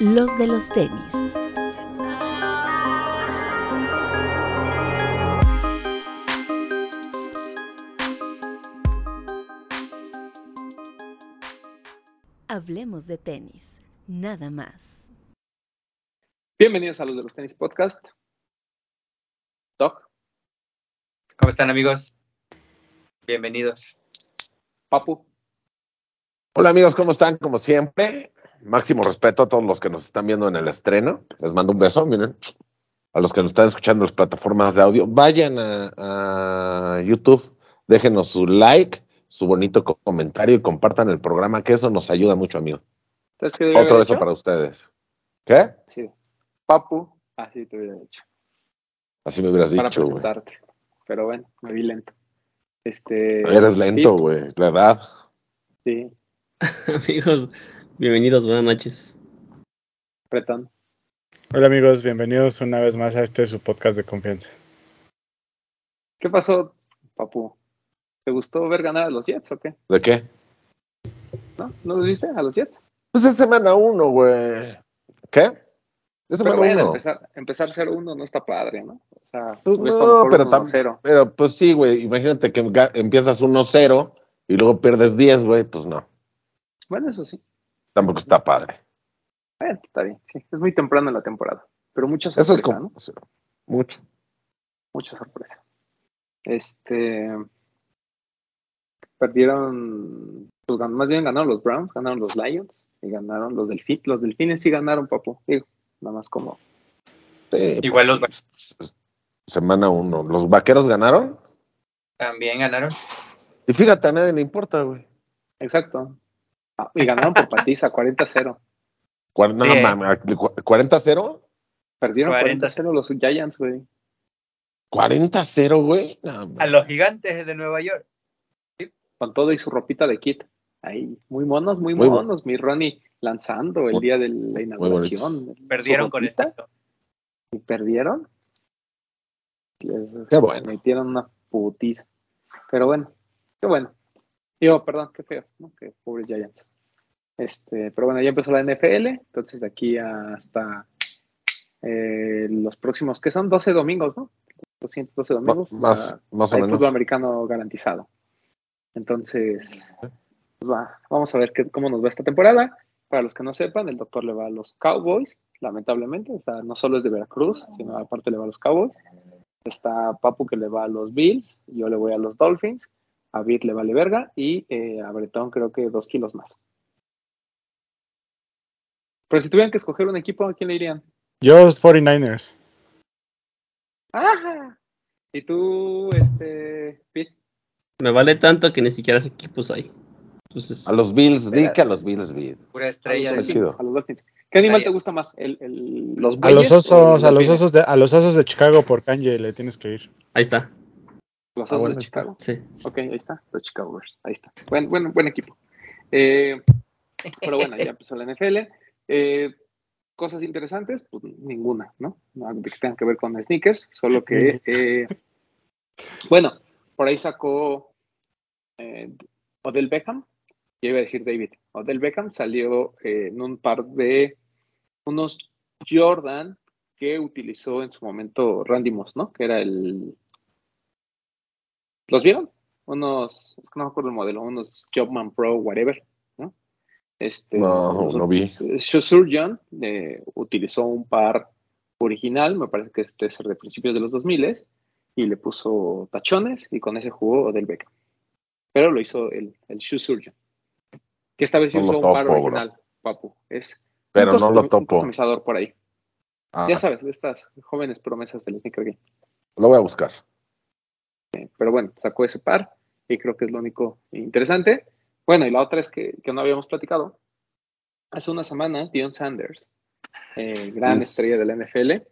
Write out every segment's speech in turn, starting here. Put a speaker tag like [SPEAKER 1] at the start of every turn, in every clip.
[SPEAKER 1] Los de los tenis. Hablemos de tenis, nada más.
[SPEAKER 2] Bienvenidos a los de los tenis podcast. Doc,
[SPEAKER 3] ¿Cómo están amigos? Bienvenidos.
[SPEAKER 2] Papu,
[SPEAKER 4] Hola amigos, ¿cómo están? Como siempre, máximo respeto a todos los que nos están viendo en el estreno. Les mando un beso, miren. A los que nos están escuchando en las plataformas de audio, vayan a, a YouTube, déjenos su like, su bonito co- comentario y compartan el programa, que eso nos ayuda mucho, amigo.
[SPEAKER 2] ¿sabes qué debía
[SPEAKER 4] Otro
[SPEAKER 2] haber
[SPEAKER 4] beso
[SPEAKER 2] hecho?
[SPEAKER 4] para ustedes. ¿Qué?
[SPEAKER 2] Sí. Papu, así te hubiera dicho.
[SPEAKER 4] Así me hubieras
[SPEAKER 2] para
[SPEAKER 4] dicho, güey.
[SPEAKER 2] presentarte. Pero bueno, me vi lento. Este.
[SPEAKER 4] Eres lento,
[SPEAKER 2] sí,
[SPEAKER 4] güey. La edad.
[SPEAKER 2] Sí,
[SPEAKER 5] Amigos, bienvenidos, buenas noches.
[SPEAKER 2] pretón.
[SPEAKER 6] Hola amigos, bienvenidos una vez más a este su podcast de confianza.
[SPEAKER 2] ¿Qué pasó, Papu? ¿Te gustó ver ganar a los Jets o qué?
[SPEAKER 4] ¿De qué?
[SPEAKER 2] ¿No? ¿No los viste a los Jets?
[SPEAKER 4] Pues es semana uno, güey. ¿Qué? Es
[SPEAKER 2] Pero Pues
[SPEAKER 4] semana
[SPEAKER 2] bueno,
[SPEAKER 4] uno.
[SPEAKER 2] empezar, empezar 0-1 no está padre, ¿no? O sea,
[SPEAKER 4] Pues
[SPEAKER 2] hubiera
[SPEAKER 4] no,
[SPEAKER 2] estado mejor
[SPEAKER 4] pero
[SPEAKER 2] un
[SPEAKER 4] tam-
[SPEAKER 2] 1-0.
[SPEAKER 4] Pero pues sí, güey, imagínate que ga- empiezas 1-0 y luego pierdes 10, güey, pues no,
[SPEAKER 2] Bueno, eso sí.
[SPEAKER 4] tampoco está padre.
[SPEAKER 2] Bueno, está bien, sí. Es muy temprano en la temporada. Pero muchas
[SPEAKER 4] Eso es
[SPEAKER 2] sorpresas,
[SPEAKER 4] como
[SPEAKER 2] ¿no?
[SPEAKER 4] mucho.
[SPEAKER 2] Mucha sorpresa. Este. Perdieron. Pues gan- más bien ganaron los Browns, ganaron los Lions y ganaron los Delfines. Los Delfines sí ganaron, papu. Digo, nada más como.
[SPEAKER 4] Sí,
[SPEAKER 3] Igual
[SPEAKER 4] pues,
[SPEAKER 3] los va-
[SPEAKER 4] s- s- semana 1. ¿Los vaqueros ganaron?
[SPEAKER 3] También ganaron.
[SPEAKER 4] Y fíjate, a nadie le importa, güey.
[SPEAKER 2] Exacto. Ah, y ganaron por patiza, 40-0.
[SPEAKER 4] Cuar- no,
[SPEAKER 3] Sí.
[SPEAKER 4] mames, cu- ¿40-0?
[SPEAKER 2] Perdieron
[SPEAKER 3] 40.
[SPEAKER 2] 40-0 los Giants, güey.
[SPEAKER 4] ¿40-0, güey? No,
[SPEAKER 3] A
[SPEAKER 4] mames.
[SPEAKER 3] los gigantes de Nueva York.
[SPEAKER 2] Con todo y su ropita de kit. Ahí. Muy monos, muy,
[SPEAKER 4] Muy bu-
[SPEAKER 2] monos. Mi Ronnie lanzando el
[SPEAKER 4] Muy-
[SPEAKER 2] día de la
[SPEAKER 4] bonitos.
[SPEAKER 2] inauguración.
[SPEAKER 3] Perdieron
[SPEAKER 2] Su
[SPEAKER 3] con
[SPEAKER 2] ropita.
[SPEAKER 3] estilo.
[SPEAKER 2] y perdieron, les
[SPEAKER 4] Qué bueno.
[SPEAKER 2] metieron una putiza. Pero bueno, qué bueno. Digo, perdón, qué feo, ¿no? Que pobres Giants. Este, pero bueno, ya empezó la NFL, entonces de aquí hasta eh, los próximos, que son 12 domingos, ¿no? 212
[SPEAKER 4] Ma-
[SPEAKER 2] domingos.
[SPEAKER 4] más,
[SPEAKER 2] ah,
[SPEAKER 4] más o
[SPEAKER 2] hay fútbol
[SPEAKER 4] menos.
[SPEAKER 2] americano garantizado. Entonces, pues va, vamos a ver qué- cómo nos va esta temporada. Para los que no sepan, el doctor le va a los Cowboys, lamentablemente. O sea, no solo es de Veracruz, sino aparte le va a los Cowboys. Está Papu que le va a los Bills, yo le voy a los Dolphins, a Bit le vale verga y eh, a Bretón creo que dos kilos más. Pero si tuvieran que escoger un equipo, ¿a quién le irían?
[SPEAKER 6] Yo, los 49ers.
[SPEAKER 2] ¡Ajá! Y tú, este, Pete,
[SPEAKER 5] Me vale tanto que ni siquiera sé qué equipos hay. Entonces,
[SPEAKER 4] A los Bills, di que a los Bills, Bills.
[SPEAKER 3] Pura
[SPEAKER 2] A los
[SPEAKER 3] estrella.
[SPEAKER 4] Está
[SPEAKER 2] Dolphins,
[SPEAKER 4] chido.
[SPEAKER 2] a los Dolphins. ¿Qué animal
[SPEAKER 3] Ahí.
[SPEAKER 2] te gusta más? ¿El, el- los
[SPEAKER 6] A los
[SPEAKER 2] bueyes o
[SPEAKER 6] osos, a los
[SPEAKER 2] delfines?
[SPEAKER 6] osos de, a los osos de Chicago por Kanye le tienes que ir.
[SPEAKER 5] ahí está.
[SPEAKER 2] Los osos
[SPEAKER 6] Ah, bueno,
[SPEAKER 2] de
[SPEAKER 6] está.
[SPEAKER 2] Chicago.
[SPEAKER 5] Sí.
[SPEAKER 2] Ok, ahí está. Los Chicago Bears. Ahí está. Buen, buen, buen equipo. Eh, pero bueno, ya empezó la NFL. Eh, cosas interesantes, pues ninguna, ¿no? Nada que tengan que ver con sneakers, solo que, eh, bueno, por ahí sacó eh, Odell Beckham, yo iba a decir David, Odell Beckham salió eh, en un par de unos Jordan que utilizó en su momento Randy Moss, ¿no? Que era el... ¿Los vieron? Unos, es que no me acuerdo el modelo, unos Jobman Pro, whatever, ¿no? Este,
[SPEAKER 4] No,
[SPEAKER 2] unos-
[SPEAKER 4] no vi.
[SPEAKER 2] Surgeon eh, utilizó un par original, me parece que debe ser de principios de los 2000 y le puso tachones y con ese jugó del Beckham. Pero lo hizo el, el Shoe Surgeon, que esta vez
[SPEAKER 4] No
[SPEAKER 2] hizo
[SPEAKER 4] lo
[SPEAKER 2] un par
[SPEAKER 4] topo, bro.
[SPEAKER 2] original, papu. Es
[SPEAKER 4] Pero
[SPEAKER 2] un
[SPEAKER 4] no lo
[SPEAKER 2] custom- un
[SPEAKER 4] topo.
[SPEAKER 2] customizador por ahí.
[SPEAKER 4] Ah,
[SPEAKER 2] Ya sabes, de estas jóvenes promesas del sneaker game.
[SPEAKER 4] lo voy a buscar.
[SPEAKER 2] pero bueno, sacó ese par y creo que es lo único interesante. Bueno, y la otra es que, que no habíamos platicado. Hace unas semanas, Dion Sanders, eh, gran
[SPEAKER 4] Uf.
[SPEAKER 2] estrella de la NFL,
[SPEAKER 4] El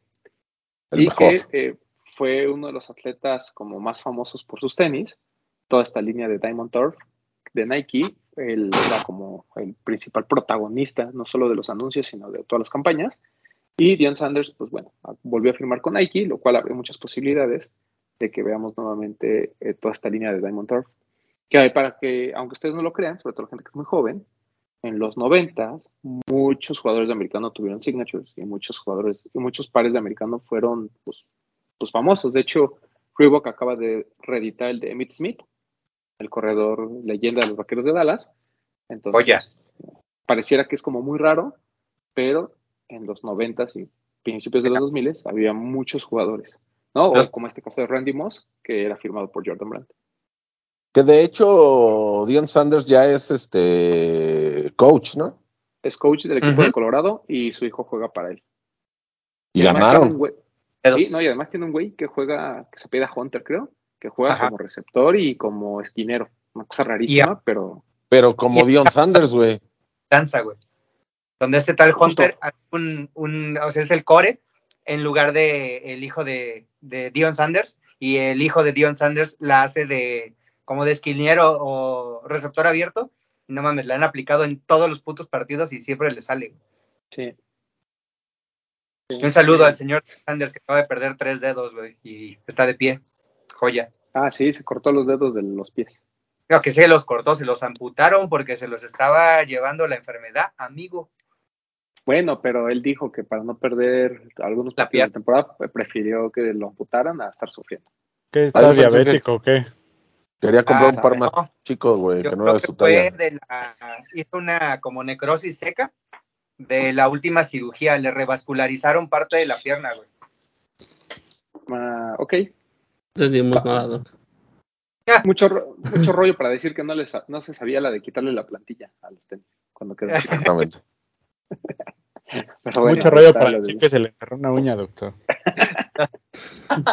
[SPEAKER 2] y
[SPEAKER 4] mejor.
[SPEAKER 2] que eh, fue uno de los atletas como más famosos por sus tenis. Toda esta línea de Diamond Turf de Nike, él era como el principal protagonista, no solo de los anuncios, sino de todas las campañas. Y Dion Sanders, pues bueno, a- volvió a firmar con Nike, lo cual abre muchas posibilidades de que veamos nuevamente eh, toda esta línea de Diamond Turf. Que hay para que, aunque ustedes no lo crean, sobre todo la gente que es muy joven, en los 90 muchos jugadores de americano tuvieron signatures y muchos jugadores y muchos pares de americano fueron pues, pues famosos. De hecho, Reebok acaba de reeditar el de Emmitt Smith, el corredor leyenda de los Vaqueros de Dallas. Entonces,
[SPEAKER 3] Oye.
[SPEAKER 2] pareciera que es como muy raro, pero en los 90 y principios de los 2000 había muchos jugadores, ¿no? O
[SPEAKER 3] Los-
[SPEAKER 2] como este caso de Randy Moss, que era firmado por Jordan Brand.
[SPEAKER 4] Que de hecho, Dion Sanders ya es este coach, ¿no?
[SPEAKER 2] Es coach del equipo
[SPEAKER 3] Ujú.
[SPEAKER 2] de Colorado y su hijo juega para él.
[SPEAKER 4] Y
[SPEAKER 2] además tiene un
[SPEAKER 4] ganaron.
[SPEAKER 2] güey-
[SPEAKER 3] Dedos.
[SPEAKER 2] Sí, no, y además tiene un güey que juega, que se pide Hunter, creo, que juega
[SPEAKER 3] Ajá.
[SPEAKER 2] como receptor y como esquinero. Una cosa rarísima, pero
[SPEAKER 4] Pero como Dion Sanders, güey.
[SPEAKER 3] danza, güey. Donde este tal
[SPEAKER 2] Justo.
[SPEAKER 3] Hunter, hace un, un, o sea, es el core en lugar de el hijo de, de Dion Sanders y el hijo de Dion Sanders la hace de como de esquinero o receptor abierto. No mames, la han aplicado en todos los putos partidos y siempre le sale.
[SPEAKER 2] sí.
[SPEAKER 3] Un saludo al señor Sanders que acaba de perder tres dedos, güey, y está de pie. Joya.
[SPEAKER 2] Ah, sí, se cortó los dedos de los pies.
[SPEAKER 3] Creo que se los cortó, se los amputaron porque se los estaba llevando la enfermedad, amigo.
[SPEAKER 2] Bueno, pero él dijo que para no perder algunos
[SPEAKER 3] La
[SPEAKER 2] partidos
[SPEAKER 3] pierna.
[SPEAKER 2] de temporada, pre- prefirió que lo amputaran a estar sufriendo.
[SPEAKER 6] ¿Qué está
[SPEAKER 4] Ay, yo pensé
[SPEAKER 6] diabético o qué?
[SPEAKER 4] Quería comprar
[SPEAKER 3] Ah,
[SPEAKER 4] un par
[SPEAKER 3] no.
[SPEAKER 4] más chico, güey,
[SPEAKER 3] Yo
[SPEAKER 4] que no
[SPEAKER 3] creo
[SPEAKER 4] era de
[SPEAKER 3] que
[SPEAKER 4] su
[SPEAKER 3] fue
[SPEAKER 4] talla.
[SPEAKER 3] de la, hizo una como necrosis seca de la última cirugía, le revascularizaron parte de la pierna, güey.
[SPEAKER 2] Ah, ok,
[SPEAKER 5] No entendimos nada, Doc.
[SPEAKER 2] mucho, ro- mucho rollo para decir que no, les, no se sabía la de quitarle la plantilla a los tenis cuando quedó chico.
[SPEAKER 4] Exactamente.
[SPEAKER 2] Pero bueno,
[SPEAKER 6] Mucho
[SPEAKER 2] ahí
[SPEAKER 6] rollo
[SPEAKER 2] está
[SPEAKER 6] para
[SPEAKER 2] lo
[SPEAKER 6] decir
[SPEAKER 2] de-
[SPEAKER 6] que se le enterró una uña, doctor.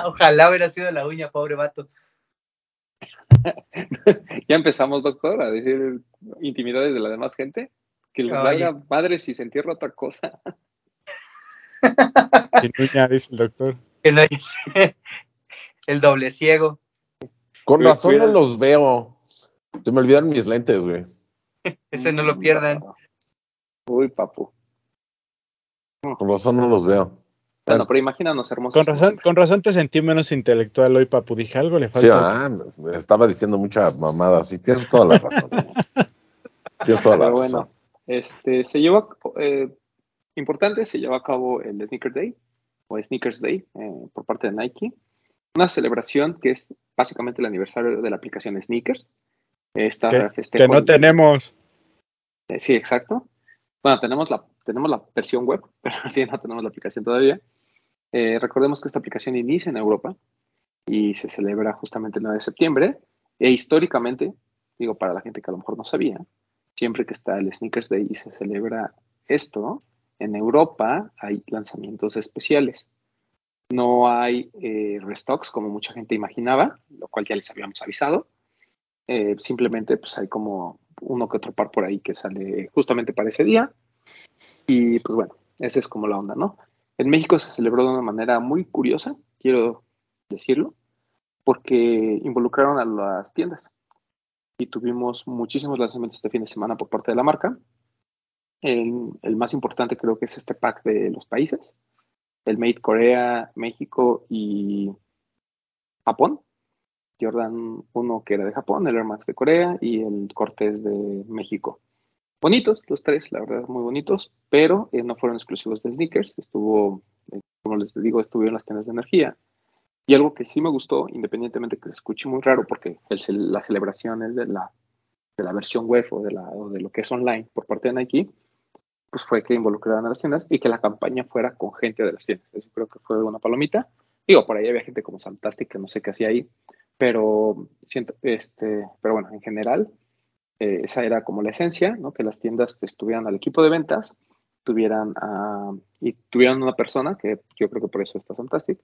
[SPEAKER 3] Ojalá hubiera sido la uña, pobre vato.
[SPEAKER 2] Ya empezamos, doctor, a decir intimidades de la demás gente. Que les
[SPEAKER 3] Oye.
[SPEAKER 2] valga madre si se entierra otra cosa.
[SPEAKER 6] Sin uña, dice el doctor.
[SPEAKER 3] Que no hay- El doble ciego.
[SPEAKER 4] Con
[SPEAKER 2] Pero
[SPEAKER 4] razón no
[SPEAKER 2] cuida-
[SPEAKER 4] los veo. Se me olvidaron mis lentes, güey.
[SPEAKER 3] Ese no lo pierdan.
[SPEAKER 2] Mm. Uy, papu.
[SPEAKER 4] Con razón no los veo.
[SPEAKER 2] Bueno, pero imagínanos hermosos.
[SPEAKER 6] Con razón, con razón te sentí menos intelectual hoy, papu. Dije algo, le
[SPEAKER 4] Sí,
[SPEAKER 6] falta.
[SPEAKER 4] ah, me- me estaba diciendo mucha mamada. Sí, tienes toda la razón. tienes toda la
[SPEAKER 2] Pero
[SPEAKER 4] razón.
[SPEAKER 2] bueno, este, se llevó, a- eh, importante, se llevó a cabo el Sneaker Day o Sneakers Day eh, por parte de Nike. Una celebración que es básicamente el aniversario de la aplicación Sneakers. Esta festejo
[SPEAKER 6] que no
[SPEAKER 2] en-
[SPEAKER 6] tenemos.
[SPEAKER 2] Eh, sí, exacto. Bueno, tenemos la, tenemos la versión web, pero sí, no tenemos la aplicación todavía. Eh, recordemos que esta aplicación inicia en Europa y se celebra justamente el 9 de septiembre. E históricamente, digo para la gente que a lo mejor no sabía, siempre que está el Sneakers Day y se celebra esto, en Europa hay lanzamientos especiales. No hay eh, restocks como mucha gente imaginaba, lo cual ya les habíamos avisado. Eh, simplemente pues hay como uno que otro par por ahí que sale justamente para ese día. Y pues bueno, esa es como la onda, ¿no? En México se celebró de una manera muy curiosa, quiero decirlo, porque involucraron a las tiendas y tuvimos muchísimos lanzamientos este fin de semana por parte de la marca. El, el más importante creo que es este pack de los países, el Made Corea, México y Japón. Jordan uno que era de Japón, el Air Max de Corea y el Cortés de México. Bonitos los tres, la verdad, muy bonitos, pero eh, no fueron exclusivos de sneakers, estuvo, eh, como les digo, estuvieron las tiendas de energía. Y algo que sí me gustó, independientemente que se escuche muy raro, porque el ce- la celebración es de la, de la versión web o de, la, o de lo que es online por parte de Nike, pues fue que involucraran a las tiendas y que la campaña fuera con gente de las tiendas. Eso creo que fue una palomita. Digo, por ahí había gente como Santastic que no sé qué hacía ahí, pero siento, este, pero bueno, en general, eh, esa era como la esencia, ¿no? Que las tiendas estuvieran al equipo de ventas, tuvieran a, y tuvieran una persona, que yo creo que por eso está Fantastic,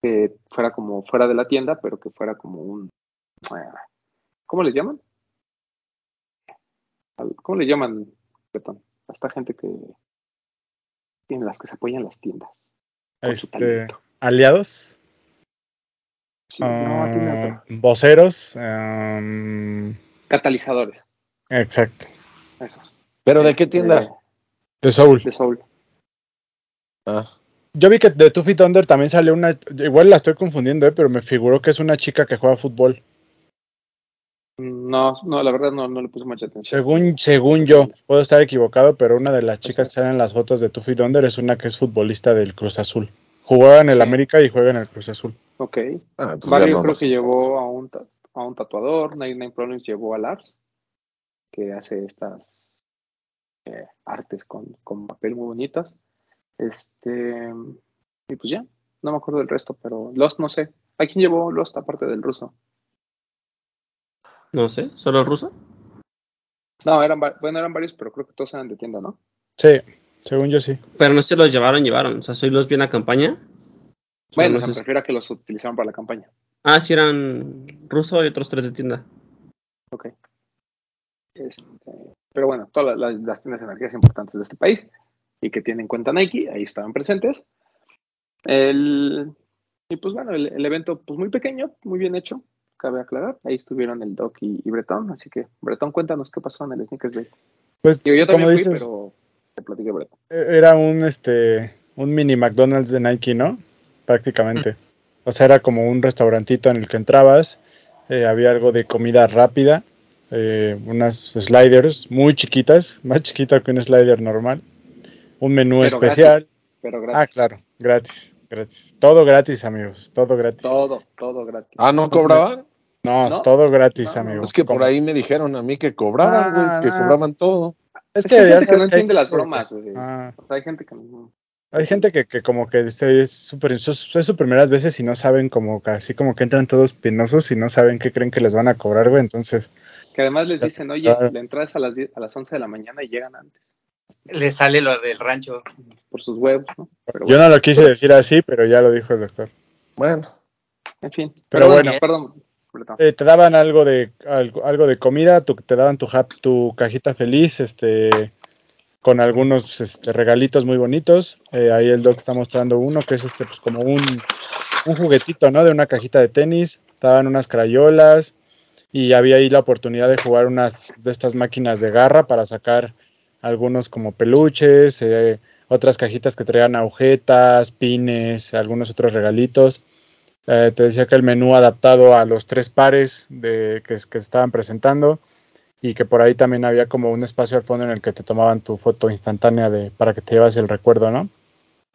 [SPEAKER 2] que fuera como fuera de la tienda, pero que fuera como un eh, ¿cómo les llaman? Al- ¿Cómo le llaman, Betón? A esta gente que en las que se apoyan las tiendas. con su
[SPEAKER 6] Este,
[SPEAKER 2] talento.
[SPEAKER 6] aliados.
[SPEAKER 2] Sí, no, tiene otro.
[SPEAKER 6] ah, voceros. am,
[SPEAKER 2] Catalizadores,
[SPEAKER 6] exacto.
[SPEAKER 2] esos.
[SPEAKER 4] ¿Pero de qué
[SPEAKER 2] Este,
[SPEAKER 4] tienda?
[SPEAKER 6] De Soul.
[SPEAKER 2] De Soul.
[SPEAKER 4] Ah,
[SPEAKER 6] Yo vi que de Two Feet Under también salió una. Igual la estoy confundiendo, eh, pero me figuró que es una chica que juega fútbol.
[SPEAKER 2] No, no, la verdad no, no le puse mucha atención.
[SPEAKER 6] Según, según yo, puedo estar equivocado, pero una de las chicas que salen en las fotos de Tuffy Donder es una que es futbolista del Cruz Azul. Jugaba en el
[SPEAKER 2] Sí.
[SPEAKER 6] América y juega en el Cruz Azul.
[SPEAKER 2] Ok.
[SPEAKER 4] Ah, entonces
[SPEAKER 2] Barry
[SPEAKER 4] ya
[SPEAKER 2] yo
[SPEAKER 4] no
[SPEAKER 2] creo
[SPEAKER 4] nos-
[SPEAKER 2] que llevó a un, ta- a un tatuador, 99 Problems llevó a Lars, que hace estas eh, artes con, con papel muy bonitas. Este, y pues ya, no me acuerdo del resto, pero Lost no sé. ¿A quién llevó Lost aparte del ruso?
[SPEAKER 5] No sé, solo ruso.
[SPEAKER 2] No, eran, va- bueno, eran varios, pero creo que todos eran de tienda, ¿no?
[SPEAKER 6] Sí, según yo sí.
[SPEAKER 5] Pero no se los llevaron, llevaron. O sea, soy los bien a campaña.
[SPEAKER 2] Bueno,
[SPEAKER 5] no
[SPEAKER 2] o sea,
[SPEAKER 5] sé
[SPEAKER 2] me
[SPEAKER 5] si-
[SPEAKER 2] refiero a que los utilizaron para la campaña.
[SPEAKER 5] Ah, sí, eran ruso y otros tres de tienda.
[SPEAKER 2] Este, pero bueno, todas la- la- las tiendas de energías importantes de este país y que tienen cuenta Nike, ahí estaban presentes. El, y pues bueno, el, el evento pues muy pequeño, muy bien hecho, cabe aclarar. Ahí estuvieron el Doc y, y Bretón, así que Bretón, cuéntanos qué pasó en el Sneakers Day.
[SPEAKER 6] Pues,
[SPEAKER 2] Digo, yo
[SPEAKER 6] como
[SPEAKER 2] también fui,
[SPEAKER 6] dices,
[SPEAKER 2] pero te platiqué Bretón.
[SPEAKER 6] e- era un, este, un mini McDonald's de Nike, ¿no? Prácticamente. O sea, era como un restaurantito en el que entrabas, eh, había algo de comida rápida, eh, unas sliders muy chiquitas, más chiquita que un slider normal, un menú
[SPEAKER 2] Pero
[SPEAKER 6] especial.
[SPEAKER 2] Pero
[SPEAKER 6] Ah,
[SPEAKER 2] gratis.
[SPEAKER 6] claro, gratis, gratis. Todo gratis, amigos, todo gratis.
[SPEAKER 2] Todo, todo gratis.
[SPEAKER 4] Ah, ¿no cobraban?
[SPEAKER 6] No,
[SPEAKER 2] ¿No?
[SPEAKER 6] todo gratis,
[SPEAKER 2] No, no,
[SPEAKER 6] amigos.
[SPEAKER 4] Es que por
[SPEAKER 6] Como-
[SPEAKER 4] ahí me dijeron a mí que cobraban, güey,
[SPEAKER 6] Ah,
[SPEAKER 4] que
[SPEAKER 6] ah.
[SPEAKER 4] cobraban todo.
[SPEAKER 6] Es
[SPEAKER 2] que hay gente que
[SPEAKER 6] sabes
[SPEAKER 2] no
[SPEAKER 6] hay
[SPEAKER 2] entiende las
[SPEAKER 6] gente que-
[SPEAKER 2] bromas, güey.
[SPEAKER 6] Ah,
[SPEAKER 2] O sea, hay gente que no-
[SPEAKER 6] hay gente que, que como que se- es, super, sus- es sus primeras veces y no saben como que así como que entran todos pinosos y no saben qué creen que les van a cobrar, güey. Entonces,
[SPEAKER 2] que además les
[SPEAKER 6] Exacto,
[SPEAKER 2] dicen, oye,
[SPEAKER 6] claro.
[SPEAKER 2] la entrada es a las, 10 a las 11 de la mañana y llegan antes
[SPEAKER 3] Le sale lo del rancho.
[SPEAKER 2] por sus huevos, ¿no? Pero
[SPEAKER 6] yo no lo quise decir así, pero ya lo dijo el doctor.
[SPEAKER 4] Bueno,
[SPEAKER 2] En fin. Pero,
[SPEAKER 6] Pero
[SPEAKER 2] bueno,
[SPEAKER 3] bueno.
[SPEAKER 2] perdón. Bretón.
[SPEAKER 6] Eh, te daban algo de algo, algo de comida, tu- te daban tu, jap- tu cajita feliz, este, con algunos este, regalitos muy bonitos. Eh, ahí el doc está mostrando uno que es este, pues como un, un juguetito, ¿no? De una cajita de tenis. Te daban unas crayolas y había ahí la oportunidad de jugar unas de estas máquinas de garra para sacar algunos como peluches, eh, otras cajitas que traían agujetas, pines, algunos otros regalitos. Eh, te decía que el menú adaptado a los tres pares de, que, que se estaban presentando y que por ahí también había como un espacio al fondo en el que te tomaban tu foto instantánea de, para que te llevas el recuerdo, ¿no?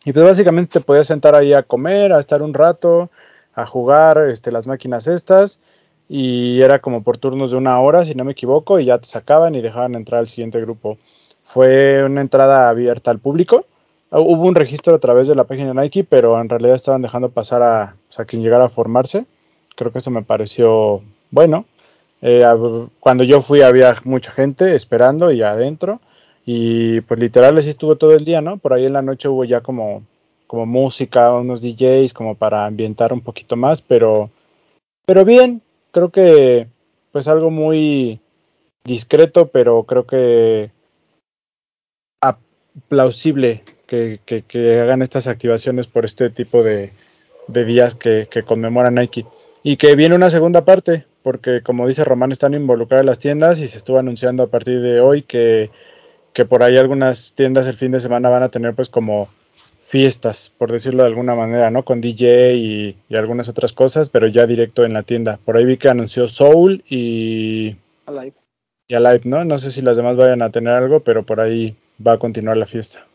[SPEAKER 6] Y pues básicamente te podías sentar ahí a comer, a estar un rato, a jugar este, las máquinas estas y era como por turnos de una hora, si no me equivoco, y ya te sacaban y dejaban entrar al siguiente grupo. Fue una entrada abierta al público. Ah, Hubo un registro a través de la página de Nike, pero en realidad estaban dejando pasar a, pues, a quien llegara a formarse. Creo que eso me pareció bueno. Eh, ab- cuando yo fui había mucha gente esperando y adentro. Y pues literal así estuvo todo el día, ¿no? Por ahí en la noche hubo ya como, como música, unos DJs como para ambientar un poquito más, pero, pero bien, creo que pues algo muy discreto, pero creo que plausible que, que- que hagan estas activaciones por este tipo de, de días que, que conmemora Nike. Y que viene una segunda parte, porque como dice Román, están involucradas las tiendas y se estuvo anunciando a partir de hoy que, que por ahí algunas tiendas el fin de semana van a tener pues como fiestas, por decirlo de alguna manera, ¿no? Con DJ y, y algunas otras cosas, pero ya directo en la tienda. Por ahí vi que anunció Soul y,
[SPEAKER 2] Alive.
[SPEAKER 6] y Alive, ¿no? No sé si las demás vayan a tener algo, pero por ahí va a continuar la fiesta.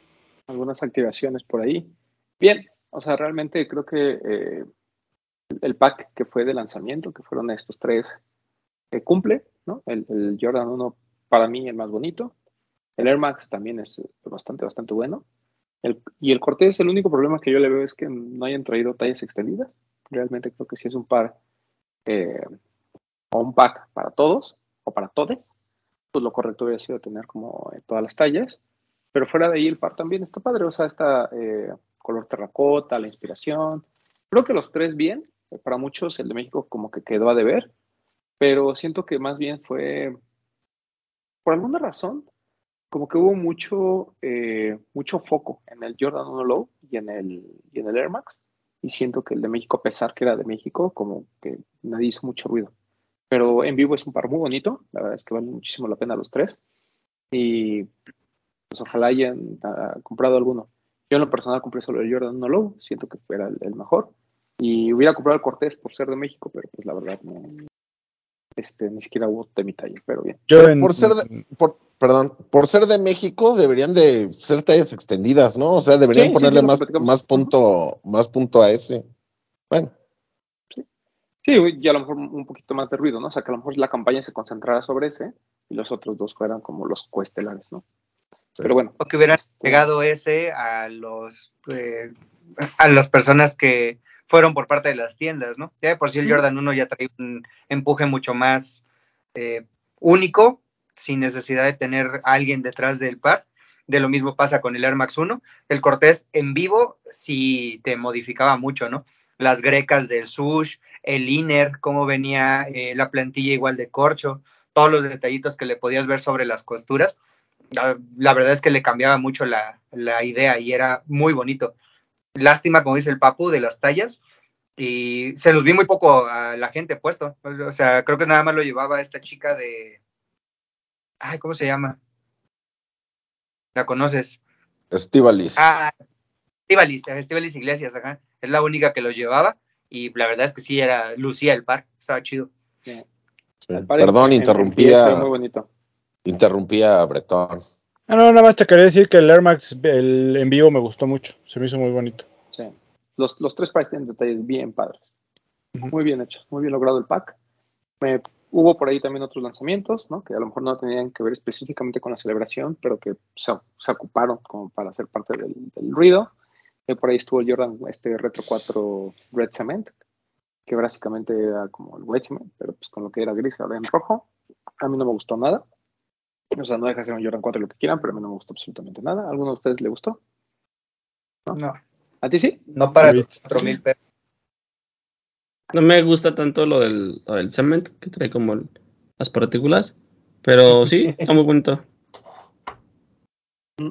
[SPEAKER 2] Algunas activaciones por ahí. Bien, o sea, realmente creo que eh, el pack que fue de lanzamiento, que fueron estos tres, que cumple, ¿no? El, el Jordan 1 para mí el más bonito. El Air Max también es eh, bastante, bastante bueno. El- y el Cortés, el único problema que yo le veo es que no hayan traído tallas extendidas. Realmente creo que sí es un par eh, o un pack para todos o para todes. Pues lo correcto hubiera sido tener como eh, todas las tallas. Pero fuera de ahí el par también está padre. O sea, está eh, color terracota, la inspiración. Creo que los tres bien. Eh, Para muchos el de México como que quedó a deber. Pero siento que más bien fue, por alguna razón, como que hubo mucho, eh, mucho foco en el Jordan 1 Low y en el, y en el Air Max. Y siento que el de México, a pesar que era de México, como que nadie hizo mucho ruido. Pero en vivo es un par muy bonito. La verdad es que valen muchísimo la pena los tres. Y pues ojalá hayan ah, comprado alguno. Yo en lo personal compré solo el Jordan 1 Low. Siento que era el, el mejor. Y hubiera comprado el Cortés por ser de México, pero pues la verdad no, Este, ni siquiera hubo de mi talla, pero bien.
[SPEAKER 6] Yo en-
[SPEAKER 4] por ser de- por- perdón, por ser de México deberían de ser tallas extendidas, ¿no? O sea,
[SPEAKER 2] Sí,
[SPEAKER 4] deberían
[SPEAKER 2] sí,
[SPEAKER 4] ponerle
[SPEAKER 2] sí, lo
[SPEAKER 4] más,
[SPEAKER 2] platicamos.
[SPEAKER 4] más punto, más punto a ese. Bueno,
[SPEAKER 2] Sí, güey, y a lo mejor un poquito más de ruido, ¿no? O sea, que a lo mejor la campaña se concentrara sobre ese y los otros dos fueran como los coestelares, ¿no? Pero bueno,
[SPEAKER 3] O que hubieran pegado ese a los eh, a las personas que fueron por parte de las tiendas, ¿no? Ya de por sí el Jordan 1 ya trae un empuje mucho más eh, único, sin necesidad de tener a alguien detrás del par. De lo mismo pasa con el Air Max 1. El Cortés en vivo sí te modificaba mucho, ¿no? Las grecas del sush, el inner, cómo venía eh, la plantilla igual de corcho, todos los detallitos que le podías ver sobre las costuras la, la verdad es que le cambiaba mucho la, la idea y era muy bonito. Lástima, como dice el Papu, de las tallas. Y se los vi muy poco a la gente puesto. O sea, creo que nada más lo llevaba esta chica de. Ay, ¿cómo se llama? ¿La conoces?
[SPEAKER 4] Estivalis.
[SPEAKER 3] Ah, Estivalis, eh, Estivalis Iglesias, ajá. Es la única que los llevaba. Y la verdad es que sí, era, lucía el par. Estaba chido.
[SPEAKER 2] al parecer
[SPEAKER 4] Perdón,
[SPEAKER 2] en- en pie se ve
[SPEAKER 4] interrumpía,
[SPEAKER 2] muy bonito.
[SPEAKER 4] interrumpía a Bretón.
[SPEAKER 6] Ah, no, nada más te quería decir que el Air Max el, en vivo me gustó mucho. Se me hizo muy bonito.
[SPEAKER 2] Sí. Los, los tres packs tienen detalles bien padres. Muy bien hechos, muy bien logrado el pack. Me- hubo por ahí también otros lanzamientos, ¿no? Que a lo mejor no tenían que ver específicamente con la celebración, pero que se, se ocuparon como para ser parte del, del ruido. Eh, por ahí estuvo el Jordan, este Retro 4 Red Cement, que básicamente era como el Red Cement, pero pues con lo que era gris ahora en rojo. A mí no me gustó nada. O sea, no deja de ser un Jordan 4 lo que quieran, pero a mí no me gustó absolutamente nada. ¿A alguno de ustedes le gustó?
[SPEAKER 3] No,
[SPEAKER 2] ¿A ti sí?
[SPEAKER 3] no para
[SPEAKER 6] Sí.
[SPEAKER 3] los cuatro mil pesos.
[SPEAKER 5] No me gusta tanto lo del, lo del cement, que trae como el- las partículas. Pero sí, está muy bonito.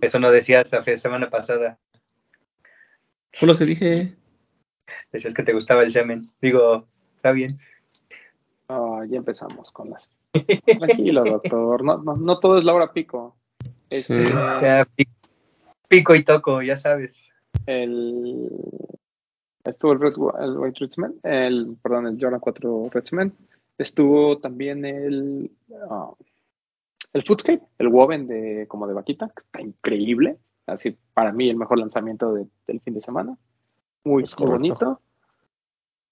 [SPEAKER 3] Eso no decía hasta la semana pasada.
[SPEAKER 5] Fue lo que dije.
[SPEAKER 3] Decías que te gustaba el semen. Digo, está bien.
[SPEAKER 2] Ah, ya empezamos con las. Tranquilo, doctor. No, no, no todo es la hora pico. Este,
[SPEAKER 5] Sí.
[SPEAKER 3] Ya, pi- pico y toco, ya sabes.
[SPEAKER 2] el, estuvo el, Red, el White Red Cement, el, perdón, el Jordan 4 Red Cement. Estuvo también el, ah, el Footscape, el Woven de, como de vaquita, que está increíble. Así, para mí, el mejor lanzamiento de- del fin de semana. Muy,
[SPEAKER 4] Es
[SPEAKER 2] muy
[SPEAKER 4] correcto.
[SPEAKER 2] bonito.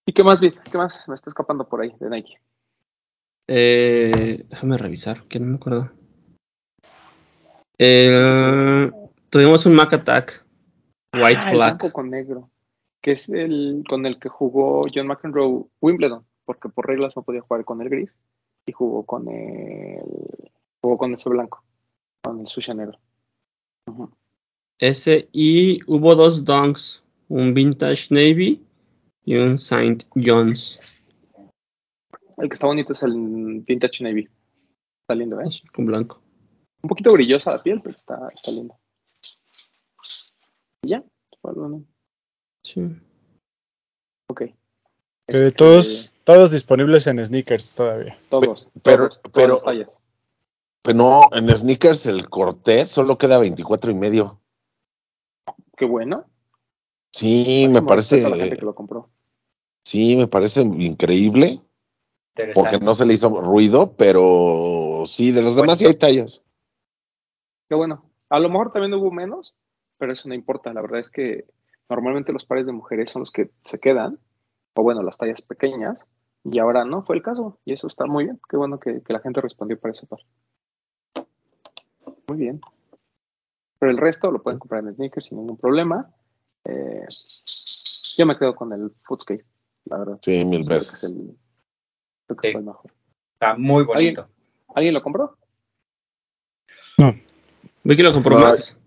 [SPEAKER 2] ¿Y qué más, Vic? ¿Qué más? Me está escapando por ahí de Nike.
[SPEAKER 5] eh, déjame revisar, que no me acuerdo. Eh, tuvimos un Mac Attack. White
[SPEAKER 2] Ah, el
[SPEAKER 5] Black.
[SPEAKER 2] blanco con negro, que es el con el que jugó John McEnroe Wimbledon, porque por reglas no podía jugar con el gris y jugó con el jugó con ese blanco, con el sushi negro. Ujú.
[SPEAKER 5] Ese y hubo dos dunks, un Vintage Navy y un Saint John's.
[SPEAKER 2] El que está bonito es el vintage navy. Está lindo, ¿eh?
[SPEAKER 5] azul con blanco.
[SPEAKER 2] Un poquito brillosa la piel, pero está, está lindo. Y ya, pues, bueno,
[SPEAKER 5] Sí.
[SPEAKER 2] ok.
[SPEAKER 6] Que
[SPEAKER 2] Este,
[SPEAKER 6] de todos, todos disponibles en sneakers todavía.
[SPEAKER 2] todos,
[SPEAKER 4] pero-
[SPEAKER 2] todos, todas
[SPEAKER 4] pero-
[SPEAKER 2] las tallas.
[SPEAKER 4] Pero no, en sneakers el Cortés solo queda 24 y medio.
[SPEAKER 2] Qué bueno.
[SPEAKER 4] Sí, me
[SPEAKER 2] Máximo respeto a la gente
[SPEAKER 4] parece,
[SPEAKER 2] que lo compró.
[SPEAKER 4] sí, me parece increíble, porque
[SPEAKER 3] Interesante.
[SPEAKER 4] no se le hizo ruido, pero sí, de los demás sí hay tallas.
[SPEAKER 2] Qué bueno. A lo mejor también hubo menos, pero eso no importa. La verdad es que normalmente los pares de mujeres son los que se quedan, o bueno, las tallas pequeñas, y ahora no fue el caso. Y eso está muy bien. Qué bueno que, que la gente respondió para ese par. Muy bien. Pero el resto lo pueden comprar en sneakers sin ningún problema. Eh, yo me quedo con el Footscape, la verdad.
[SPEAKER 4] Sí, mil
[SPEAKER 2] Creo que es
[SPEAKER 4] veces.
[SPEAKER 2] el- creo que
[SPEAKER 3] Sí.
[SPEAKER 2] fue el mejor.
[SPEAKER 3] Está muy bonito.
[SPEAKER 2] ¿Alguien lo compró?
[SPEAKER 5] Vi que lo compró
[SPEAKER 4] No.
[SPEAKER 5] Max.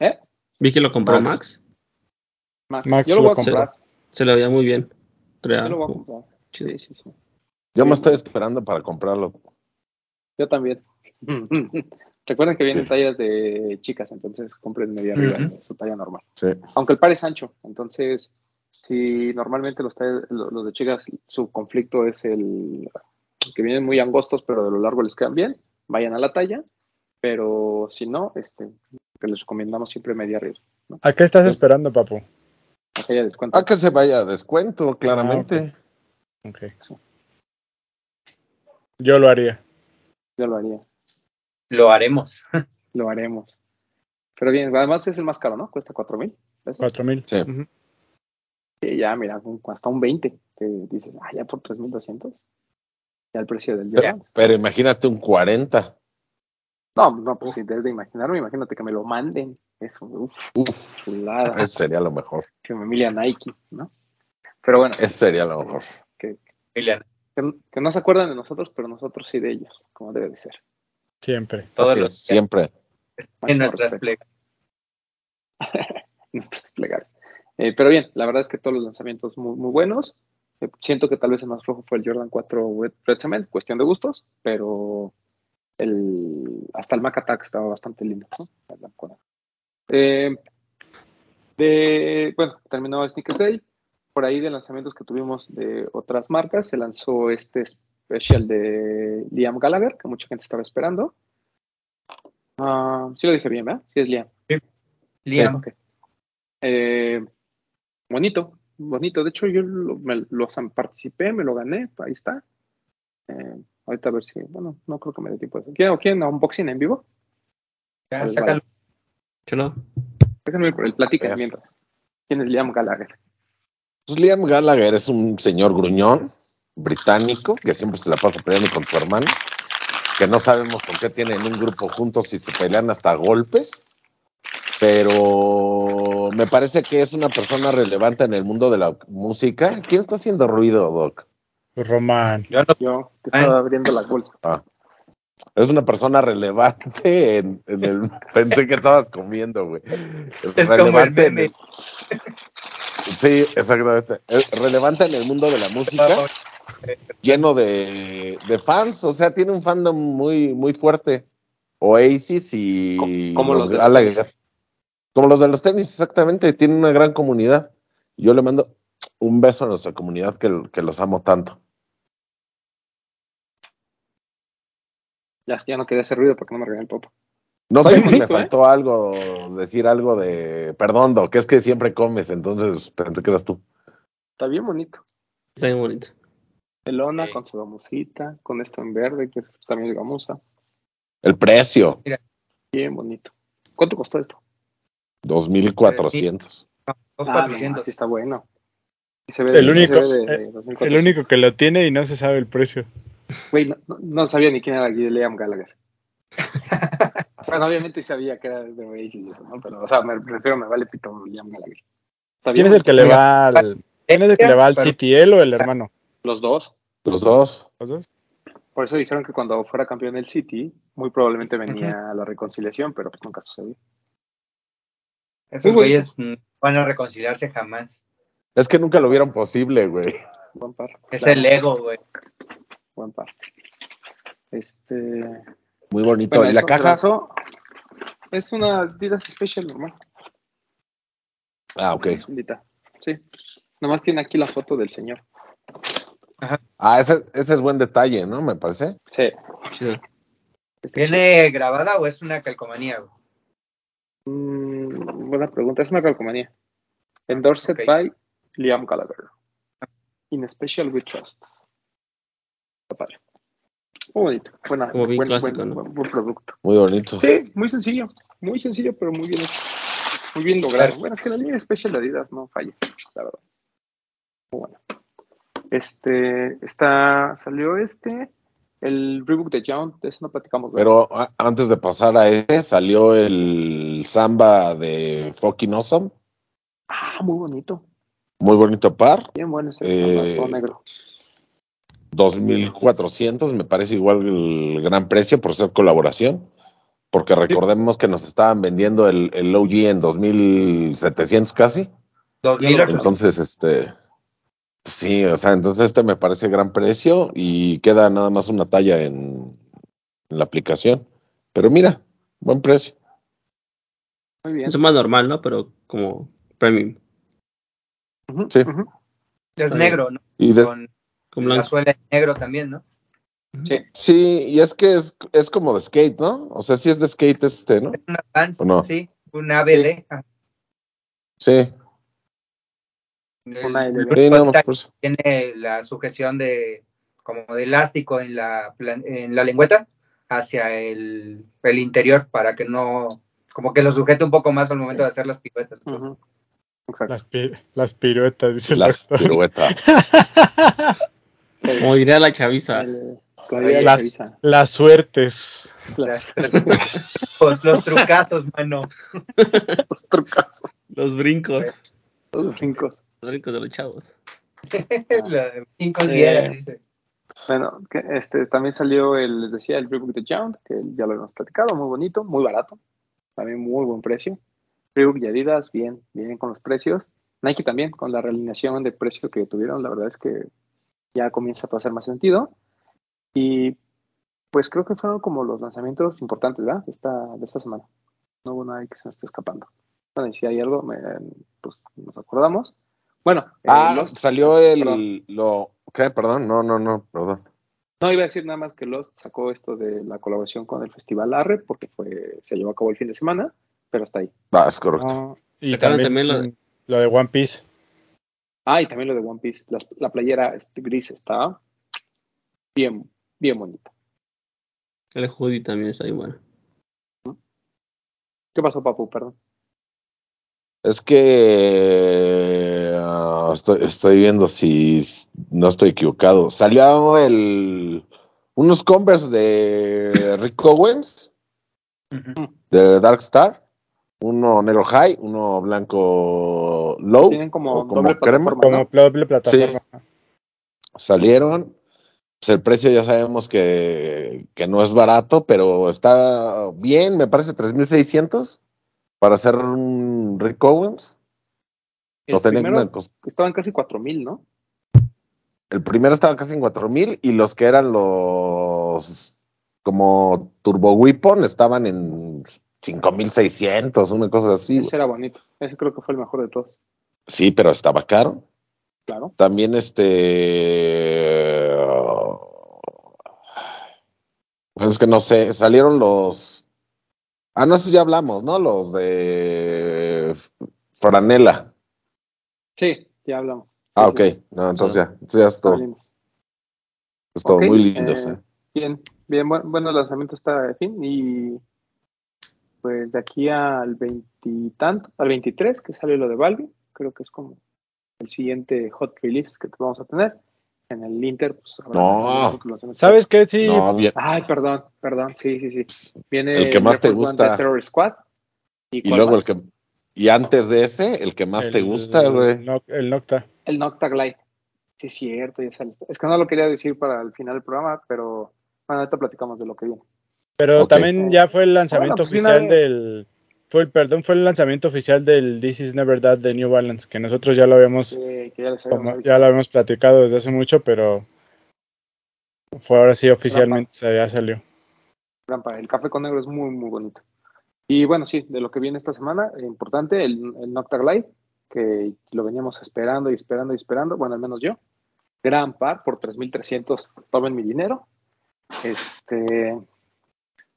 [SPEAKER 2] ¿Eh?
[SPEAKER 5] Vi que lo compró
[SPEAKER 4] Max.
[SPEAKER 5] Max.
[SPEAKER 2] Max.
[SPEAKER 6] Max
[SPEAKER 2] yo lo
[SPEAKER 6] lo
[SPEAKER 2] voy a
[SPEAKER 6] compró.
[SPEAKER 2] comprar.
[SPEAKER 5] Se le veía muy bien. Traía
[SPEAKER 2] Yo lo voy a
[SPEAKER 5] como-
[SPEAKER 2] comprar.
[SPEAKER 5] chido.
[SPEAKER 2] Sí, sí, sí.
[SPEAKER 4] Yo me estoy esperando para comprarlo.
[SPEAKER 2] Yo también. Recuerden que vienen
[SPEAKER 4] Sí.
[SPEAKER 2] tallas de chicas, entonces compren media arriba
[SPEAKER 3] Ujú.
[SPEAKER 2] de su talla normal.
[SPEAKER 4] Sí.
[SPEAKER 2] Aunque el par es ancho, entonces si normalmente los, tallas- lo- los de chicas su conflicto es el que vienen muy angostos, pero de lo largo les quedan bien, vayan a la talla, pero si no, este, que les recomendamos siempre media arriba.
[SPEAKER 6] ¿A qué estás
[SPEAKER 2] Sí.
[SPEAKER 6] esperando, papu?
[SPEAKER 2] Aquella descuento.
[SPEAKER 4] Ah, que se vaya a descuento, claramente.
[SPEAKER 6] Ok. Yo lo haría.
[SPEAKER 2] Yo lo haría.
[SPEAKER 3] Lo haremos.
[SPEAKER 2] Lo haremos. Pero bien, además es el más caro, ¿no? Cuesta 4 mil pesos.
[SPEAKER 6] Cuatro mil.
[SPEAKER 4] Sí.
[SPEAKER 6] Ujú.
[SPEAKER 2] Sí, ya, mira, un- hasta un 20. Que dices, ah, ya por 3.200. Ya el precio del día.
[SPEAKER 4] Pero imagínate un 40.
[SPEAKER 2] No, no, pues si desde imaginarme, imagínate que me lo manden. Eso, uff, chulada.
[SPEAKER 4] Eso sería lo mejor.
[SPEAKER 2] Que me familia Nike, ¿no? Pero bueno,
[SPEAKER 4] Eso sería lo mejor.
[SPEAKER 3] Emiliano,
[SPEAKER 2] que, que no se acuerdan de nosotros, pero nosotros sí de ellos, como debe de ser.
[SPEAKER 6] Siempre.
[SPEAKER 3] todos
[SPEAKER 4] Así es,
[SPEAKER 3] los días
[SPEAKER 4] siempre.
[SPEAKER 2] Máximo
[SPEAKER 3] en nuestras
[SPEAKER 2] respeto.
[SPEAKER 3] plegas.
[SPEAKER 2] nuestros plegares. Eh, pero bien, la verdad es que todos los lanzamientos muy, muy buenos. Eh, Siento que tal vez el más flojo fue el Jordan 4 Red- Red Cement, cuestión de gustos, pero el, hasta el Mac Attack estaba bastante lindo. ¿no? La verdad. Eh, de- bueno, terminó Sneakers Day. Por ahí de lanzamientos que tuvimos de otras marcas, se lanzó este special de Liam Gallagher, que mucha gente estaba esperando. Ah, sí lo dije bien, ¿verdad? Sí es Liam.
[SPEAKER 3] Liam,
[SPEAKER 2] Ok. Eh, bonito, bonito. De hecho, yo lo, me- lo sam- participé, me lo gané, ahí está. Eh, ahorita a ver si, bueno, no creo que me dé tiempo de eso. ¿Quieren, ¿quieren unboxing en vivo?
[SPEAKER 3] ya,
[SPEAKER 2] Vale,
[SPEAKER 3] sácalo.
[SPEAKER 2] Pues vale.
[SPEAKER 5] Yo no.
[SPEAKER 2] Déjenme el platiquen
[SPEAKER 4] Ver.
[SPEAKER 2] mientras. ¿Quién es Liam Gallagher?
[SPEAKER 4] Pues Liam Gallagher es un señor gruñón británico que siempre se la pasa peleando con su hermano, que no sabemos por qué tienen un grupo juntos y se pelean hasta a golpes, pero me parece que es una persona relevante en el mundo de la música. ¿Quién está haciendo ruido, Doc?
[SPEAKER 6] Román.
[SPEAKER 3] Yo no-
[SPEAKER 2] Yo, que
[SPEAKER 3] Ay.
[SPEAKER 2] estaba abriendo las bolsas.
[SPEAKER 4] Ah. Es una persona relevante en, en el... Pensé que estabas comiendo, güey.
[SPEAKER 3] es como el
[SPEAKER 4] Relevante en
[SPEAKER 3] meme.
[SPEAKER 4] el- Sí, exactamente. Es relevante en el mundo de la música. lleno de, de fans, o sea, tiene un fandom muy, muy fuerte. Oasis y
[SPEAKER 2] Co- como los de los
[SPEAKER 4] Gallagher. Como los de los tenis, exactamente, tienen una gran comunidad. Yo le mando un beso a nuestra comunidad que, que los amo tanto.
[SPEAKER 2] Ya, ya no quería hacer ruido porque no me regañé el popo.
[SPEAKER 4] No
[SPEAKER 2] Oye,
[SPEAKER 4] sé si me
[SPEAKER 2] bonito, ¿eh?
[SPEAKER 4] faltó algo, decir algo de, perdón, Doc, que es que siempre comes, entonces pensé que eras tú.
[SPEAKER 2] Está bien bonito.
[SPEAKER 5] Está bien bonito.
[SPEAKER 2] De lona,
[SPEAKER 3] Sí.
[SPEAKER 2] con su gamusita, con esto en verde, que es también de gamusa.
[SPEAKER 4] El precio,
[SPEAKER 2] Bien bonito. ¿Cuánto costó esto?
[SPEAKER 4] 2.400.
[SPEAKER 3] Dos
[SPEAKER 2] Ah, no,
[SPEAKER 3] 400.
[SPEAKER 2] sí está bueno. Y se ve
[SPEAKER 6] El
[SPEAKER 2] de- se
[SPEAKER 6] único- eh,
[SPEAKER 2] ve de- de 2400.
[SPEAKER 6] El único que lo tiene y no se sabe el precio.
[SPEAKER 2] Güey, no, no- no sabía ni quién era Liam Gallagher. bueno, obviamente sabía que era de Oasis y eso, ¿no? Pero, o sea, me refiero, me vale pito Liam Gallagher. Está bien,
[SPEAKER 6] ¿Quién es el que le
[SPEAKER 3] Mira.
[SPEAKER 6] va al, ¿quién es el que le va al
[SPEAKER 3] Pero-
[SPEAKER 6] City, él o el hermano?
[SPEAKER 2] Los dos.
[SPEAKER 4] Los dos.
[SPEAKER 6] ¿Los dos?
[SPEAKER 2] Por eso dijeron que cuando fuera campeón del City, muy probablemente venía la reconciliación, pero pues nunca sucedió.
[SPEAKER 3] Esos
[SPEAKER 2] Muy bueno.
[SPEAKER 3] güeyes no van a reconciliarse jamás.
[SPEAKER 4] Es que nunca lo vieron posible, güey.
[SPEAKER 2] Buen par.
[SPEAKER 3] Es
[SPEAKER 2] Claro,
[SPEAKER 3] el ego, güey.
[SPEAKER 2] Buen par. Este.
[SPEAKER 4] Muy bonito.
[SPEAKER 2] bueno,
[SPEAKER 4] y la
[SPEAKER 2] eso,
[SPEAKER 4] caja.
[SPEAKER 2] lanzó- es una Adidas Special normal.
[SPEAKER 4] Ah, ok.
[SPEAKER 2] Solita. Sí. Nomás tiene aquí la foto del señor.
[SPEAKER 4] Ah, ese, ese es buen detalle, ¿no? Me parece.
[SPEAKER 2] Sí.
[SPEAKER 5] Chido.
[SPEAKER 3] ¿Viene grabada o es una calcomanía? güey?
[SPEAKER 2] Mm, buena pregunta, es una calcomanía. Endorsed
[SPEAKER 3] Ok.
[SPEAKER 2] by Liam Gallagher. In special we trust. Está padre. Muy bonito. Buena,
[SPEAKER 5] Como bien
[SPEAKER 2] buen,
[SPEAKER 5] clásico,
[SPEAKER 2] buen-
[SPEAKER 5] ¿no?
[SPEAKER 2] buen- buen producto.
[SPEAKER 4] Muy bonito.
[SPEAKER 2] Sí, muy sencillo. Muy sencillo, pero muy bien hecho. Muy bien logrado. Bueno, es que la línea special de Adidas no falla, la verdad. Muy bueno. Este, está, salió este, el rebook de John, de eso no platicamos. ¿verdad?
[SPEAKER 4] Pero a- antes de pasar a ese, salió el samba de Fucking Awesome.
[SPEAKER 2] Ah, muy bonito.
[SPEAKER 4] Muy bonito par.
[SPEAKER 2] Bien bueno ese
[SPEAKER 4] Eh,
[SPEAKER 2] todo negro.
[SPEAKER 4] 2.400, me parece igual el gran precio por ser colaboración. Porque recordemos que nos estaban vendiendo el, el OG en 2.700 casi.
[SPEAKER 3] 2008.
[SPEAKER 4] Entonces, este. pues Sí, o sea, entonces este me parece gran precio y queda nada más una talla en, en la aplicación. Pero mira, buen precio.
[SPEAKER 2] Muy bien.
[SPEAKER 5] Es más normal, ¿no? Pero como premium.
[SPEAKER 2] Ujú,
[SPEAKER 4] Sí.
[SPEAKER 2] ujú.
[SPEAKER 3] Es
[SPEAKER 5] Está
[SPEAKER 3] negro, ¿no?
[SPEAKER 4] Y de-
[SPEAKER 3] Con
[SPEAKER 5] Con
[SPEAKER 3] la
[SPEAKER 5] blanco.
[SPEAKER 3] suela en negro también, ¿no?
[SPEAKER 2] Sí.
[SPEAKER 4] sí, y es que es, es como de skate, ¿no? O sea, sí es de skate este, ¿no?
[SPEAKER 3] Un Advance,
[SPEAKER 4] ¿O no?
[SPEAKER 3] sí. Un ABD. ajá.
[SPEAKER 4] Sí,
[SPEAKER 3] El
[SPEAKER 2] Un ABD.
[SPEAKER 4] sí,
[SPEAKER 3] Bronco
[SPEAKER 4] no,
[SPEAKER 3] Tag
[SPEAKER 4] pues,
[SPEAKER 3] Tiene la sujeción de como de elástico en la, plan- en la lengüeta hacia el, el interior para que no, como que lo sujete un poco más al momento de hacer las piruetas.
[SPEAKER 2] Ujú. Exacto.
[SPEAKER 6] Las, pi- las piruetas, dice el
[SPEAKER 4] Las
[SPEAKER 6] doctor.
[SPEAKER 4] piruetas.
[SPEAKER 5] Como diría la chaviza.
[SPEAKER 2] El- todavía la
[SPEAKER 6] las,
[SPEAKER 2] chaviza.
[SPEAKER 6] las suertes.
[SPEAKER 2] Las-
[SPEAKER 3] Pues los trucazos, mano.
[SPEAKER 2] Los trucazos,
[SPEAKER 5] Los brincos.
[SPEAKER 2] los brincos.
[SPEAKER 5] Los brincos de los chavos.
[SPEAKER 3] La- Cinco días, dice.
[SPEAKER 2] Bueno, que este, también salió, el, les decía, el Rebook de Jound, que ya lo hemos platicado, muy bonito, muy barato, también muy buen precio. Rebook y Adidas, bien, bien con los precios. Nike también, con la realineación de precio que tuvieron, la verdad es que ya comienza a hacer más sentido. Y pues creo que fueron como los lanzamientos importantes, ¿verdad? De esta, de esta semana. No hubo nadie que se nos esté escapando. Bueno, y si hay algo, me- pues nos acordamos. Bueno, eh,
[SPEAKER 4] Ah,
[SPEAKER 2] Lost-
[SPEAKER 4] salió
[SPEAKER 2] Perdón.
[SPEAKER 4] el. Lo, ¿Qué? Perdón, no, no, no, perdón.
[SPEAKER 2] No, iba a decir nada más que Lost sacó esto de la colaboración con el Festival Arre, porque fue, se llevó a cabo el fin de semana, pero hasta ahí.
[SPEAKER 4] Ah, es correcto.
[SPEAKER 6] Y
[SPEAKER 5] Sacaron
[SPEAKER 6] también,
[SPEAKER 5] también lo de-
[SPEAKER 6] mm, lo de One Piece.
[SPEAKER 2] Ah, y también lo de One Piece, las- la, playera este, gris está bien, bien bonita.
[SPEAKER 5] El hoodie también está ahí bueno.
[SPEAKER 2] ¿Qué pasó, Papu? Perdón.
[SPEAKER 4] Es que ah, estoy, estoy viendo si s- no estoy equivocado. Salió el unos Converse de Rick Owens,
[SPEAKER 3] Ujú.
[SPEAKER 4] de Dark Star, uno negro high, uno blanco low,
[SPEAKER 2] Tienen como
[SPEAKER 4] o
[SPEAKER 2] doble plataforma,
[SPEAKER 6] Como
[SPEAKER 2] ¿no?
[SPEAKER 6] doble plataforma.
[SPEAKER 4] salieron. Pues el precio ya sabemos que, que no es barato, pero está bien, me parece 3.600 para hacer un Rick Owens.
[SPEAKER 2] El
[SPEAKER 4] Los tenían
[SPEAKER 2] primero
[SPEAKER 4] blancos.
[SPEAKER 2] estaban casi 4000, ¿no?
[SPEAKER 4] El primero estaba casi en 4000 y los que eran los como Turbo Weapon estaban en 5600, una cosa así. güey.
[SPEAKER 2] Ese era bonito. Ese creo que fue el mejor de todos.
[SPEAKER 4] Sí, pero estaba caro.
[SPEAKER 2] Claro.
[SPEAKER 4] También este pues es que no sé, salieron los Ah, no, eso ya hablamos, ¿no? Los de Franela.
[SPEAKER 2] Sí, ya hablamos.
[SPEAKER 4] Ah,
[SPEAKER 2] Sí,
[SPEAKER 4] ok.
[SPEAKER 2] sí,
[SPEAKER 4] No, entonces ya, entonces ya es todo,
[SPEAKER 2] hablamos.
[SPEAKER 4] es todo.
[SPEAKER 2] Ok,
[SPEAKER 4] muy lindo.
[SPEAKER 2] eh, Bien, bien, bu- bueno, el lanzamiento está de fin y pues de aquí al veintitanto, al 23 que sale lo de Balbi, creo que es como el siguiente hot release que vamos a tener en el Inter. Pues, habrá
[SPEAKER 4] No.
[SPEAKER 2] otros lanzamientos.
[SPEAKER 6] ¿Sabes qué? Sí,
[SPEAKER 4] No, bien.
[SPEAKER 2] Ay, perdón, perdón, sí, sí, sí. Viene
[SPEAKER 4] Pues, El que más te
[SPEAKER 2] Air Force One
[SPEAKER 4] gusta.
[SPEAKER 2] de Terror Squad y,
[SPEAKER 4] Y luego el que. Y antes de ese, el que más te
[SPEAKER 6] el-
[SPEAKER 4] gusta,
[SPEAKER 6] El,
[SPEAKER 4] güey.
[SPEAKER 6] Noc- el Nocta.
[SPEAKER 2] el Nocta Glide. Sí, es cierto, ya sale. Es que no lo quería decir para el final del programa, pero bueno, ahorita platicamos de lo que viene.
[SPEAKER 6] Pero
[SPEAKER 4] Ok.
[SPEAKER 6] también ya fue el lanzamiento
[SPEAKER 2] Bueno, pues, de una
[SPEAKER 6] oficial
[SPEAKER 2] vez.
[SPEAKER 6] del. Fue el, perdón, fue el lanzamiento oficial del This Is Never That de New Balance, que nosotros ya lo habíamos,
[SPEAKER 2] que- que ya les habíamos
[SPEAKER 6] como- ya
[SPEAKER 2] avisado.
[SPEAKER 6] lo habíamos platicado desde hace mucho, pero fue ahora sí oficialmente se- ya salió.
[SPEAKER 2] rampa. El café con negro es muy, muy bonito. Y bueno, sí, de lo que viene esta semana, eh, importante, el, el Nocta Glide, que lo veníamos esperando y esperando y esperando, bueno, al menos yo. Gran par por 3.300, tomen mi dinero. Este,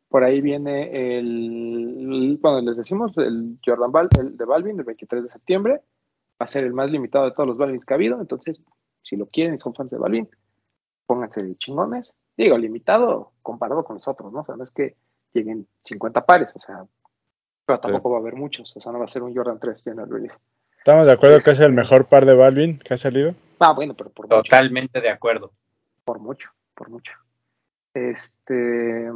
[SPEAKER 2] por ahí viene el, bueno, les decimos, el Jordan Bal, el de Balvin, el 23 de septiembre. Va a ser el más limitado de todos los Balvins que ha habido, entonces, si lo quieren y son fans de Balvin, pónganse de chingones. Digo, limitado comparado con los otros, ¿no? O sea, no es que lleguen 50 pares, o sea, pero tampoco va a haber muchos, o sea, no va a ser un Jordan 3 General Release.
[SPEAKER 6] Estamos de acuerdo que es el mejor par de Balvin que ha salido.
[SPEAKER 2] Ah, bueno, pero por mucho,
[SPEAKER 3] Totalmente de acuerdo.
[SPEAKER 2] por mucho, por mucho. Este. ¿qué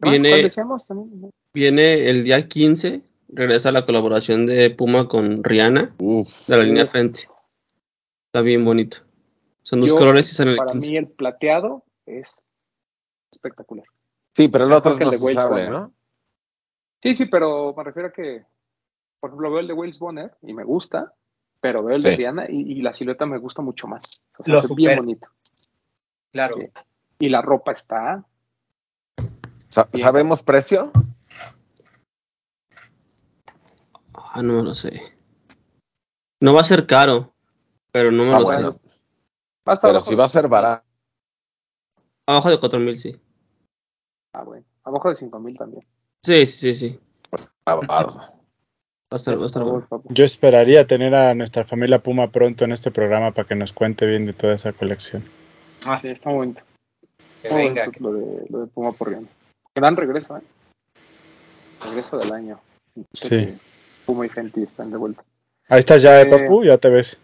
[SPEAKER 2] más?
[SPEAKER 5] Viene-
[SPEAKER 2] ¿Cuál decíamos también?
[SPEAKER 5] Viene el día 15. Regresa la colaboración de Puma con Rihanna
[SPEAKER 4] Uf.
[SPEAKER 5] de la línea
[SPEAKER 2] Uf.
[SPEAKER 5] frente. Está bien bonito. Son dos
[SPEAKER 2] Yo,
[SPEAKER 5] colores y sale el
[SPEAKER 2] Para
[SPEAKER 5] 15.
[SPEAKER 2] mí el plateado es espectacular.
[SPEAKER 4] Sí, pero el
[SPEAKER 2] Mejor
[SPEAKER 4] otro es
[SPEAKER 2] que el
[SPEAKER 4] más
[SPEAKER 2] de Wales
[SPEAKER 4] usable,
[SPEAKER 2] Bonner.
[SPEAKER 4] ¿no?
[SPEAKER 2] Sí, sí, pero me refiero a que, por ejemplo, veo el de Wales Bonner y me gusta, pero veo el de
[SPEAKER 4] Sí.
[SPEAKER 2] Rihanna y, y la silueta me gusta mucho más. O sea,
[SPEAKER 3] Lo
[SPEAKER 2] es bien
[SPEAKER 3] supera.
[SPEAKER 2] bonito.
[SPEAKER 3] Claro.
[SPEAKER 2] Sí. Y la ropa está.
[SPEAKER 4] Sa-
[SPEAKER 2] Bien.
[SPEAKER 4] ¿Sabemos precio?
[SPEAKER 5] Ah, no lo sé. No va a ser caro, pero no me
[SPEAKER 4] Ah,
[SPEAKER 5] lo
[SPEAKER 4] bueno.
[SPEAKER 5] sé.
[SPEAKER 2] Va a estar
[SPEAKER 4] Pero
[SPEAKER 2] abajo
[SPEAKER 4] si
[SPEAKER 2] de-
[SPEAKER 4] va a ser barato.
[SPEAKER 5] Abajo de 4000, sí.
[SPEAKER 2] Ah, bueno. Abajo de 5000 también.
[SPEAKER 5] Sí, sí, sí, sí.
[SPEAKER 4] ah,
[SPEAKER 5] Va a estar, va a estar
[SPEAKER 2] Por
[SPEAKER 5] bueno.
[SPEAKER 2] favor, papu.
[SPEAKER 6] Yo esperaría tener a nuestra familia Puma pronto en este programa para que nos cuente bien de toda esa colección.
[SPEAKER 3] Ah,
[SPEAKER 2] Sí, está bonito.
[SPEAKER 3] que
[SPEAKER 2] Está
[SPEAKER 3] venga.
[SPEAKER 2] bonito lo, de, lo de Puma Porrión. Gran regreso, ¿eh? Regreso del año.
[SPEAKER 6] Sí.
[SPEAKER 2] Puma y Fenty están de vuelta.
[SPEAKER 6] Ahí estás ya,
[SPEAKER 2] Eh,
[SPEAKER 6] eh, Papu, ya te ves.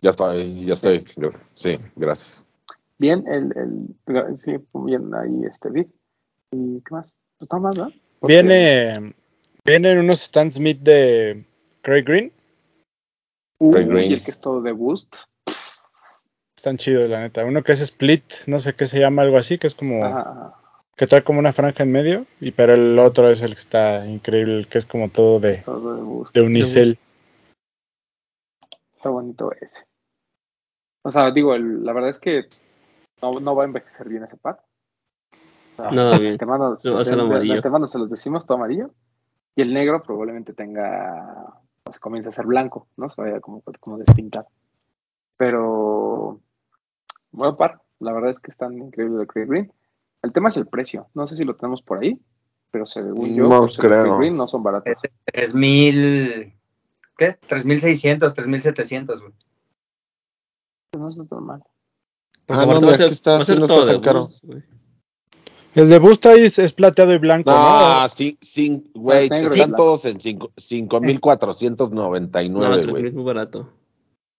[SPEAKER 4] Ya estoy, ya estoy. yo- Sí, gracias.
[SPEAKER 2] Bien, el, el sí, bien ahí este Vid. ¿Y qué más? Pues nada más, ¿no? Porque-
[SPEAKER 6] Viene, vienen unos Stan Smith de Craig Green.
[SPEAKER 2] Uy,
[SPEAKER 4] Ray Green.
[SPEAKER 2] y el que es todo de Gust.
[SPEAKER 6] Están chidos, la neta. Uno que es Split, no sé qué se llama, algo así, que es
[SPEAKER 4] Ah.
[SPEAKER 6] como...
[SPEAKER 2] Ajá, ajá.
[SPEAKER 6] que trae como una franja en medio, y pero el otro es el que está increíble, el que es como todo de,
[SPEAKER 2] todo de Gust.
[SPEAKER 6] de unicel.
[SPEAKER 2] Está bonito ese. O sea, digo, el- la verdad es que no, no va a envejecer bien ese par.
[SPEAKER 5] Nada bien.
[SPEAKER 4] Ah,
[SPEAKER 2] Te mando,
[SPEAKER 5] Se va a hacer amarillo.
[SPEAKER 2] te mando, se los decimos, todo amarillo. Y el negro probablemente tenga, pues comience a ser blanco, ¿no? Se vaya como, como despintado. Pero, bueno, par, la verdad es que están increíbles de Craig Green. El tema es el precio. No sé si lo tenemos por ahí, pero según yo,
[SPEAKER 4] No
[SPEAKER 2] por ser de
[SPEAKER 4] creo.
[SPEAKER 2] Craig Green no son baratos.
[SPEAKER 3] 3000. ¿Qué? 3600, 3700, güey.
[SPEAKER 4] Eh,
[SPEAKER 2] No es tan mal.
[SPEAKER 4] Ah, no, mira, aquí está, sí, no está tan caro.
[SPEAKER 6] El de Busta es, es plateado y blanco,
[SPEAKER 4] No,
[SPEAKER 6] ¿no? Ah,
[SPEAKER 4] sí, sí, güey,
[SPEAKER 2] Negro y
[SPEAKER 4] están
[SPEAKER 2] blanco.
[SPEAKER 4] todos en cinco- 5,499,
[SPEAKER 5] No,
[SPEAKER 4] güey.
[SPEAKER 5] es muy barato.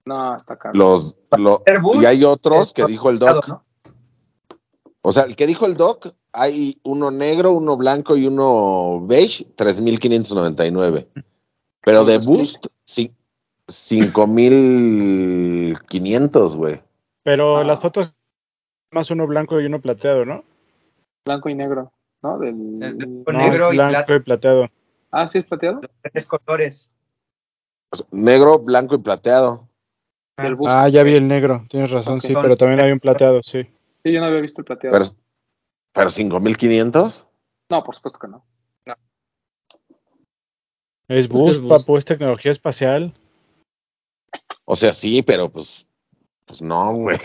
[SPEAKER 2] No, está caro.
[SPEAKER 4] Los, lo-
[SPEAKER 3] Airbus
[SPEAKER 4] y hay otros
[SPEAKER 3] es
[SPEAKER 4] que dijo el
[SPEAKER 3] Claro,
[SPEAKER 4] Doc.
[SPEAKER 3] ¿no?
[SPEAKER 4] O sea, el que dijo el Doc, hay uno negro, uno blanco y uno beige, 3,599. Pero
[SPEAKER 2] Con
[SPEAKER 4] de
[SPEAKER 2] los clics.
[SPEAKER 4] Boost, sí, 5,500, güey.
[SPEAKER 6] Pero
[SPEAKER 2] Ah.
[SPEAKER 6] las fotos más uno blanco y uno plateado, ¿no?
[SPEAKER 2] Blanco y negro, ¿no? Del-
[SPEAKER 3] Es blanco,
[SPEAKER 6] No,
[SPEAKER 3] negro
[SPEAKER 6] es
[SPEAKER 3] y
[SPEAKER 6] blanco
[SPEAKER 3] plateado.
[SPEAKER 6] y plateado.
[SPEAKER 2] Ah, sí, es plateado.
[SPEAKER 3] Tres colores.
[SPEAKER 4] O sea, negro, blanco y plateado.
[SPEAKER 2] Del bus.
[SPEAKER 6] Ah, ya vi el negro, tienes razón,
[SPEAKER 2] Ok.
[SPEAKER 6] sí, pero también hay un plateado, sí.
[SPEAKER 2] Sí, yo no había visto el plateado.
[SPEAKER 4] Pero, pero 5,500.
[SPEAKER 2] No, por supuesto que no.
[SPEAKER 6] Es
[SPEAKER 5] Boost,
[SPEAKER 6] Boost,
[SPEAKER 5] Boost.
[SPEAKER 6] Papu, es tecnología espacial.
[SPEAKER 4] O sea, sí, pero pues, pues no, güey.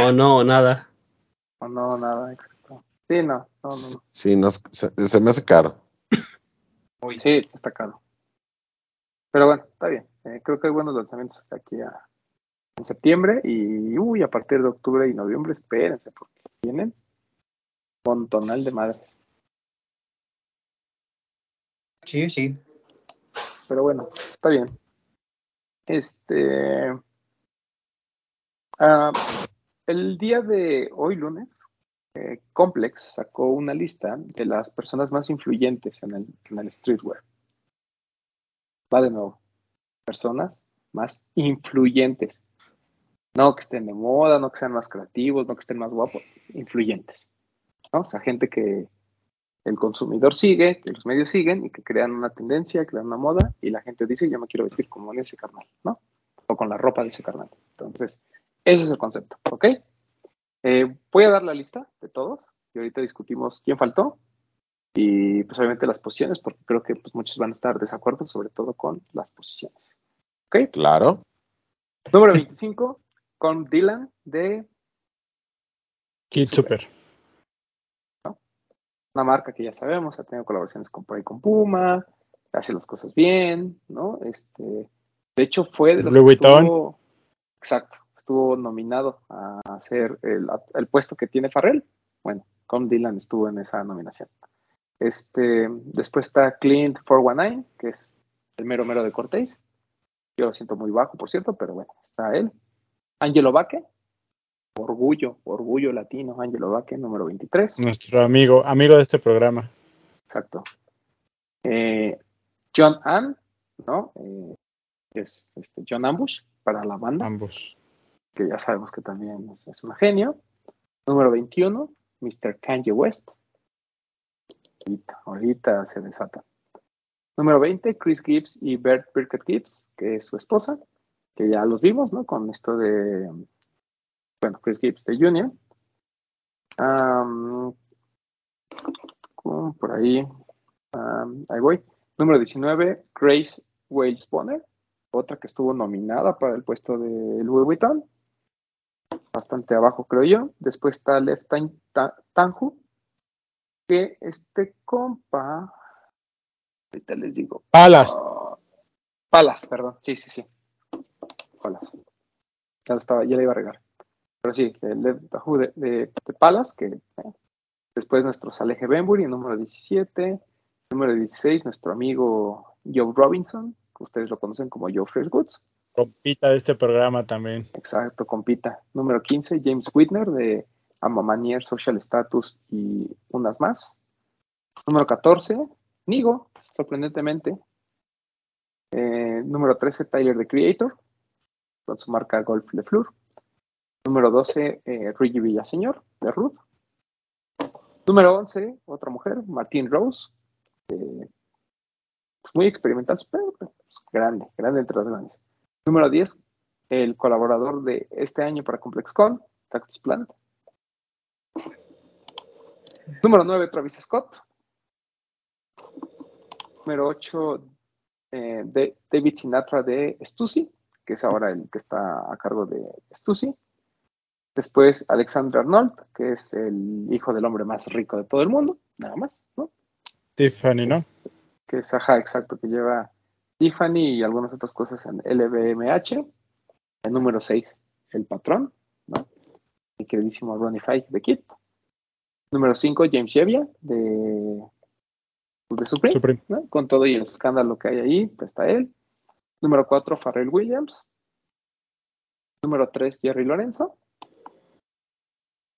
[SPEAKER 5] Oh, no, nada.
[SPEAKER 2] No, no, nada, exacto. Sí, no, no, no. no.
[SPEAKER 4] Sí, no, es- se, se me hace caro.
[SPEAKER 3] Uy,
[SPEAKER 2] Sí, está caro. Pero bueno, está bien. Eh, creo que hay buenos lanzamientos de aquí a en septiembre y uy, a partir de octubre y noviembre, espérense, porque vienen montonal de madres.
[SPEAKER 3] sí, sí.
[SPEAKER 2] Pero bueno, está bien. Este. ah, el día de hoy, lunes, eh, Complex sacó una lista de las personas más influyentes en el, en el streetwear. Va de nuevo. Personas más influyentes. No que estén de moda, no que sean más creativos, no que estén más guapos. Influyentes. ¿no? O sea, gente que el consumidor sigue, que los medios siguen y que crean una tendencia, crean una moda y la gente dice, yo me quiero vestir como en ese carnal, ¿no? O con la ropa de ese carnal. Entonces, ese es el concepto, ¿ok? Eh, voy a dar la lista de todos y ahorita discutimos quién faltó y pues obviamente las posiciones porque creo que pues, muchos van a estar desacuerdos sobre todo con las posiciones. ¿Ok?
[SPEAKER 4] Claro.
[SPEAKER 2] Número 25, con Dylan de
[SPEAKER 6] Kid
[SPEAKER 2] Super.
[SPEAKER 6] Super.
[SPEAKER 2] una marca que ya sabemos, ha tenido colaboraciones con por ahí con Puma, hace las cosas bien, ¿no? Este, de hecho fue de los
[SPEAKER 6] Louis
[SPEAKER 2] que
[SPEAKER 6] Vuitton.
[SPEAKER 2] estuvo, exacto, estuvo nominado a hacer el, el puesto que tiene Farrell. Bueno, Com Dylan estuvo en esa nominación. Este, después está Clint 419, que es el mero mero de Cortés. Yo lo siento muy bajo, por cierto, pero bueno, está él. Angelo Baque, orgullo, orgullo latino, Angelo Baque, número 23.
[SPEAKER 6] Nuestro amigo, amigo de este programa.
[SPEAKER 2] Exacto. Eh, John Ann, ¿no? Eh, es este, John Ambush para la banda,
[SPEAKER 6] Ambos.
[SPEAKER 2] que ya sabemos que también es, es un genio. Número 21, Mr. Kanye West. Ahorita, ahorita se desata. Número 20, Chris Gibbs y Bert Birkett Gibbs, que es su esposa, que ya los vimos, ¿no? Con esto de, bueno, Chris Gibbs de Junior. Am, con- por ahí, am, ahí voy. Número 19, Grace Wales Bonner, otra que estuvo nominada para el puesto de Louis Vuitton. Bastante abajo, creo yo. Después está Left Tan- Ta- Tanju, que este compa, ahorita les digo,
[SPEAKER 6] Palas.
[SPEAKER 2] Ah, Palas, perdón. Sí, sí, sí. Palas. Ya, lo estaba, ya le iba a regar. Pero sí, el Left Tahoe de, de, de Palas, que eh, después nuestro Saleje Benbury, número 17, número 16, nuestro amigo Joe Robinson, que ustedes lo conocen como Joe Freshwoods.
[SPEAKER 6] Compita de este programa también.
[SPEAKER 2] Exacto, compita. Número 15, James Whitner de Amamanier Social Status y unas más. Número 14, Nigo, sorprendentemente. Eh, número 13, Tyler the Creator, con su marca Golf Le Fleur. Número 12, eh, Luigi Villaseñor, de Ruth. Número 11, otra mujer, Martín Rose. eh, pues muy experimental, pero pues, grande, grande entre las grandes. Número 10, el colaborador de este año para ComplexCon, Cactus Plant. Número 9, Travis Scott. Número 8, David Sinatra de Stussy, que es ahora el que está a cargo de Stussy. Después Alexander Arnold, que es el hijo del hombre más rico de todo el mundo, nada más, ¿no?
[SPEAKER 6] Tiffany, ¿no?
[SPEAKER 2] Que es, ajá, exacto, que lleva Tiffany y algunas otras cosas en LVMH. El número 6, el patrón, ¿no? Mi queridísimo Ronnie Fike de Kit. Número 5, James Shevia de, de Supreme.
[SPEAKER 6] Supreme.
[SPEAKER 2] ¿no? Con todo y el escándalo que hay ahí, pues está él. Número 4, Farrell Williams. Número 3, Jerry Lorenzo.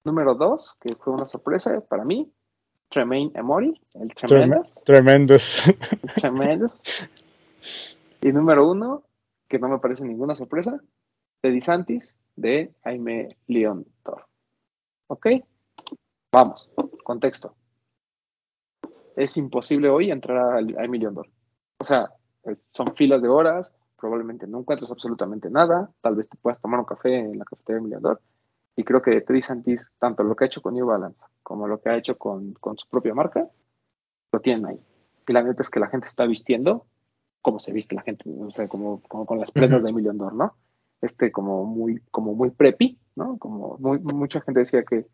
[SPEAKER 2] Número 2, que fue una sorpresa para mí, Tremaine Emory, el Tremendas.
[SPEAKER 6] Trem- Tremendos.
[SPEAKER 2] Tremendas. Y número 1, que no me parece ninguna sorpresa, Teddy Santis de Jaime León Tor. ¿Ok? Vamos, contexto. Es imposible hoy entrar a Jaime León Tor. O sea, es- son filas de horas, probablemente no encuentres absolutamente nada, tal vez te puedas tomar un café en la cafetería de León y creo que Teddy Santis, tanto lo que ha hecho con New Balance como lo que ha hecho con, con su propia marca, lo tienen ahí. Y la neta es que la gente está vistiendo como se viste la gente, o sea, como, como con las prendas de Emilio Andor, ¿no? Este como muy, como muy preppy, ¿no? Como muy- mucha gente decía que,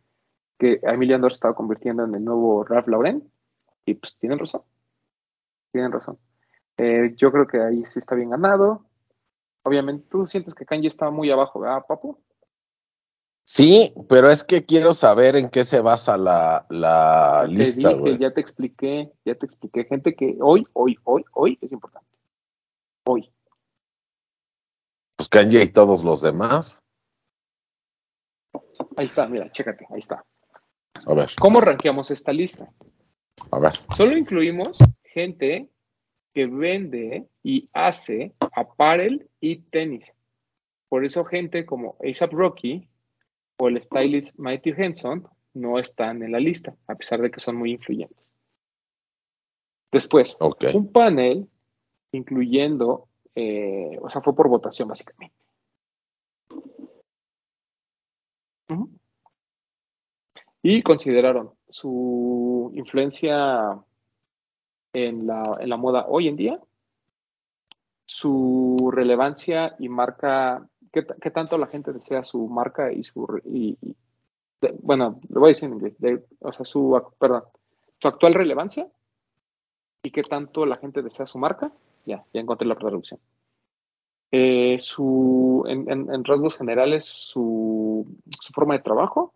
[SPEAKER 2] que a Emilio Andor se estaba convirtiendo en el nuevo Ralph Lauren, y pues tienen razón, tienen razón. Eh, yo creo que ahí sí está bien ganado. Obviamente, tú sientes que Kanye está muy abajo, ¿verdad, Papu?
[SPEAKER 4] Sí, pero es que quiero saber en qué se basa la, la
[SPEAKER 2] Te
[SPEAKER 4] lista,
[SPEAKER 2] dije,
[SPEAKER 4] güey.
[SPEAKER 2] ya te expliqué, ya te expliqué, gente que hoy, hoy, hoy, hoy es importante. Hoy.
[SPEAKER 4] Pues Kanye y todos los demás.
[SPEAKER 2] Ahí está, mira, chécate, ahí está.
[SPEAKER 4] A ver,
[SPEAKER 2] ¿Cómo rankeamos esta lista?
[SPEAKER 4] a ver.
[SPEAKER 2] Solo incluimos gente que vende y hace apparel y tenis. Por eso gente como ASAP Rocky o el stylist Matthew Henson no están en la lista, a pesar de que son muy influyentes. Después,
[SPEAKER 4] Ok.
[SPEAKER 2] un panel incluyendo, eh, o sea, fue por votación básicamente. Ujú. Y consideraron su influencia en la, en la moda hoy en día, su relevancia y marca, qué, ta- qué tanto la gente desea su marca y su... re- y- y- de- bueno, lo voy a decir en inglés, de- o sea, su, ac- perdón, su actual relevancia y qué tanto la gente desea su marca. Ya, ya encontré la traducción. Eh, su, en, en- en rasgos generales, su, su forma de trabajo,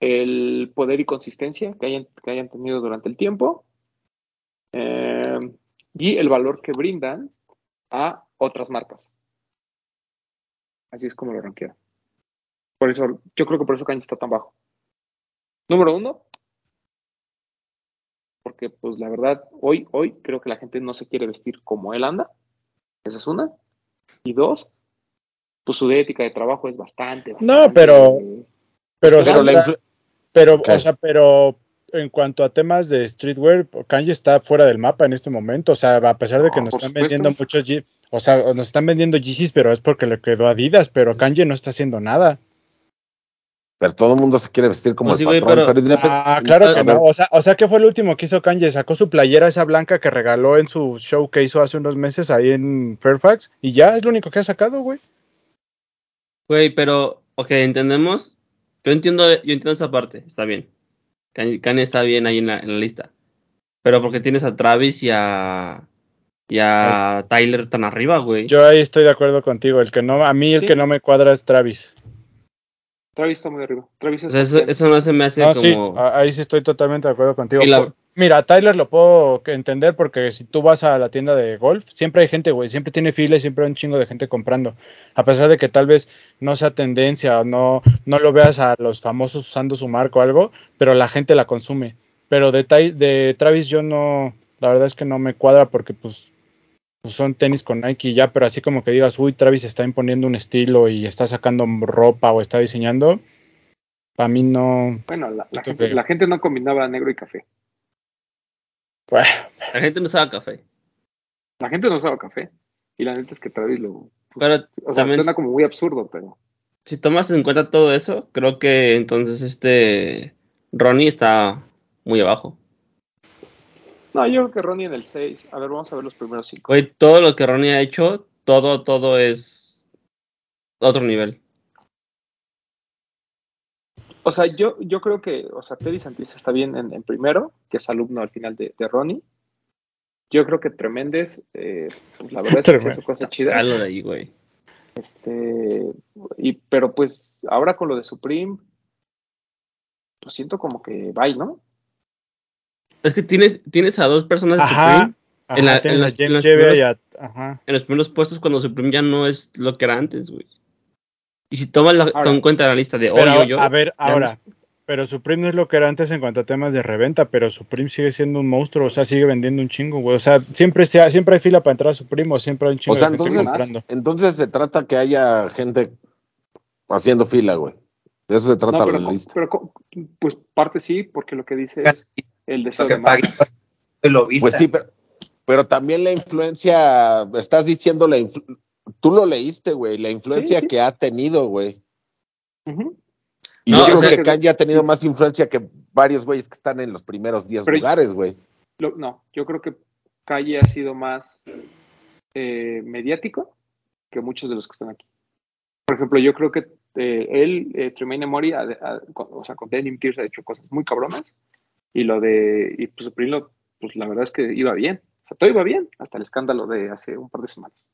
[SPEAKER 2] el poder y consistencia que hayan, que hayan tenido durante el tiempo eh, y el valor que brindan a otras marcas. Así es como lo rankearon. Por eso, yo creo que por eso Kanye está tan bajo. Número uno, porque pues la verdad, hoy, hoy creo que la gente no se quiere vestir como él anda. Esa es una. Y dos, pues su ética de trabajo es bastante, bastante
[SPEAKER 6] No, pero- Pero,
[SPEAKER 4] Pero la
[SPEAKER 6] está-
[SPEAKER 4] influ-
[SPEAKER 6] pero, o
[SPEAKER 4] Claro.
[SPEAKER 6] sea, pero en cuanto a temas de streetwear, Kanye está fuera del mapa en este momento. O sea, a pesar de que
[SPEAKER 2] No,
[SPEAKER 6] nos
[SPEAKER 2] por
[SPEAKER 6] están
[SPEAKER 2] supuesto.
[SPEAKER 6] vendiendo muchos Ye- o sea, nos están vendiendo Yeezys, pero es porque le quedó Adidas, pero Kanye no está haciendo nada.
[SPEAKER 4] Pero todo el mundo se quiere vestir como
[SPEAKER 5] Pues sí,
[SPEAKER 4] el
[SPEAKER 5] güey,
[SPEAKER 4] patrón.
[SPEAKER 5] pero-
[SPEAKER 4] pero independ-
[SPEAKER 6] Ah, claro que
[SPEAKER 4] a ver,
[SPEAKER 6] no. O sea, o sea, ¿qué fue el último que hizo Kanye? Sacó su playera esa blanca que regaló en su show que hizo hace unos meses ahí en Fairfax y ya es lo único que ha sacado, güey.
[SPEAKER 5] Güey, pero, ok, entendemos. Yo entiendo, yo entiendo esa parte, está bien. Kanye, Kanye está bien ahí en la, en la lista. Pero porque tienes a Travis y a, y a Tyler tan arriba, güey.
[SPEAKER 6] Yo ahí estoy de acuerdo contigo. El que no, a mí el
[SPEAKER 2] Sí.
[SPEAKER 6] que no me cuadra es Travis.
[SPEAKER 2] Travis está muy arriba. Travis
[SPEAKER 5] O
[SPEAKER 2] es
[SPEAKER 5] sea, eso, eso no se me hace
[SPEAKER 6] No, Ah, sí,
[SPEAKER 5] como.
[SPEAKER 6] a- ahí sí estoy totalmente de acuerdo contigo.
[SPEAKER 5] Y la-
[SPEAKER 6] Por- Mira, a Tyler lo puedo que- entender porque si tú vas a la tienda de golf, siempre hay gente, güey, siempre tiene fila y siempre hay un chingo de gente comprando. A pesar de que tal vez no sea tendencia o no, no lo veas a los famosos usando su marca o algo, pero la gente la consume. Pero de, Ty- de Travis yo no, la verdad es que no me cuadra porque pues, pues son tenis con Nike y ya, pero así como que digas, uy, Travis está imponiendo un estilo y está sacando ropa o está diseñando, para mí no,
[SPEAKER 2] Bueno, la, la
[SPEAKER 6] Siento
[SPEAKER 2] gente,
[SPEAKER 6] que-
[SPEAKER 2] la gente no combinaba negro y café.
[SPEAKER 6] Bueno,
[SPEAKER 5] La gente no sabe café.
[SPEAKER 2] La gente no usaba café. Y la neta es que Travis lo.
[SPEAKER 5] Pero
[SPEAKER 2] O sea,
[SPEAKER 5] también
[SPEAKER 2] suena como muy absurdo, pero.
[SPEAKER 5] si tomas en cuenta todo eso, creo que entonces este Ronnie está muy abajo.
[SPEAKER 2] No, yo creo que Ronnie en el 6. A ver, vamos a ver los primeros 5.
[SPEAKER 5] Güey, todo lo que Ronnie ha hecho, todo, todo es otro nivel.
[SPEAKER 2] O sea, yo, yo creo que, o sea, Teddy Santis está bien en, en primero, que es alumno al final de, de Ronnie. Yo creo que Tremendes, eh, pues la verdad es que sí hace cosas chidas.
[SPEAKER 5] Sácalo de ahí, güey.
[SPEAKER 2] Este, y, pero pues ahora con lo de Supreme, pues siento como que bye, ¿no?
[SPEAKER 5] Es que tienes, tienes a dos personas de
[SPEAKER 6] Ajá.
[SPEAKER 5] Supreme En la-
[SPEAKER 6] ajá, tienes
[SPEAKER 5] en
[SPEAKER 6] a
[SPEAKER 5] los- en
[SPEAKER 6] James
[SPEAKER 5] los
[SPEAKER 6] Chevy y a- ajá.
[SPEAKER 5] en los primeros puestos cuando Supreme ya no es lo que era antes, güey. Y si tomas la,
[SPEAKER 2] Ahora.
[SPEAKER 5] en cuenta la lista de hoy,
[SPEAKER 6] Pero,
[SPEAKER 5] yo, yo,
[SPEAKER 6] a ver, ahora. Pero Supreme no es lo que era antes en cuanto a temas de reventa, pero Supreme sigue siendo un monstruo, o sea, sigue vendiendo un chingo, güey. O sea, siempre, se ha- siempre hay fila para entrar a Supreme, o siempre hay un chingo
[SPEAKER 4] O sea,
[SPEAKER 6] de gente
[SPEAKER 4] entonces-
[SPEAKER 6] comprando.
[SPEAKER 4] Entonces se trata que haya gente haciendo fila, güey. De eso se trata
[SPEAKER 2] No, pero,
[SPEAKER 4] la
[SPEAKER 2] co-
[SPEAKER 4] lista.
[SPEAKER 2] pero co- pues parte sí, porque lo que dice es el deseo
[SPEAKER 3] Lo que
[SPEAKER 2] de Mac.
[SPEAKER 3] pague lo viste.
[SPEAKER 4] Pues sí, pero, pero también la influencia, estás diciendo la influ- tú lo leíste, güey, la influencia
[SPEAKER 2] Sí, sí.
[SPEAKER 4] que ha tenido, güey.
[SPEAKER 2] Ujú.
[SPEAKER 4] Y
[SPEAKER 5] No,
[SPEAKER 4] yo
[SPEAKER 5] o
[SPEAKER 4] creo
[SPEAKER 5] sea-
[SPEAKER 4] que Kanye ha tenido más influencia que varios güeyes que están en los primeros 10
[SPEAKER 2] Pero-
[SPEAKER 4] lugares, güey.
[SPEAKER 2] Lo- no, yo creo que Calle ha sido más eh, mediático que muchos de los que están aquí. Por ejemplo, yo creo que eh, él, eh, Tremaine Mori, o sea, con Denim Tears ha hecho cosas muy cabronas. Y lo de, y pues Supreme, lo- pues la verdad es que iba bien. O sea, todo iba bien, hasta el escándalo de hace un par de semanas.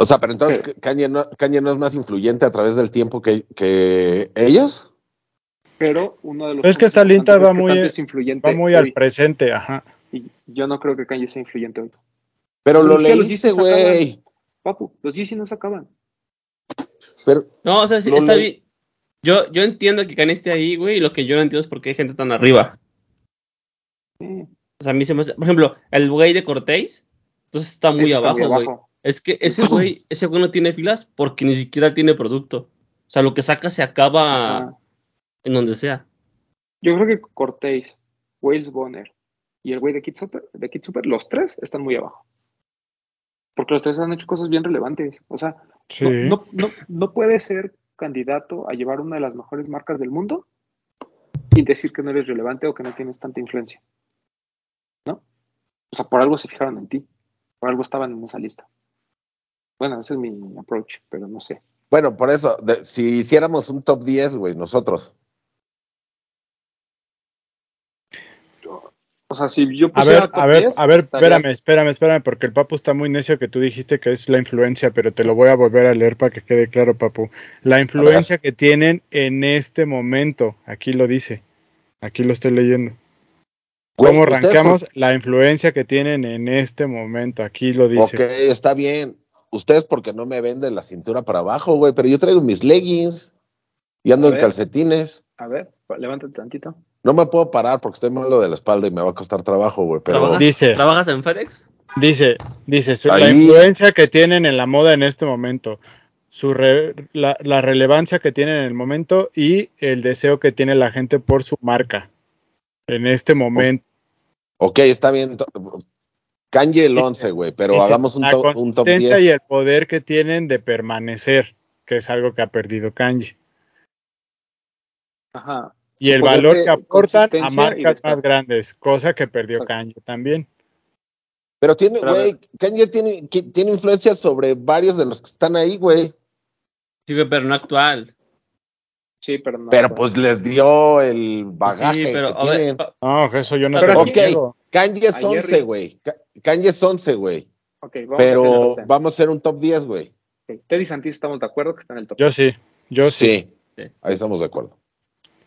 [SPEAKER 4] O sea, pero entonces
[SPEAKER 2] Pero-
[SPEAKER 4] Kanye, no, Kanye no es más influyente a través del tiempo que, que ellos.
[SPEAKER 2] Pero uno de los.
[SPEAKER 6] Es que
[SPEAKER 2] puntos
[SPEAKER 6] esta lista
[SPEAKER 2] importantes
[SPEAKER 6] va
[SPEAKER 2] es que
[SPEAKER 6] muy-
[SPEAKER 2] tanto es influyente
[SPEAKER 6] Va muy
[SPEAKER 2] hoy,
[SPEAKER 6] al presente, ajá.
[SPEAKER 2] y yo no creo que Kanye sea influyente hoy.
[SPEAKER 4] Pero
[SPEAKER 2] Pero
[SPEAKER 4] lo
[SPEAKER 2] Pues es que los
[SPEAKER 4] leíste,
[SPEAKER 2] Yeezys acaban.
[SPEAKER 4] güey.
[SPEAKER 2] Papu, los Yeezy no se acaban.
[SPEAKER 4] Pero
[SPEAKER 5] No, o sea, sí,
[SPEAKER 4] No
[SPEAKER 5] está
[SPEAKER 4] le-
[SPEAKER 5] bien. Yo, yo entiendo que Kanye esté ahí, güey, y lo que yo no entiendo es por qué hay gente tan arriba.
[SPEAKER 2] Sí,
[SPEAKER 5] O sea, a mí se me hace- Por ejemplo, el güey de Cortés, entonces está muy
[SPEAKER 2] eso está
[SPEAKER 5] abajo, güey. Es que ese güey, ese güey no tiene filas porque ni siquiera tiene producto. O sea, lo que saca se acaba
[SPEAKER 2] Ah.
[SPEAKER 5] en donde sea.
[SPEAKER 2] Yo creo que Cortés, Wales Bonner y el güey de Kid Super, de Kid Super, los tres están muy abajo. Porque los tres han hecho cosas bien relevantes. O sea,
[SPEAKER 6] Sí.
[SPEAKER 2] no, no, no, no puede ser candidato a llevar una de las mejores marcas del mundo y decir que no eres relevante o que no tienes tanta influencia. ¿No? O sea, por algo se fijaron en ti. Por algo estaban en esa lista. Bueno, ese es mi approach, pero no sé.
[SPEAKER 4] bueno, por eso, de- si hiciéramos un top 10, güey, nosotros.
[SPEAKER 2] O sea, si yo
[SPEAKER 6] A
[SPEAKER 2] pusiera
[SPEAKER 6] ver,
[SPEAKER 2] top
[SPEAKER 6] a ver,
[SPEAKER 2] 10,
[SPEAKER 6] a ver,
[SPEAKER 2] estaría-
[SPEAKER 6] espérame, espérame, espérame, porque el papu está muy necio que tú dijiste que es la influencia, pero te lo voy a volver a leer para que quede claro, papu. La influencia que tienen en este momento, aquí lo dice, aquí lo estoy leyendo.
[SPEAKER 4] Güey,
[SPEAKER 6] ¿Cómo
[SPEAKER 4] ustedes
[SPEAKER 6] rankeamos la influencia que tienen en este momento? Aquí lo
[SPEAKER 4] por-
[SPEAKER 6] dice.
[SPEAKER 4] Ok, está bien. Ustedes porque no me venden la cintura para abajo, güey, pero yo traigo mis leggings y ando
[SPEAKER 2] A
[SPEAKER 4] en
[SPEAKER 2] ver.
[SPEAKER 4] calcetines.
[SPEAKER 2] A ver, levántate tantito.
[SPEAKER 4] No me puedo parar porque estoy malo de la espalda y me va a costar trabajo, güey, pero...
[SPEAKER 5] ¿Trabajas,
[SPEAKER 6] Dice.
[SPEAKER 5] ¿Trabajas en FedEx?
[SPEAKER 6] Dice, dice, su- la
[SPEAKER 4] Ahí.
[SPEAKER 6] influencia que tienen en la moda en este momento, su re- la, la relevancia que tienen en el momento y el deseo que tiene la gente por su marca en este momento.
[SPEAKER 4] Ok, está bien. to- Kanye el 11, güey, pero
[SPEAKER 6] Dice,
[SPEAKER 4] hagamos un,
[SPEAKER 6] la
[SPEAKER 4] to- un top
[SPEAKER 6] consistencia
[SPEAKER 4] 10.
[SPEAKER 6] y el poder que tienen de permanecer, que es algo que ha perdido Kanye.
[SPEAKER 2] Ajá.
[SPEAKER 6] Y el
[SPEAKER 2] poder
[SPEAKER 6] valor
[SPEAKER 2] de
[SPEAKER 6] que aportan a
[SPEAKER 2] consistencia y de
[SPEAKER 6] marcas
[SPEAKER 2] estar.
[SPEAKER 6] más grandes, cosa que perdió
[SPEAKER 2] Exacto.
[SPEAKER 6] Kanye también.
[SPEAKER 4] Pero tiene,
[SPEAKER 2] Pero a
[SPEAKER 4] güey, Kanye tiene, que- tiene influencia sobre varios de los que están ahí, güey.
[SPEAKER 5] Sí, güey, pero no actual.
[SPEAKER 2] Sí, pero no.
[SPEAKER 4] Pero
[SPEAKER 2] bueno.
[SPEAKER 4] pues les dio el bagaje
[SPEAKER 5] sí, pero
[SPEAKER 4] que
[SPEAKER 5] a ver, ah,
[SPEAKER 4] tienen.
[SPEAKER 5] pa-
[SPEAKER 6] No, eso yo no
[SPEAKER 5] Pero
[SPEAKER 6] te lo
[SPEAKER 4] aquí-
[SPEAKER 6] niego.
[SPEAKER 4] Kanye es
[SPEAKER 2] Ayer,
[SPEAKER 4] 11,
[SPEAKER 2] Rick.
[SPEAKER 4] güey. Ka- Kanye es 11, güey.
[SPEAKER 2] Ok, vamos a hacer el
[SPEAKER 4] Pero
[SPEAKER 2] orden.
[SPEAKER 4] vamos a hacer un top 10, güey.
[SPEAKER 2] Ok, Teddy Santis estamos de acuerdo que está en el top.
[SPEAKER 6] Yo sí, yo sí.
[SPEAKER 5] Sí.
[SPEAKER 4] Ahí estamos de acuerdo.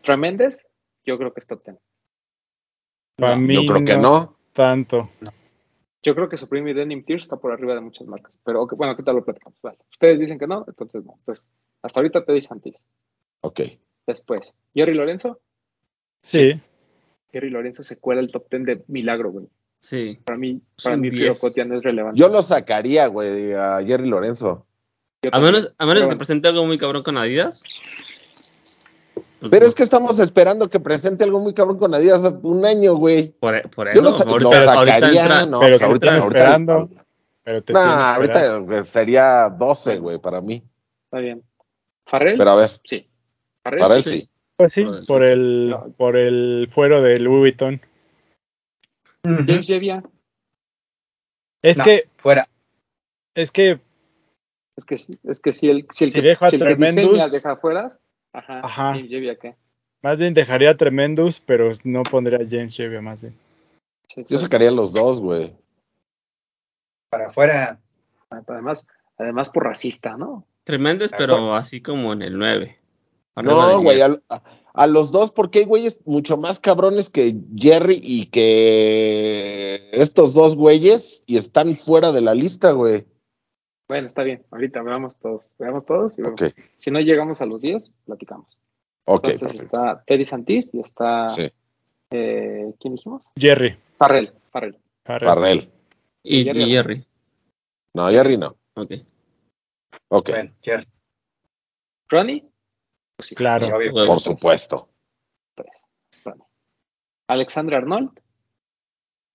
[SPEAKER 2] Fran Méndez, yo creo que es top 10.
[SPEAKER 6] Para mí
[SPEAKER 4] Yo creo que no.
[SPEAKER 6] Tanto.
[SPEAKER 2] Yo creo que Supreme y Denim Tears está por arriba de muchas marcas. Pero ok, bueno, ¿qué tal lo platicamos? Vale. Ustedes dicen que no, entonces no. Pues hasta ahorita Teddy Santis.
[SPEAKER 4] Ok.
[SPEAKER 2] Después, Jerry Lorenzo.
[SPEAKER 6] Sí,
[SPEAKER 2] Jerry Lorenzo se cuela el top 10 de milagro, güey.
[SPEAKER 5] Sí.
[SPEAKER 2] Para mí,
[SPEAKER 5] Es
[SPEAKER 2] para
[SPEAKER 5] un
[SPEAKER 2] mí
[SPEAKER 5] 10.
[SPEAKER 2] Piero Cotia no es relevante.
[SPEAKER 4] Yo lo sacaría, güey, a Jerry Lorenzo.
[SPEAKER 2] Yo
[SPEAKER 5] A
[SPEAKER 2] también.
[SPEAKER 5] menos, a
[SPEAKER 2] Pero
[SPEAKER 5] menos que
[SPEAKER 2] bueno.
[SPEAKER 5] presente algo muy cabrón con Adidas. Pues
[SPEAKER 4] Pero
[SPEAKER 5] no.
[SPEAKER 4] es que estamos esperando que presente algo muy cabrón con Adidas hace un año, güey.
[SPEAKER 5] Por, e, por
[SPEAKER 4] Yo
[SPEAKER 5] eso.
[SPEAKER 4] lo, sa-
[SPEAKER 5] ahorita,
[SPEAKER 4] lo
[SPEAKER 5] ahorita
[SPEAKER 4] sacaría,
[SPEAKER 5] entra-
[SPEAKER 4] no,
[SPEAKER 6] pero
[SPEAKER 4] pues
[SPEAKER 6] que
[SPEAKER 4] ahorita,
[SPEAKER 6] están
[SPEAKER 4] ahorita-
[SPEAKER 6] esperando. pero te
[SPEAKER 4] Nah,
[SPEAKER 6] tienes que
[SPEAKER 4] ahorita
[SPEAKER 6] esperar.
[SPEAKER 4] güey, sería 12, güey, para mí.
[SPEAKER 2] Está bien. ¿Farrell?
[SPEAKER 4] Pero a ver,
[SPEAKER 2] sí. ¿Farrell?
[SPEAKER 4] para él
[SPEAKER 5] sí.
[SPEAKER 4] sí.
[SPEAKER 6] Pues sí,
[SPEAKER 5] por el-
[SPEAKER 6] por el, por el fuero de Louis Vuitton.
[SPEAKER 2] James Jevia.
[SPEAKER 6] Es
[SPEAKER 3] No.
[SPEAKER 6] que,
[SPEAKER 3] Fuera.
[SPEAKER 6] es que,
[SPEAKER 2] Es que, sí- es que si el, si el
[SPEAKER 6] Si
[SPEAKER 2] que,
[SPEAKER 6] dejo a
[SPEAKER 2] si el que
[SPEAKER 6] Tremendous-
[SPEAKER 2] diseña deja afuera, ajá,
[SPEAKER 6] Ajá.
[SPEAKER 2] James Jevia, ¿qué?
[SPEAKER 6] más bien dejaría a Tremendous, pero no pondría a James Shevia más bien.
[SPEAKER 2] Sí, sí.
[SPEAKER 4] Yo sacaría los dos, güey.
[SPEAKER 3] Para afuera.
[SPEAKER 2] pues Además, además por racista, ¿no?
[SPEAKER 5] Tremendes, pero así como en el 9.
[SPEAKER 4] No, güey, a, a- a los dos, porque hay güeyes mucho más cabrones que Jerry y que estos dos güeyes y están fuera de la lista, güey.
[SPEAKER 2] Bueno, está bien. Ahorita veamos todos. Veamos todos. Y vemos.
[SPEAKER 4] Ok,
[SPEAKER 2] Si no llegamos a los 10, platicamos.
[SPEAKER 4] ok,
[SPEAKER 2] Entonces ah,
[SPEAKER 4] perfecto.
[SPEAKER 2] está Terry Santis y está.
[SPEAKER 4] Sí,
[SPEAKER 2] eh, ¿Quién dijimos?
[SPEAKER 6] Jerry.
[SPEAKER 2] Farrell. Farrell.
[SPEAKER 6] Harrell.
[SPEAKER 4] Parrell.
[SPEAKER 5] Y,
[SPEAKER 2] Jerry,
[SPEAKER 5] y
[SPEAKER 2] ¿no?
[SPEAKER 5] Jerry.
[SPEAKER 4] No, Jerry no.
[SPEAKER 5] Ok.
[SPEAKER 4] Ok,
[SPEAKER 3] Bueno, Jerry.
[SPEAKER 2] Ronnie.
[SPEAKER 6] Claro.
[SPEAKER 3] sí, obvio.
[SPEAKER 4] por supuesto.
[SPEAKER 2] Alexander Arnold.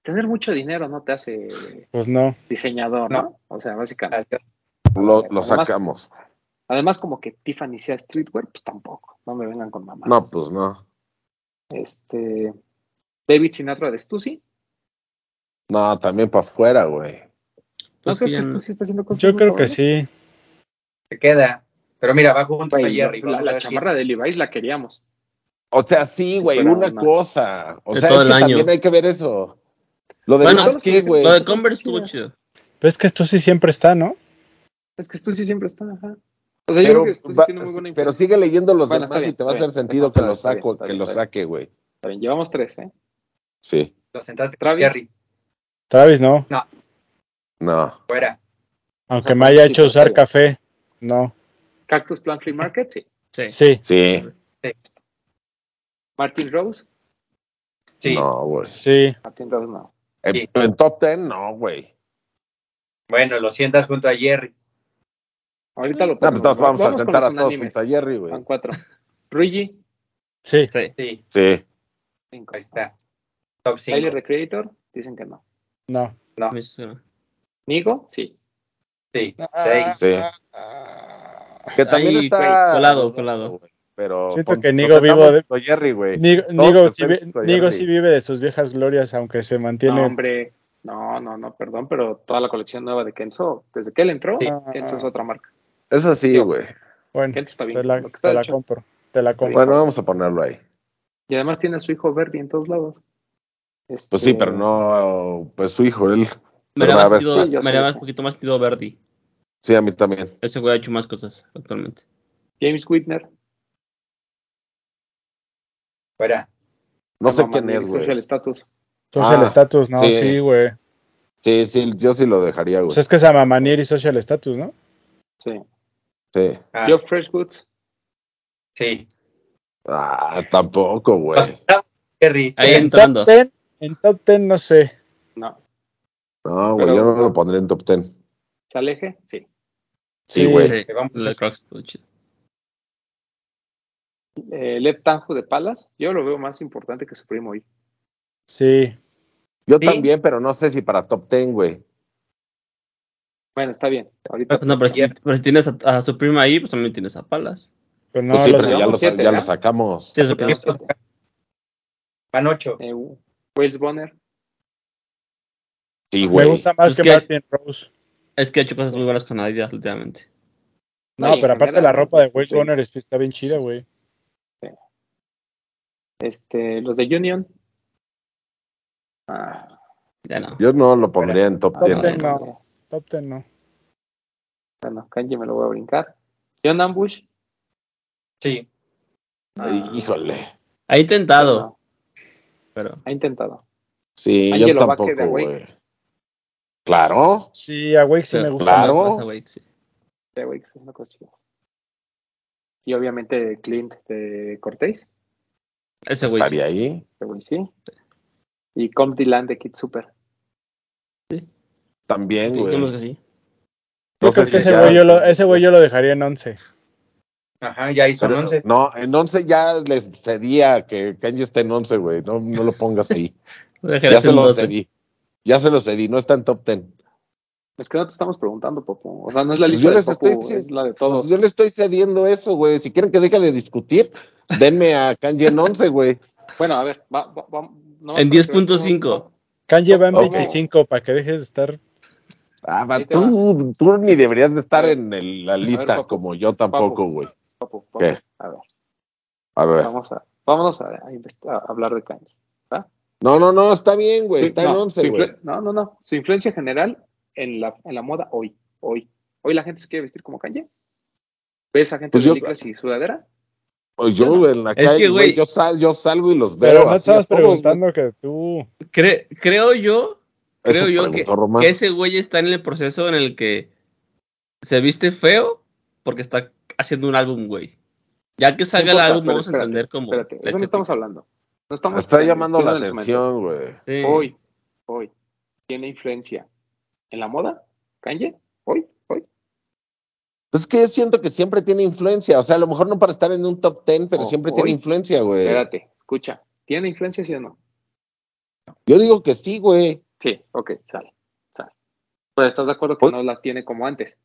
[SPEAKER 2] Tener mucho dinero no te hace
[SPEAKER 6] Pues no.
[SPEAKER 2] diseñador, ¿no? O sea, básicamente.
[SPEAKER 4] Lo, lo
[SPEAKER 2] Además-
[SPEAKER 4] sacamos.
[SPEAKER 2] Además, como que Tiffany sea streetwear, pues tampoco. No me vengan con mamá.
[SPEAKER 4] No, pues no.
[SPEAKER 2] Este. David Sinatra de Stussy.
[SPEAKER 4] No, también para afuera, güey.
[SPEAKER 2] ¿No crees
[SPEAKER 5] Pues que
[SPEAKER 2] que
[SPEAKER 5] ya no.
[SPEAKER 2] Stussy está haciendo cosas
[SPEAKER 6] Yo
[SPEAKER 2] muy
[SPEAKER 6] creo que
[SPEAKER 2] cabrones?
[SPEAKER 6] sí.
[SPEAKER 3] Se queda. Pero mira, va junto a
[SPEAKER 2] Güey,
[SPEAKER 3] Jerry.
[SPEAKER 2] la,
[SPEAKER 3] vamos
[SPEAKER 2] la
[SPEAKER 3] a ver si-
[SPEAKER 2] chamarra de Levi's la queríamos.
[SPEAKER 4] O sea, sí, güey,
[SPEAKER 2] Fuera
[SPEAKER 4] una
[SPEAKER 2] una.
[SPEAKER 4] cosa. O
[SPEAKER 5] De
[SPEAKER 4] sea,
[SPEAKER 5] todo
[SPEAKER 4] es que
[SPEAKER 5] el año.
[SPEAKER 4] también hay que ver eso. Lo de
[SPEAKER 5] Bueno,
[SPEAKER 4] más que, güey.
[SPEAKER 5] Lo de Converse estuvo chido.
[SPEAKER 6] Pero Pues es que esto sí siempre está, ¿no?
[SPEAKER 2] Es que Stussy siempre está, ajá. O sea, yo creo
[SPEAKER 4] Pero,
[SPEAKER 2] que Stussy
[SPEAKER 4] va-
[SPEAKER 2] tiene muy buena
[SPEAKER 4] pero
[SPEAKER 2] influencia.
[SPEAKER 4] sigue leyendo los
[SPEAKER 2] Bueno,
[SPEAKER 4] demás
[SPEAKER 2] está
[SPEAKER 4] y te va a
[SPEAKER 2] bien,
[SPEAKER 4] hacer
[SPEAKER 2] está bien,
[SPEAKER 4] sentido
[SPEAKER 2] está
[SPEAKER 4] que
[SPEAKER 2] bien,
[SPEAKER 4] lo
[SPEAKER 2] está bien,
[SPEAKER 4] saco,
[SPEAKER 2] está
[SPEAKER 4] que
[SPEAKER 2] bien,
[SPEAKER 4] lo
[SPEAKER 2] está bien.
[SPEAKER 4] saque, güey.
[SPEAKER 2] Está bien, llevamos tres, ¿eh?
[SPEAKER 4] Sí,
[SPEAKER 3] Lo sentaste
[SPEAKER 2] Travis.
[SPEAKER 3] Jerry.
[SPEAKER 6] Travis no.
[SPEAKER 4] no.
[SPEAKER 3] Fuera.
[SPEAKER 6] Aunque
[SPEAKER 4] Ah,
[SPEAKER 2] sea,
[SPEAKER 4] pues
[SPEAKER 6] me haya
[SPEAKER 2] sí,
[SPEAKER 6] hecho
[SPEAKER 2] pero
[SPEAKER 6] usar
[SPEAKER 2] Travis.
[SPEAKER 6] café. No.
[SPEAKER 2] Cactus Plant Free Market, sí.
[SPEAKER 5] Sí.
[SPEAKER 6] Sí.
[SPEAKER 4] Sí,
[SPEAKER 2] Martin Rose,
[SPEAKER 3] Sí.
[SPEAKER 4] no, güey.
[SPEAKER 6] Sí.
[SPEAKER 2] Martin Rose no.
[SPEAKER 4] En,
[SPEAKER 3] Sí.
[SPEAKER 4] en top ten, no, güey.
[SPEAKER 3] Bueno, lo sientas junto a Jerry.
[SPEAKER 2] Ahorita lo
[SPEAKER 4] No,
[SPEAKER 2] ponemos.
[SPEAKER 4] pues todos vamos a sentar a todos
[SPEAKER 2] unánimes.
[SPEAKER 4] junto a Jerry,
[SPEAKER 2] Van
[SPEAKER 4] güey.
[SPEAKER 2] cuatro. Ruigi,
[SPEAKER 6] Sí.
[SPEAKER 5] Sí.
[SPEAKER 3] Sí,
[SPEAKER 4] Sí,
[SPEAKER 2] cinco.
[SPEAKER 3] ahí está. Top 5.
[SPEAKER 2] Tyler, the Creator, dicen que no.
[SPEAKER 6] No.
[SPEAKER 5] Me suena.
[SPEAKER 2] Nigo, sí.
[SPEAKER 3] Sí,
[SPEAKER 6] Ah.
[SPEAKER 3] seis.
[SPEAKER 4] sí. Que también
[SPEAKER 5] Ahí,
[SPEAKER 4] está.
[SPEAKER 5] güey, colado, colado.
[SPEAKER 4] güey, Pero
[SPEAKER 6] Siento
[SPEAKER 4] pon-
[SPEAKER 6] que
[SPEAKER 4] nos
[SPEAKER 6] Nigo
[SPEAKER 4] sentamos
[SPEAKER 6] vivo de-
[SPEAKER 4] junto a Jerry, güey.
[SPEAKER 6] Nigo,
[SPEAKER 4] Todos
[SPEAKER 6] Nigo
[SPEAKER 4] los
[SPEAKER 6] sí, vi-
[SPEAKER 4] junto a
[SPEAKER 6] Nigo
[SPEAKER 4] Jerry.
[SPEAKER 6] sí vive de sus viejas glorias, aunque se mantiene.
[SPEAKER 2] No, hombre. No, no, no, perdón, pero toda la colección nueva de Kenzo, desde que él entró,
[SPEAKER 6] Sí.
[SPEAKER 2] Kenzo es otra marca.
[SPEAKER 4] Eso sí,
[SPEAKER 2] Yo.
[SPEAKER 4] güey.
[SPEAKER 6] bueno,
[SPEAKER 2] Kenzo está bien.
[SPEAKER 6] te la,
[SPEAKER 2] lo que está
[SPEAKER 6] te la
[SPEAKER 2] hecho.
[SPEAKER 6] compro. Te la compro.
[SPEAKER 4] Bueno, vamos a ponerlo ahí.
[SPEAKER 2] Y además tiene a su hijo Verdi en todos lados.
[SPEAKER 4] Pues sí,
[SPEAKER 2] Este,
[SPEAKER 4] pero no. Pues su hijo, él.
[SPEAKER 5] Me
[SPEAKER 4] Pero
[SPEAKER 5] haría
[SPEAKER 4] va a
[SPEAKER 5] más
[SPEAKER 4] ver,
[SPEAKER 5] tido-
[SPEAKER 2] sí, yo
[SPEAKER 5] me
[SPEAKER 2] sé,
[SPEAKER 5] haría más
[SPEAKER 2] sí.
[SPEAKER 5] poquito más tido Verdi.
[SPEAKER 4] Sí, a mí también.
[SPEAKER 5] Ese güey ha hecho más cosas actualmente.
[SPEAKER 2] James Whitner.
[SPEAKER 3] Fuera.
[SPEAKER 4] No sé
[SPEAKER 2] Mamá,
[SPEAKER 4] quién
[SPEAKER 2] Nick
[SPEAKER 4] es,
[SPEAKER 2] Social
[SPEAKER 4] güey.
[SPEAKER 2] Status.
[SPEAKER 6] Social
[SPEAKER 4] Ah,
[SPEAKER 6] status, no,
[SPEAKER 4] sí.
[SPEAKER 6] sí, güey.
[SPEAKER 4] Sí, sí, yo sí lo dejaría, güey.
[SPEAKER 6] Pues es que es a Mamanier y social status, ¿no?
[SPEAKER 2] Sí.
[SPEAKER 4] Sí.
[SPEAKER 3] Ah,
[SPEAKER 2] Yo Fresh Goods.
[SPEAKER 3] sí.
[SPEAKER 4] Ah, tampoco, güey.
[SPEAKER 3] Lo sentamos Jerry.
[SPEAKER 5] Ahí
[SPEAKER 6] en
[SPEAKER 5] entrando.
[SPEAKER 6] top 10, en top 10 no sé.
[SPEAKER 2] No.
[SPEAKER 4] No, güey,
[SPEAKER 2] Pero-
[SPEAKER 4] yo no lo pondría en top ten.
[SPEAKER 2] ¿Se aleje? Sí.
[SPEAKER 4] Sí, güey.
[SPEAKER 5] Sí,
[SPEAKER 3] Vamos.
[SPEAKER 5] la Crocs estuvo chido.
[SPEAKER 2] Eh, Led Tanjo de Palas. Yo lo veo más importante que su primo hoy.
[SPEAKER 6] Sí.
[SPEAKER 4] Yo
[SPEAKER 3] Sí.
[SPEAKER 4] también, pero no sé si para top ten, güey.
[SPEAKER 2] Bueno, está bien. Ahorita.
[SPEAKER 5] Pues No, pero si,
[SPEAKER 3] Ayer.
[SPEAKER 5] pero si tienes a, a su prima ahí, pues también tienes a Palas.
[SPEAKER 6] Pues no,
[SPEAKER 4] Pues sí,
[SPEAKER 6] lo
[SPEAKER 4] pero
[SPEAKER 6] sé.
[SPEAKER 4] ya
[SPEAKER 2] sacamos
[SPEAKER 4] lo, sa-
[SPEAKER 2] siete,
[SPEAKER 4] ya
[SPEAKER 2] ¿no?
[SPEAKER 4] lo sacamos.
[SPEAKER 5] Tienes a su prima.
[SPEAKER 2] Pero no sé. este,
[SPEAKER 3] Van ocho.
[SPEAKER 2] Eh, Wales Bonner.
[SPEAKER 4] Sí,
[SPEAKER 6] Me
[SPEAKER 4] güey.
[SPEAKER 6] gusta más
[SPEAKER 5] Pues
[SPEAKER 6] que
[SPEAKER 5] que-
[SPEAKER 6] Martin Rose.
[SPEAKER 5] Es que ha hecho cosas muy buenas con Adidas últimamente.
[SPEAKER 2] No,
[SPEAKER 6] No,
[SPEAKER 2] y en
[SPEAKER 6] pero aparte
[SPEAKER 2] general,
[SPEAKER 6] la ropa de Will
[SPEAKER 2] sí.
[SPEAKER 6] Bonner está bien chida, güey.
[SPEAKER 2] Este, los de Union. Ah,
[SPEAKER 5] Ya no.
[SPEAKER 4] Yo no lo pondría en top
[SPEAKER 6] Top
[SPEAKER 4] ten.
[SPEAKER 6] ten,
[SPEAKER 5] no.
[SPEAKER 6] no. Top 10 no.
[SPEAKER 2] eh, Bueno, Kanye me lo voy a brincar. John Ambush.
[SPEAKER 3] Sí.
[SPEAKER 4] Ay, híjole.
[SPEAKER 5] Ha intentado,
[SPEAKER 2] no,
[SPEAKER 5] pero
[SPEAKER 2] ha intentado.
[SPEAKER 4] Sí,
[SPEAKER 2] Angelo
[SPEAKER 4] yo
[SPEAKER 2] Baque de
[SPEAKER 4] tampoco,
[SPEAKER 2] Awake.
[SPEAKER 4] güey. Claro.
[SPEAKER 6] Sí, a Wake sí
[SPEAKER 5] Pero-
[SPEAKER 6] me gusta.
[SPEAKER 4] Claro.
[SPEAKER 5] más pasa, güey, sí.
[SPEAKER 2] The Wakes es una cosa chida. Y obviamente Clint de Cortés.
[SPEAKER 5] Ese güey. sí.
[SPEAKER 4] Estaría ahí.
[SPEAKER 2] Este güey sí. Y Comp Dylan de Kid Super.
[SPEAKER 4] También, güey.
[SPEAKER 5] Digamos que sí.
[SPEAKER 4] No
[SPEAKER 6] Yo
[SPEAKER 4] sé
[SPEAKER 6] creo que este
[SPEAKER 4] si
[SPEAKER 6] ese
[SPEAKER 4] pues ya- pues.
[SPEAKER 6] güey yo lo, ese güey yo lo dejaría en 11.
[SPEAKER 3] Ajá, ya hizo
[SPEAKER 4] Pero-
[SPEAKER 3] el 11.
[SPEAKER 4] No, en 11 ya les cedía que Kanye esté en 11, güey. No, no lo pongas ahí.
[SPEAKER 5] Lo dejaré
[SPEAKER 4] ya
[SPEAKER 5] este
[SPEAKER 4] se
[SPEAKER 5] en
[SPEAKER 4] lo
[SPEAKER 5] 12.
[SPEAKER 4] cedí. Ya se lo cedí. No está en top 10.
[SPEAKER 2] Es que no te estamos preguntando, Popo. O sea, no es la
[SPEAKER 4] Pues
[SPEAKER 2] lista
[SPEAKER 4] yo
[SPEAKER 2] de
[SPEAKER 4] les
[SPEAKER 2] Popo,
[SPEAKER 4] estoy diciendo-
[SPEAKER 2] es la de
[SPEAKER 4] Pues
[SPEAKER 2] todos.
[SPEAKER 4] yo le estoy cediendo eso, güey. Si quieren que deje de discutir, denme a Kanye en 11, güey.
[SPEAKER 2] Bueno, a ver, va, va- va- no,
[SPEAKER 5] En
[SPEAKER 2] porque-
[SPEAKER 5] 10.5.
[SPEAKER 6] Kanye va en
[SPEAKER 4] Ok.
[SPEAKER 6] 25 para que dejes de estar.
[SPEAKER 4] Ah, va,
[SPEAKER 2] Ahí te
[SPEAKER 4] tú, tú ni deberías de estar
[SPEAKER 2] A ver.
[SPEAKER 4] en el- la
[SPEAKER 2] A ver,
[SPEAKER 4] lista
[SPEAKER 2] papu.
[SPEAKER 4] como yo tampoco,
[SPEAKER 2] Papu.
[SPEAKER 4] güey.
[SPEAKER 2] Popo, Popo,
[SPEAKER 4] ¿Qué?
[SPEAKER 2] A ver,
[SPEAKER 4] A ver.
[SPEAKER 2] vamos a, vámonos a, a invest- a hablar de Kanye.
[SPEAKER 4] No, no, no, está bien, güey.
[SPEAKER 2] Su-
[SPEAKER 4] está
[SPEAKER 2] no,
[SPEAKER 4] en
[SPEAKER 2] su
[SPEAKER 4] 11,
[SPEAKER 2] influ-
[SPEAKER 4] güey.
[SPEAKER 2] No, no, no. Su influencia general en la, en la moda hoy. Hoy. Hoy la gente se quiere vestir como Kanye. ¿Ves a gente
[SPEAKER 4] Pues
[SPEAKER 2] de
[SPEAKER 4] yo-
[SPEAKER 2] licras y sudadera?
[SPEAKER 4] O Pues Yo
[SPEAKER 2] no.
[SPEAKER 4] en la
[SPEAKER 5] Es
[SPEAKER 4] calle,
[SPEAKER 5] que,
[SPEAKER 4] güey,
[SPEAKER 5] güey,
[SPEAKER 4] yo, sal, yo salgo y los veo
[SPEAKER 6] Pero no
[SPEAKER 4] así a
[SPEAKER 6] estabas
[SPEAKER 4] todos,
[SPEAKER 6] preguntando que tú.
[SPEAKER 5] Cre- creo yo,
[SPEAKER 4] güey. Eso
[SPEAKER 5] creo yo que,
[SPEAKER 4] preguntó Román.
[SPEAKER 5] que ese güey está en el proceso en el que se viste feo porque está haciendo un álbum, güey. Ya que salga el
[SPEAKER 2] importa,
[SPEAKER 5] álbum,
[SPEAKER 2] pero
[SPEAKER 5] vamos a
[SPEAKER 2] espérate,
[SPEAKER 5] entender cómo.
[SPEAKER 2] Espérate,
[SPEAKER 5] la
[SPEAKER 2] eso no estamos hablando. No estamos
[SPEAKER 4] Está
[SPEAKER 2] en-
[SPEAKER 4] llamando
[SPEAKER 2] en
[SPEAKER 4] la
[SPEAKER 2] el momento.
[SPEAKER 4] atención, güey.
[SPEAKER 5] estética. Sí.
[SPEAKER 2] Hoy, hoy, tiene influencia en la moda, Kanye, hoy, hoy.
[SPEAKER 4] Es que yo siento que siempre tiene influencia. O sea, a lo mejor no para estar en un top 10, pero
[SPEAKER 2] Oh,
[SPEAKER 4] siempre
[SPEAKER 2] hoy.
[SPEAKER 4] tiene influencia, güey.
[SPEAKER 2] Espérate, escucha. ¿Tiene influencia, sí o no?
[SPEAKER 4] Yo digo que sí, güey.
[SPEAKER 2] Sí, ok, sale, sale. Pero estás de acuerdo que
[SPEAKER 4] Hoy-
[SPEAKER 2] no la tiene como antes.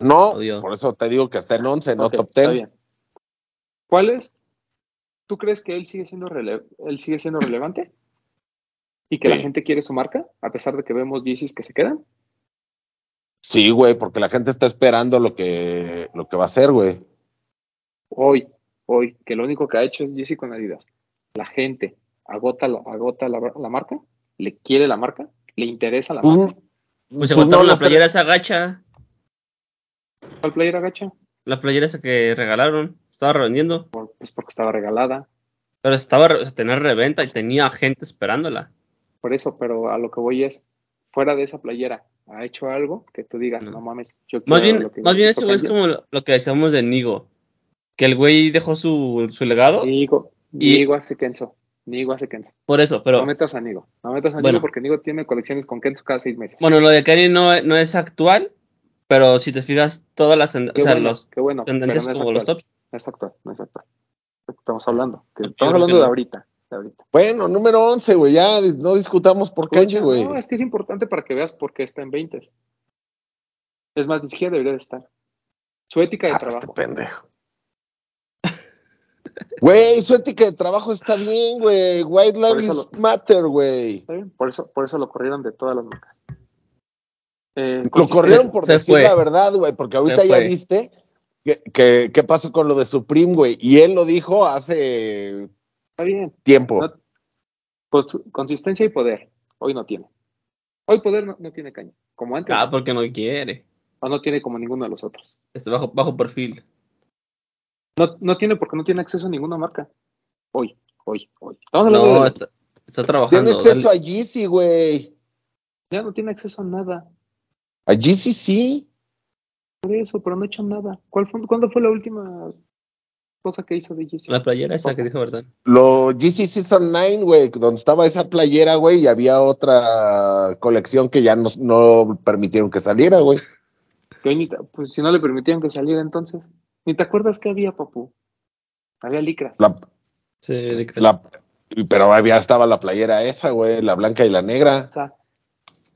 [SPEAKER 4] No,
[SPEAKER 5] Obvio.
[SPEAKER 4] por eso te digo que está en 11, no
[SPEAKER 2] Ok,
[SPEAKER 4] top
[SPEAKER 2] está
[SPEAKER 4] 10.
[SPEAKER 2] bien. ¿Cuál es? ¿Tú crees que él sigue siendo rele- él sigue siendo relevante? ¿Y que la
[SPEAKER 4] Sí.
[SPEAKER 2] gente quiere su marca? A pesar de que vemos DCs que se quedan.
[SPEAKER 4] Sí, güey, porque la gente está esperando lo que, lo que va a hacer, güey.
[SPEAKER 2] Hoy, hoy, que lo único que ha hecho es DC con Adidas. La gente agota, la, agota la, la marca, le quiere la marca, le interesa la
[SPEAKER 4] Pues,
[SPEAKER 2] marca.
[SPEAKER 5] Pues se
[SPEAKER 4] pues
[SPEAKER 5] aguantaron
[SPEAKER 4] no,
[SPEAKER 5] la
[SPEAKER 4] las-
[SPEAKER 5] playera esa gacha.
[SPEAKER 2] ¿Cuál player agacha?
[SPEAKER 5] La playera esa que regalaron. Estaba revendiendo.
[SPEAKER 2] Pues porque estaba regalada.
[SPEAKER 5] Pero estaba re- o sea, tenía reventa y tenía gente esperándola.
[SPEAKER 2] Por eso, pero a lo que voy es, fuera de esa playera, ¿ha hecho algo que tú digas,
[SPEAKER 5] No.
[SPEAKER 2] no, mames, yo
[SPEAKER 5] Más
[SPEAKER 2] quiero
[SPEAKER 5] bien,
[SPEAKER 2] lo que
[SPEAKER 5] más bien
[SPEAKER 2] hizo
[SPEAKER 5] ese güey es
[SPEAKER 2] Kanye"?
[SPEAKER 5] como lo, lo que decíamos de Nigo. Que el güey dejó su, su legado.
[SPEAKER 2] Nigo,
[SPEAKER 5] Y-
[SPEAKER 2] Nigo hace Kenzo. Nigo hace Kenzo.
[SPEAKER 5] Por eso,
[SPEAKER 2] no
[SPEAKER 5] pero.
[SPEAKER 2] metas a Nigo. No metas a
[SPEAKER 5] Bueno.
[SPEAKER 2] Nigo porque Nigo tiene colecciones con Kenzo cada seis meses.
[SPEAKER 5] Bueno, lo de Kanye no, no es actual. Pero si te fijas, todas las. tend- O
[SPEAKER 2] Qué
[SPEAKER 5] sea,
[SPEAKER 2] bueno,
[SPEAKER 5] los
[SPEAKER 2] qué bueno. Pero no
[SPEAKER 5] tendencias
[SPEAKER 2] es actual,
[SPEAKER 5] como los tops.
[SPEAKER 2] no es actual, no es actual. Estamos hablando. que
[SPEAKER 5] Yo creo
[SPEAKER 2] estamos hablando
[SPEAKER 5] que
[SPEAKER 2] de
[SPEAKER 5] no.
[SPEAKER 2] ahorita. De ahorita.
[SPEAKER 4] Bueno, número 11, güey. Ya dis- no discutamos por Kanye,
[SPEAKER 2] Escucha,
[SPEAKER 4] güey.
[SPEAKER 2] No, es que es importante para que veas por qué está en 20. Es más, ni siquiera debería de estar. Su ética de
[SPEAKER 4] Ah, este
[SPEAKER 2] trabajo.
[SPEAKER 4] pendejo. Güey, su ética de trabajo está bien, güey. White
[SPEAKER 2] Por
[SPEAKER 4] Lives
[SPEAKER 2] eso
[SPEAKER 4] Matter, güey.
[SPEAKER 2] ¿Está bien? Por eso, por eso lo corrieron de todas las marcas. Eh,
[SPEAKER 4] Lo
[SPEAKER 2] consistente.
[SPEAKER 4] corrieron por
[SPEAKER 5] se
[SPEAKER 4] decir
[SPEAKER 5] fue.
[SPEAKER 4] la verdad, güey, porque ahorita
[SPEAKER 5] Se
[SPEAKER 4] ya
[SPEAKER 5] fue.
[SPEAKER 4] viste que, que- qué pasó con lo de Supreme, güey. Y él lo dijo hace
[SPEAKER 2] Está bien.
[SPEAKER 4] tiempo.
[SPEAKER 2] No- Por su- consistencia y poder. Hoy no tiene. Hoy poder no, no tiene caña. Como antes.
[SPEAKER 5] Ah, porque no quiere.
[SPEAKER 2] O no tiene como ninguno de los otros.
[SPEAKER 5] Este bajo, bajo perfil.
[SPEAKER 2] No, no tiene porque no tiene acceso a ninguna marca. Hoy, hoy, hoy. Estamos hablando
[SPEAKER 5] No,
[SPEAKER 2] de-
[SPEAKER 5] está, está
[SPEAKER 4] Tiene
[SPEAKER 5] trabajando.
[SPEAKER 4] acceso
[SPEAKER 5] dale.
[SPEAKER 4] a Yeezy, güey.
[SPEAKER 2] Ya no tiene acceso a nada.
[SPEAKER 4] A Yeezy sí.
[SPEAKER 2] Por eso, pero no ha hecho nada. ¿Cuál fue, ¿Cuándo fue la última cosa que hizo de Yeezy?
[SPEAKER 5] La playera esa que dijo, ¿verdad?
[SPEAKER 4] Lo Yeezy Season 9, güey, donde estaba esa playera, güey, y había otra colección que ya no, no permitieron que saliera, güey.
[SPEAKER 2] Que hoy ni te- pues, si no le permitían que saliera entonces. Ni te acuerdas que había, papu. Había licras.
[SPEAKER 4] La,
[SPEAKER 5] Sí, de que-
[SPEAKER 4] la- pero había estaba la playera esa, güey, la blanca y la negra.
[SPEAKER 2] O sea,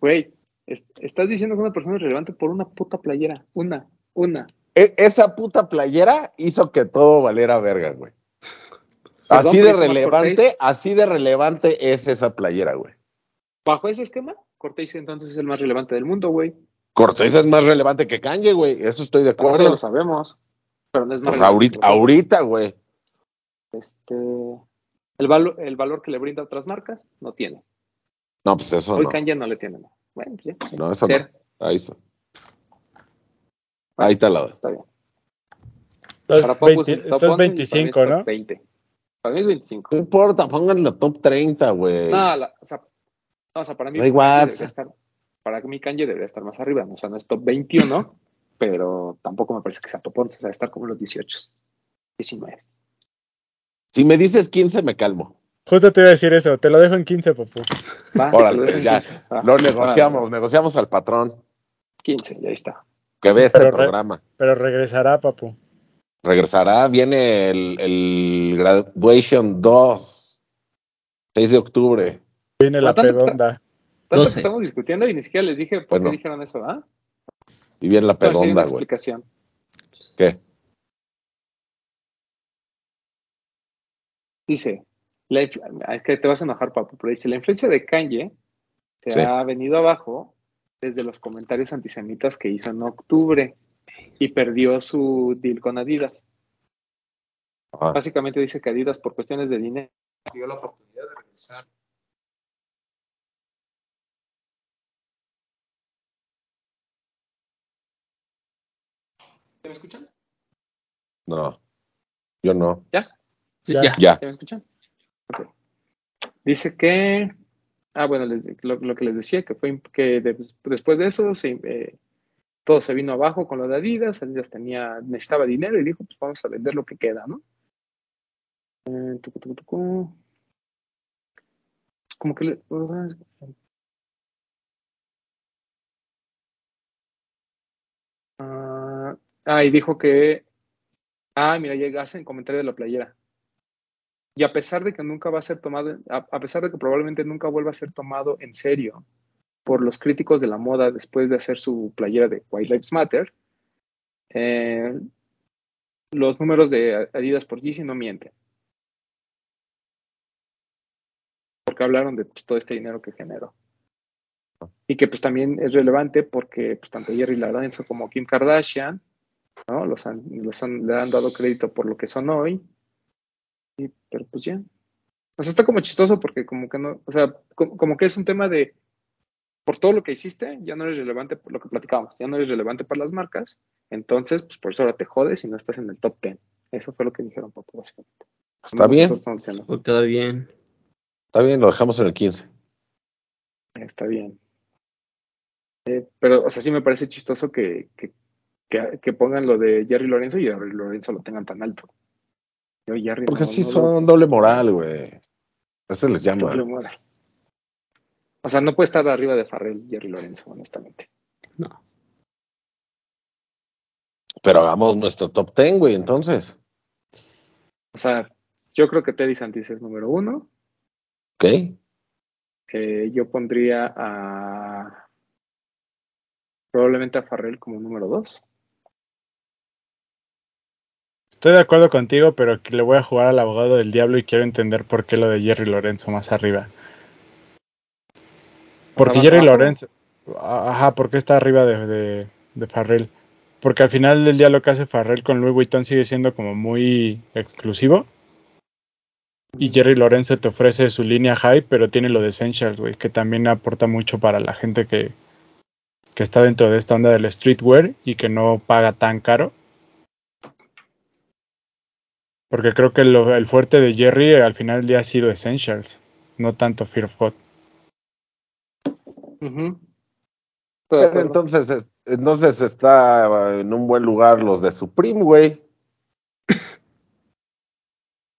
[SPEAKER 2] güey, es- estás diciendo que una persona es relevante por una puta playera. Una, una.
[SPEAKER 4] E- esa puta playera hizo que todo valiera verga, güey.
[SPEAKER 2] Perdón,
[SPEAKER 4] Así
[SPEAKER 2] pero
[SPEAKER 4] de
[SPEAKER 2] hizo más
[SPEAKER 4] relevante,
[SPEAKER 2] Cortés.
[SPEAKER 4] así de relevante es esa playera, güey.
[SPEAKER 2] Bajo ese esquema, Cortés entonces es el más relevante del mundo, güey.
[SPEAKER 4] Cortés es más relevante que Kanye, güey. Eso estoy de
[SPEAKER 2] Eso
[SPEAKER 4] acuerdo.
[SPEAKER 2] lo sabemos. Pero no es más
[SPEAKER 4] Pues
[SPEAKER 2] relevante
[SPEAKER 4] ahorita,
[SPEAKER 2] que nosotros.
[SPEAKER 4] ahorita, güey.
[SPEAKER 2] este el, valo- el valor que le brinda a otras marcas no tiene.
[SPEAKER 4] No, pues eso
[SPEAKER 2] Hoy
[SPEAKER 4] no.
[SPEAKER 2] Kanye no le tiene nada. Bueno, pues ya.
[SPEAKER 4] No, eso no.
[SPEAKER 2] Ser.
[SPEAKER 4] Ahí está. Ahí está la
[SPEAKER 2] Está bien.
[SPEAKER 6] Entonces,
[SPEAKER 2] Para Papu es
[SPEAKER 6] 20
[SPEAKER 2] el top
[SPEAKER 6] entonces
[SPEAKER 2] 11 y para mí es
[SPEAKER 6] 25,
[SPEAKER 2] top
[SPEAKER 6] ¿no?
[SPEAKER 2] 20. Para mí es 25.
[SPEAKER 4] No importa, pónganlo top 30, güey.
[SPEAKER 2] No, la- o sea, no, o sea, para mí.
[SPEAKER 4] Da igual.
[SPEAKER 2] Kanye debería estar- para mí, Kanye debería estar más arriba. ¿no? O sea, no es top 21, pero tampoco me parece que sea top 11. O sea, estar como los 18, 19.
[SPEAKER 4] Si me dices 15, me calmo.
[SPEAKER 6] Justo te iba a decir eso, te lo dejo en 15, papu.
[SPEAKER 2] Va, te
[SPEAKER 4] Órale,
[SPEAKER 2] lo dejo
[SPEAKER 4] pues,
[SPEAKER 2] en
[SPEAKER 4] ya.
[SPEAKER 2] 15. Va,
[SPEAKER 4] Lo
[SPEAKER 2] órale,
[SPEAKER 4] negociamos, negociamos al patrón
[SPEAKER 2] 15, ya está.
[SPEAKER 4] que ve este
[SPEAKER 6] Pero re-
[SPEAKER 4] programa.
[SPEAKER 6] Pero regresará, papu.
[SPEAKER 4] Regresará, viene el, el Graduation 2, 6 de octubre.
[SPEAKER 6] Viene la
[SPEAKER 2] Por tanto,
[SPEAKER 6] pedonda.
[SPEAKER 2] Tanto que
[SPEAKER 5] 12.
[SPEAKER 2] estamos discutiendo y ni siquiera les dije por
[SPEAKER 4] Bueno.
[SPEAKER 2] qué dijeron eso, ¿ah?
[SPEAKER 4] Y viene la
[SPEAKER 2] Pero sí hay una
[SPEAKER 4] pedonda, güey.
[SPEAKER 2] explicación.
[SPEAKER 4] ¿Qué?
[SPEAKER 2] Dice, la influ- ah, es que te vas a enojar, papu, pero dice, la influencia de Kanye se
[SPEAKER 4] Sí.
[SPEAKER 2] ha venido abajo desde los comentarios antisemitas que hizo en octubre y perdió su deal con Adidas.
[SPEAKER 4] Ah,
[SPEAKER 2] Básicamente dice que Adidas, por cuestiones de dinero, dio la oportunidad de regresar. ¿Se me escuchan?
[SPEAKER 4] no, yo no.
[SPEAKER 2] ¿Ya?
[SPEAKER 5] Sí,
[SPEAKER 6] Ya.
[SPEAKER 5] ya.
[SPEAKER 4] Ya.
[SPEAKER 2] ¿Ya me escuchan? Ok. Dice que. Ah, bueno, les- lo, lo que les decía, que fue imp- que de- después de eso se, eh, todo se vino abajo con lo de Adidas. Adidas tenía, necesitaba dinero y dijo: Pues vamos a vender lo que queda, ¿no? Eh, tucu, tucu, tucu. Pues, Como que. le- Ah, ah, y dijo que. Ah, mira, llegaste en comentario de la playera y a pesar de que nunca va a ser tomado, a, a pesar de que probablemente nunca vuelva a ser tomado en serio por los críticos de la moda después de hacer su playera de White Lives Matter, eh, los números de Adidas por Yeezy no mienten. Porque hablaron de pues, todo este dinero que generó. Y que pues también es relevante porque pues, tanto Jerry Lorenzo como Kim Kardashian ¿no? los han- los han- le han dado crédito por lo que son hoy. Y, pero pues ya. O sea, está como chistoso porque como que no, o sea, como, como que es un tema de, por todo lo que hiciste, ya no eres relevante por lo que platicábamos, ya no eres relevante para las marcas, entonces, pues por eso ahora te jodes y no estás en el top 10. Eso fue lo que dijeron, Papu, básicamente.
[SPEAKER 4] Está
[SPEAKER 2] Nosotros
[SPEAKER 4] bien,
[SPEAKER 2] estamos diciendo,
[SPEAKER 5] Por quedar bien.
[SPEAKER 4] está bien, lo dejamos en el 15.
[SPEAKER 2] Está bien. Eh, pero, o sea, sí me parece chistoso que, que, que- que pongan lo de Jerry Lorenzo y Jerry Lorenzo lo tengan tan alto. Yo, Jerry,
[SPEAKER 4] Porque
[SPEAKER 2] no-
[SPEAKER 4] sí
[SPEAKER 2] no lo-
[SPEAKER 4] son doble moral, güey. Eso les ¿eh? llama.
[SPEAKER 2] Doble moral. O sea, no puede estar arriba de Farrell Jerry Lorenzo, honestamente.
[SPEAKER 4] Pero hagamos nuestro top 10, güey, entonces.
[SPEAKER 2] O sea, yo creo que Teddy Santis es número uno.
[SPEAKER 4] ¿Ok?
[SPEAKER 2] Eh, yo pondría a. Probablemente a Farrell como número dos.
[SPEAKER 6] Estoy de acuerdo contigo, pero que le voy a jugar al abogado del diablo y quiero entender por qué lo de Jerry Lorenzo más arriba. Porque
[SPEAKER 2] más
[SPEAKER 6] Jerry
[SPEAKER 2] abajo.
[SPEAKER 6] Lorenzo. a- Ajá, porque está arriba de, de, de Farrell. Porque al final del día lo que hace Farrell con Louis Vuitton sigue siendo como muy exclusivo. Y Jerry Lorenzo te ofrece su línea high, pero tiene lo de Essentials, güey, que también aporta mucho para la gente que, que está dentro de esta onda del streetwear y que no paga tan caro. Porque creo que lo- el fuerte de Jerry eh, al final del día ha sido Essentials, no tanto Fear of God.
[SPEAKER 2] Ujú. Estoy de
[SPEAKER 4] Pero
[SPEAKER 2] acuerdo.
[SPEAKER 4] entonces, es- entonces está eh, en un buen lugar los de Supreme, güey.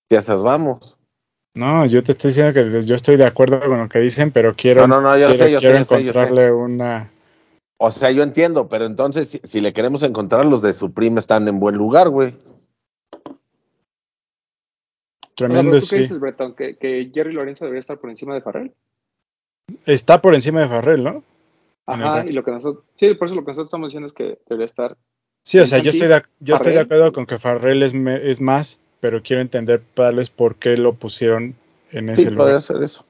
[SPEAKER 4] Y a esas vamos.
[SPEAKER 6] No, yo te estoy diciendo que yo estoy de acuerdo con lo que dicen, pero quiero,
[SPEAKER 4] No, no, no, yo
[SPEAKER 6] quiero,
[SPEAKER 4] sé, yo sé,
[SPEAKER 6] quiero
[SPEAKER 4] yo sé, yo sé.
[SPEAKER 6] encontrarle una...
[SPEAKER 4] O sea, yo entiendo, pero entonces si, si le queremos encontrar, los de Supreme están en buen lugar, güey.
[SPEAKER 2] O sea,
[SPEAKER 6] Tremendo,
[SPEAKER 2] pero ¿Tú qué
[SPEAKER 6] sí.
[SPEAKER 2] dices, Breton? ¿Que, que Jerry Lorenzo debería estar por encima de Farrell?
[SPEAKER 6] Está por encima de Farrell, ¿no? En el
[SPEAKER 2] Ajá,
[SPEAKER 6] rank.
[SPEAKER 2] y lo que nosotros. Sí, por eso lo que nosotros estamos diciendo es que debería estar.
[SPEAKER 6] Sí, o sea, yo
[SPEAKER 2] Santis,
[SPEAKER 6] estoy de, yo estoy de
[SPEAKER 2] Farrell.
[SPEAKER 6] acuerdo con que Farrell es, me- es más, pero quiero entender tales por qué lo pusieron en ese
[SPEAKER 4] Sí,
[SPEAKER 6] lugar.
[SPEAKER 4] podría ser eso.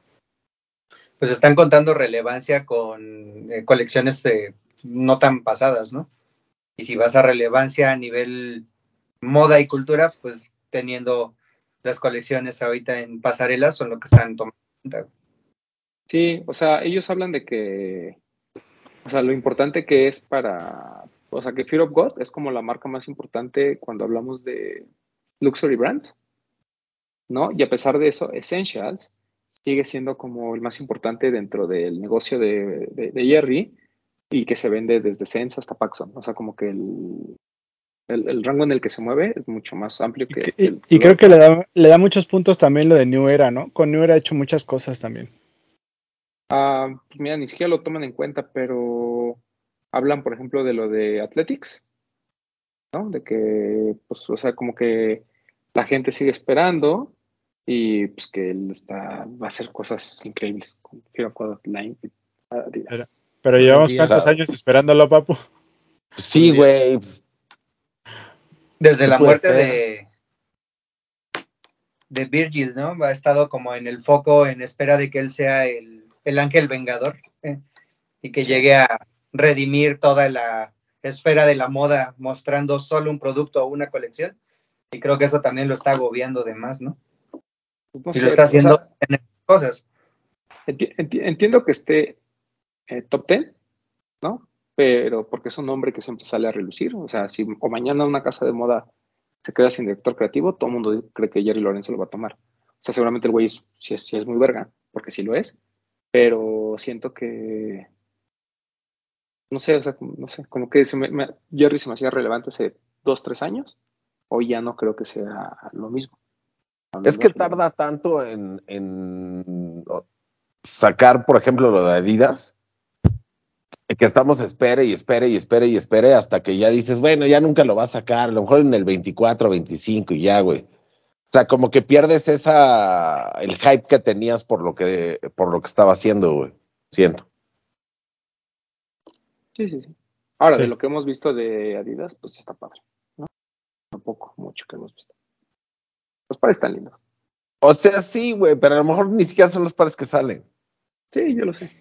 [SPEAKER 3] Pues están contando relevancia con eh, colecciones eh, no tan pasadas, ¿no? Y si vas a relevancia a nivel moda y cultura, pues teniendo las colecciones ahorita en pasarelas son lo que están tomando. en cuenta.
[SPEAKER 2] Sí, o sea, ellos hablan de que, o sea, lo importante que es para, O sea que Fear of God es como la marca más importante cuando hablamos de luxury brands, ¿no? Y a pesar de eso, Essentials sigue siendo como el más importante dentro del negocio de, de- de Jerry y que se vende desde Sense hasta Paxson. O sea, como que el, el- el rango en el que se mueve es mucho más amplio que...
[SPEAKER 6] Y,
[SPEAKER 2] el-
[SPEAKER 6] y creo que le da, le da muchos puntos también lo de New Era, ¿no? Con New Era ha hecho muchas cosas también.
[SPEAKER 2] Ah, pues mira, ni siquiera lo toman en cuenta, pero hablan, por ejemplo, de lo de Athletics, ¿no? De que, pues, o sea, como que la gente sigue esperando y pues que él está, va a hacer cosas increíbles con Pues, Hero Code Line y Adidas.
[SPEAKER 6] Era- Pero llevamos
[SPEAKER 5] Días.
[SPEAKER 6] cuántos años esperándolo, papu.
[SPEAKER 4] Sí, güey.
[SPEAKER 3] Desde
[SPEAKER 4] No
[SPEAKER 3] la
[SPEAKER 4] puede
[SPEAKER 3] muerte
[SPEAKER 4] ser.
[SPEAKER 3] de, de Virgil, ¿no? Ha estado como en el foco en espera de que él sea el, el ángel vengador ¿eh? y que llegue a redimir toda la esfera de la moda mostrando solo un producto o una colección. Y creo que eso también lo está agobiando de más, ¿no?
[SPEAKER 2] Pues, no
[SPEAKER 3] Y
[SPEAKER 2] sé,
[SPEAKER 3] lo está
[SPEAKER 2] o sea,
[SPEAKER 3] haciendo en cosas.
[SPEAKER 2] enti- enti- entiendo que esté eh, top 10, ¿no? Pero porque es un nombre que siempre sale a relucir. O sea, si o mañana una casa de moda se queda sin director creativo, todo el mundo cree que Jerry Lorenzo lo va a tomar. O sea, seguramente el güey es- sí es, sí es muy verga, porque sí lo es. Pero siento que. No sé, o sea, como- no sé. Como que se me- me- Jerry se me hacía relevante hace dos, tres años. Hoy ya no creo que sea lo mismo.
[SPEAKER 4] Pues Es que tarda tanto en, en sacar, por ejemplo, lo de Adidas, que estamos espere y espere y espere y espere hasta que ya dices, bueno, ya nunca lo va a sacar, a lo mejor en el 24, 25 y ya, güey. O sea, como que pierdes esa el hype que tenías por lo que por lo que estaba haciendo, güey. Siento.
[SPEAKER 2] Sí, sí, sí. Ahora,
[SPEAKER 6] Sí.
[SPEAKER 2] de lo que hemos visto de Adidas, pues está padre, ¿no? Tampoco mucho que hemos visto. Los pares están lindos.
[SPEAKER 4] O sea, sí, güey, pero a lo mejor ni siquiera son los pares que salen.
[SPEAKER 2] Sí, yo lo sé.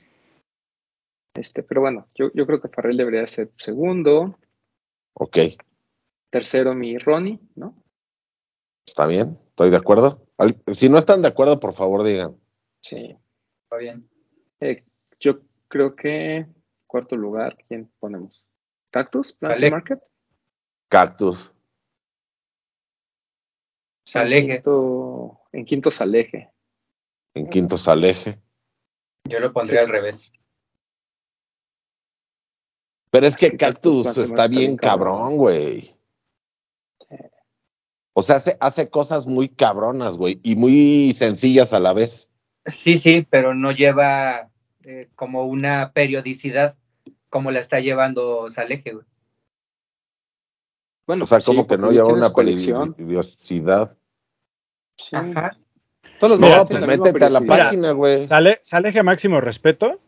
[SPEAKER 2] Este, pero bueno, yo, yo creo que Farrell debería ser segundo,
[SPEAKER 4] Ok,
[SPEAKER 2] tercero mi Ronnie, ¿no?
[SPEAKER 4] está bien, estoy de acuerdo. Al- Si no están de acuerdo, por favor, digan.
[SPEAKER 2] Sí.
[SPEAKER 3] Está bien.
[SPEAKER 2] Eh, yo creo que cuarto lugar, ¿quién ponemos? ¿Cactus? Plant
[SPEAKER 3] Alec.
[SPEAKER 2] Market?
[SPEAKER 4] Cactus.
[SPEAKER 3] Se aleje.
[SPEAKER 2] En quinto, en quinto Saleje.
[SPEAKER 4] En quinto Saleje.
[SPEAKER 3] Yo lo pondría
[SPEAKER 2] Sí.
[SPEAKER 3] al revés.
[SPEAKER 4] Pero es que
[SPEAKER 2] Sí, Cactus
[SPEAKER 4] Cactus
[SPEAKER 2] Plant
[SPEAKER 4] está
[SPEAKER 2] está bien
[SPEAKER 4] bien cabrón, güey.
[SPEAKER 2] Sí.
[SPEAKER 4] O sea, hace, hace cosas muy cabronas, güey, y muy sencillas a la vez.
[SPEAKER 3] Sí, sí, pero no lleva eh, como una periodicidad como la está llevando Saleje, güey.
[SPEAKER 2] Bueno,
[SPEAKER 4] O sea,
[SPEAKER 2] pues sí,
[SPEAKER 4] como que
[SPEAKER 2] porque
[SPEAKER 4] no
[SPEAKER 2] ellos
[SPEAKER 4] lleva
[SPEAKER 2] tienen
[SPEAKER 4] una
[SPEAKER 2] su colección.
[SPEAKER 4] periodicidad.
[SPEAKER 2] Sí.
[SPEAKER 3] Ajá.
[SPEAKER 2] Todos los
[SPEAKER 4] No,
[SPEAKER 2] demás
[SPEAKER 4] pues
[SPEAKER 2] tienen la misma
[SPEAKER 4] métete a la
[SPEAKER 2] periodicidad.
[SPEAKER 4] página, güey.
[SPEAKER 6] Sale, sale que máximo respeto,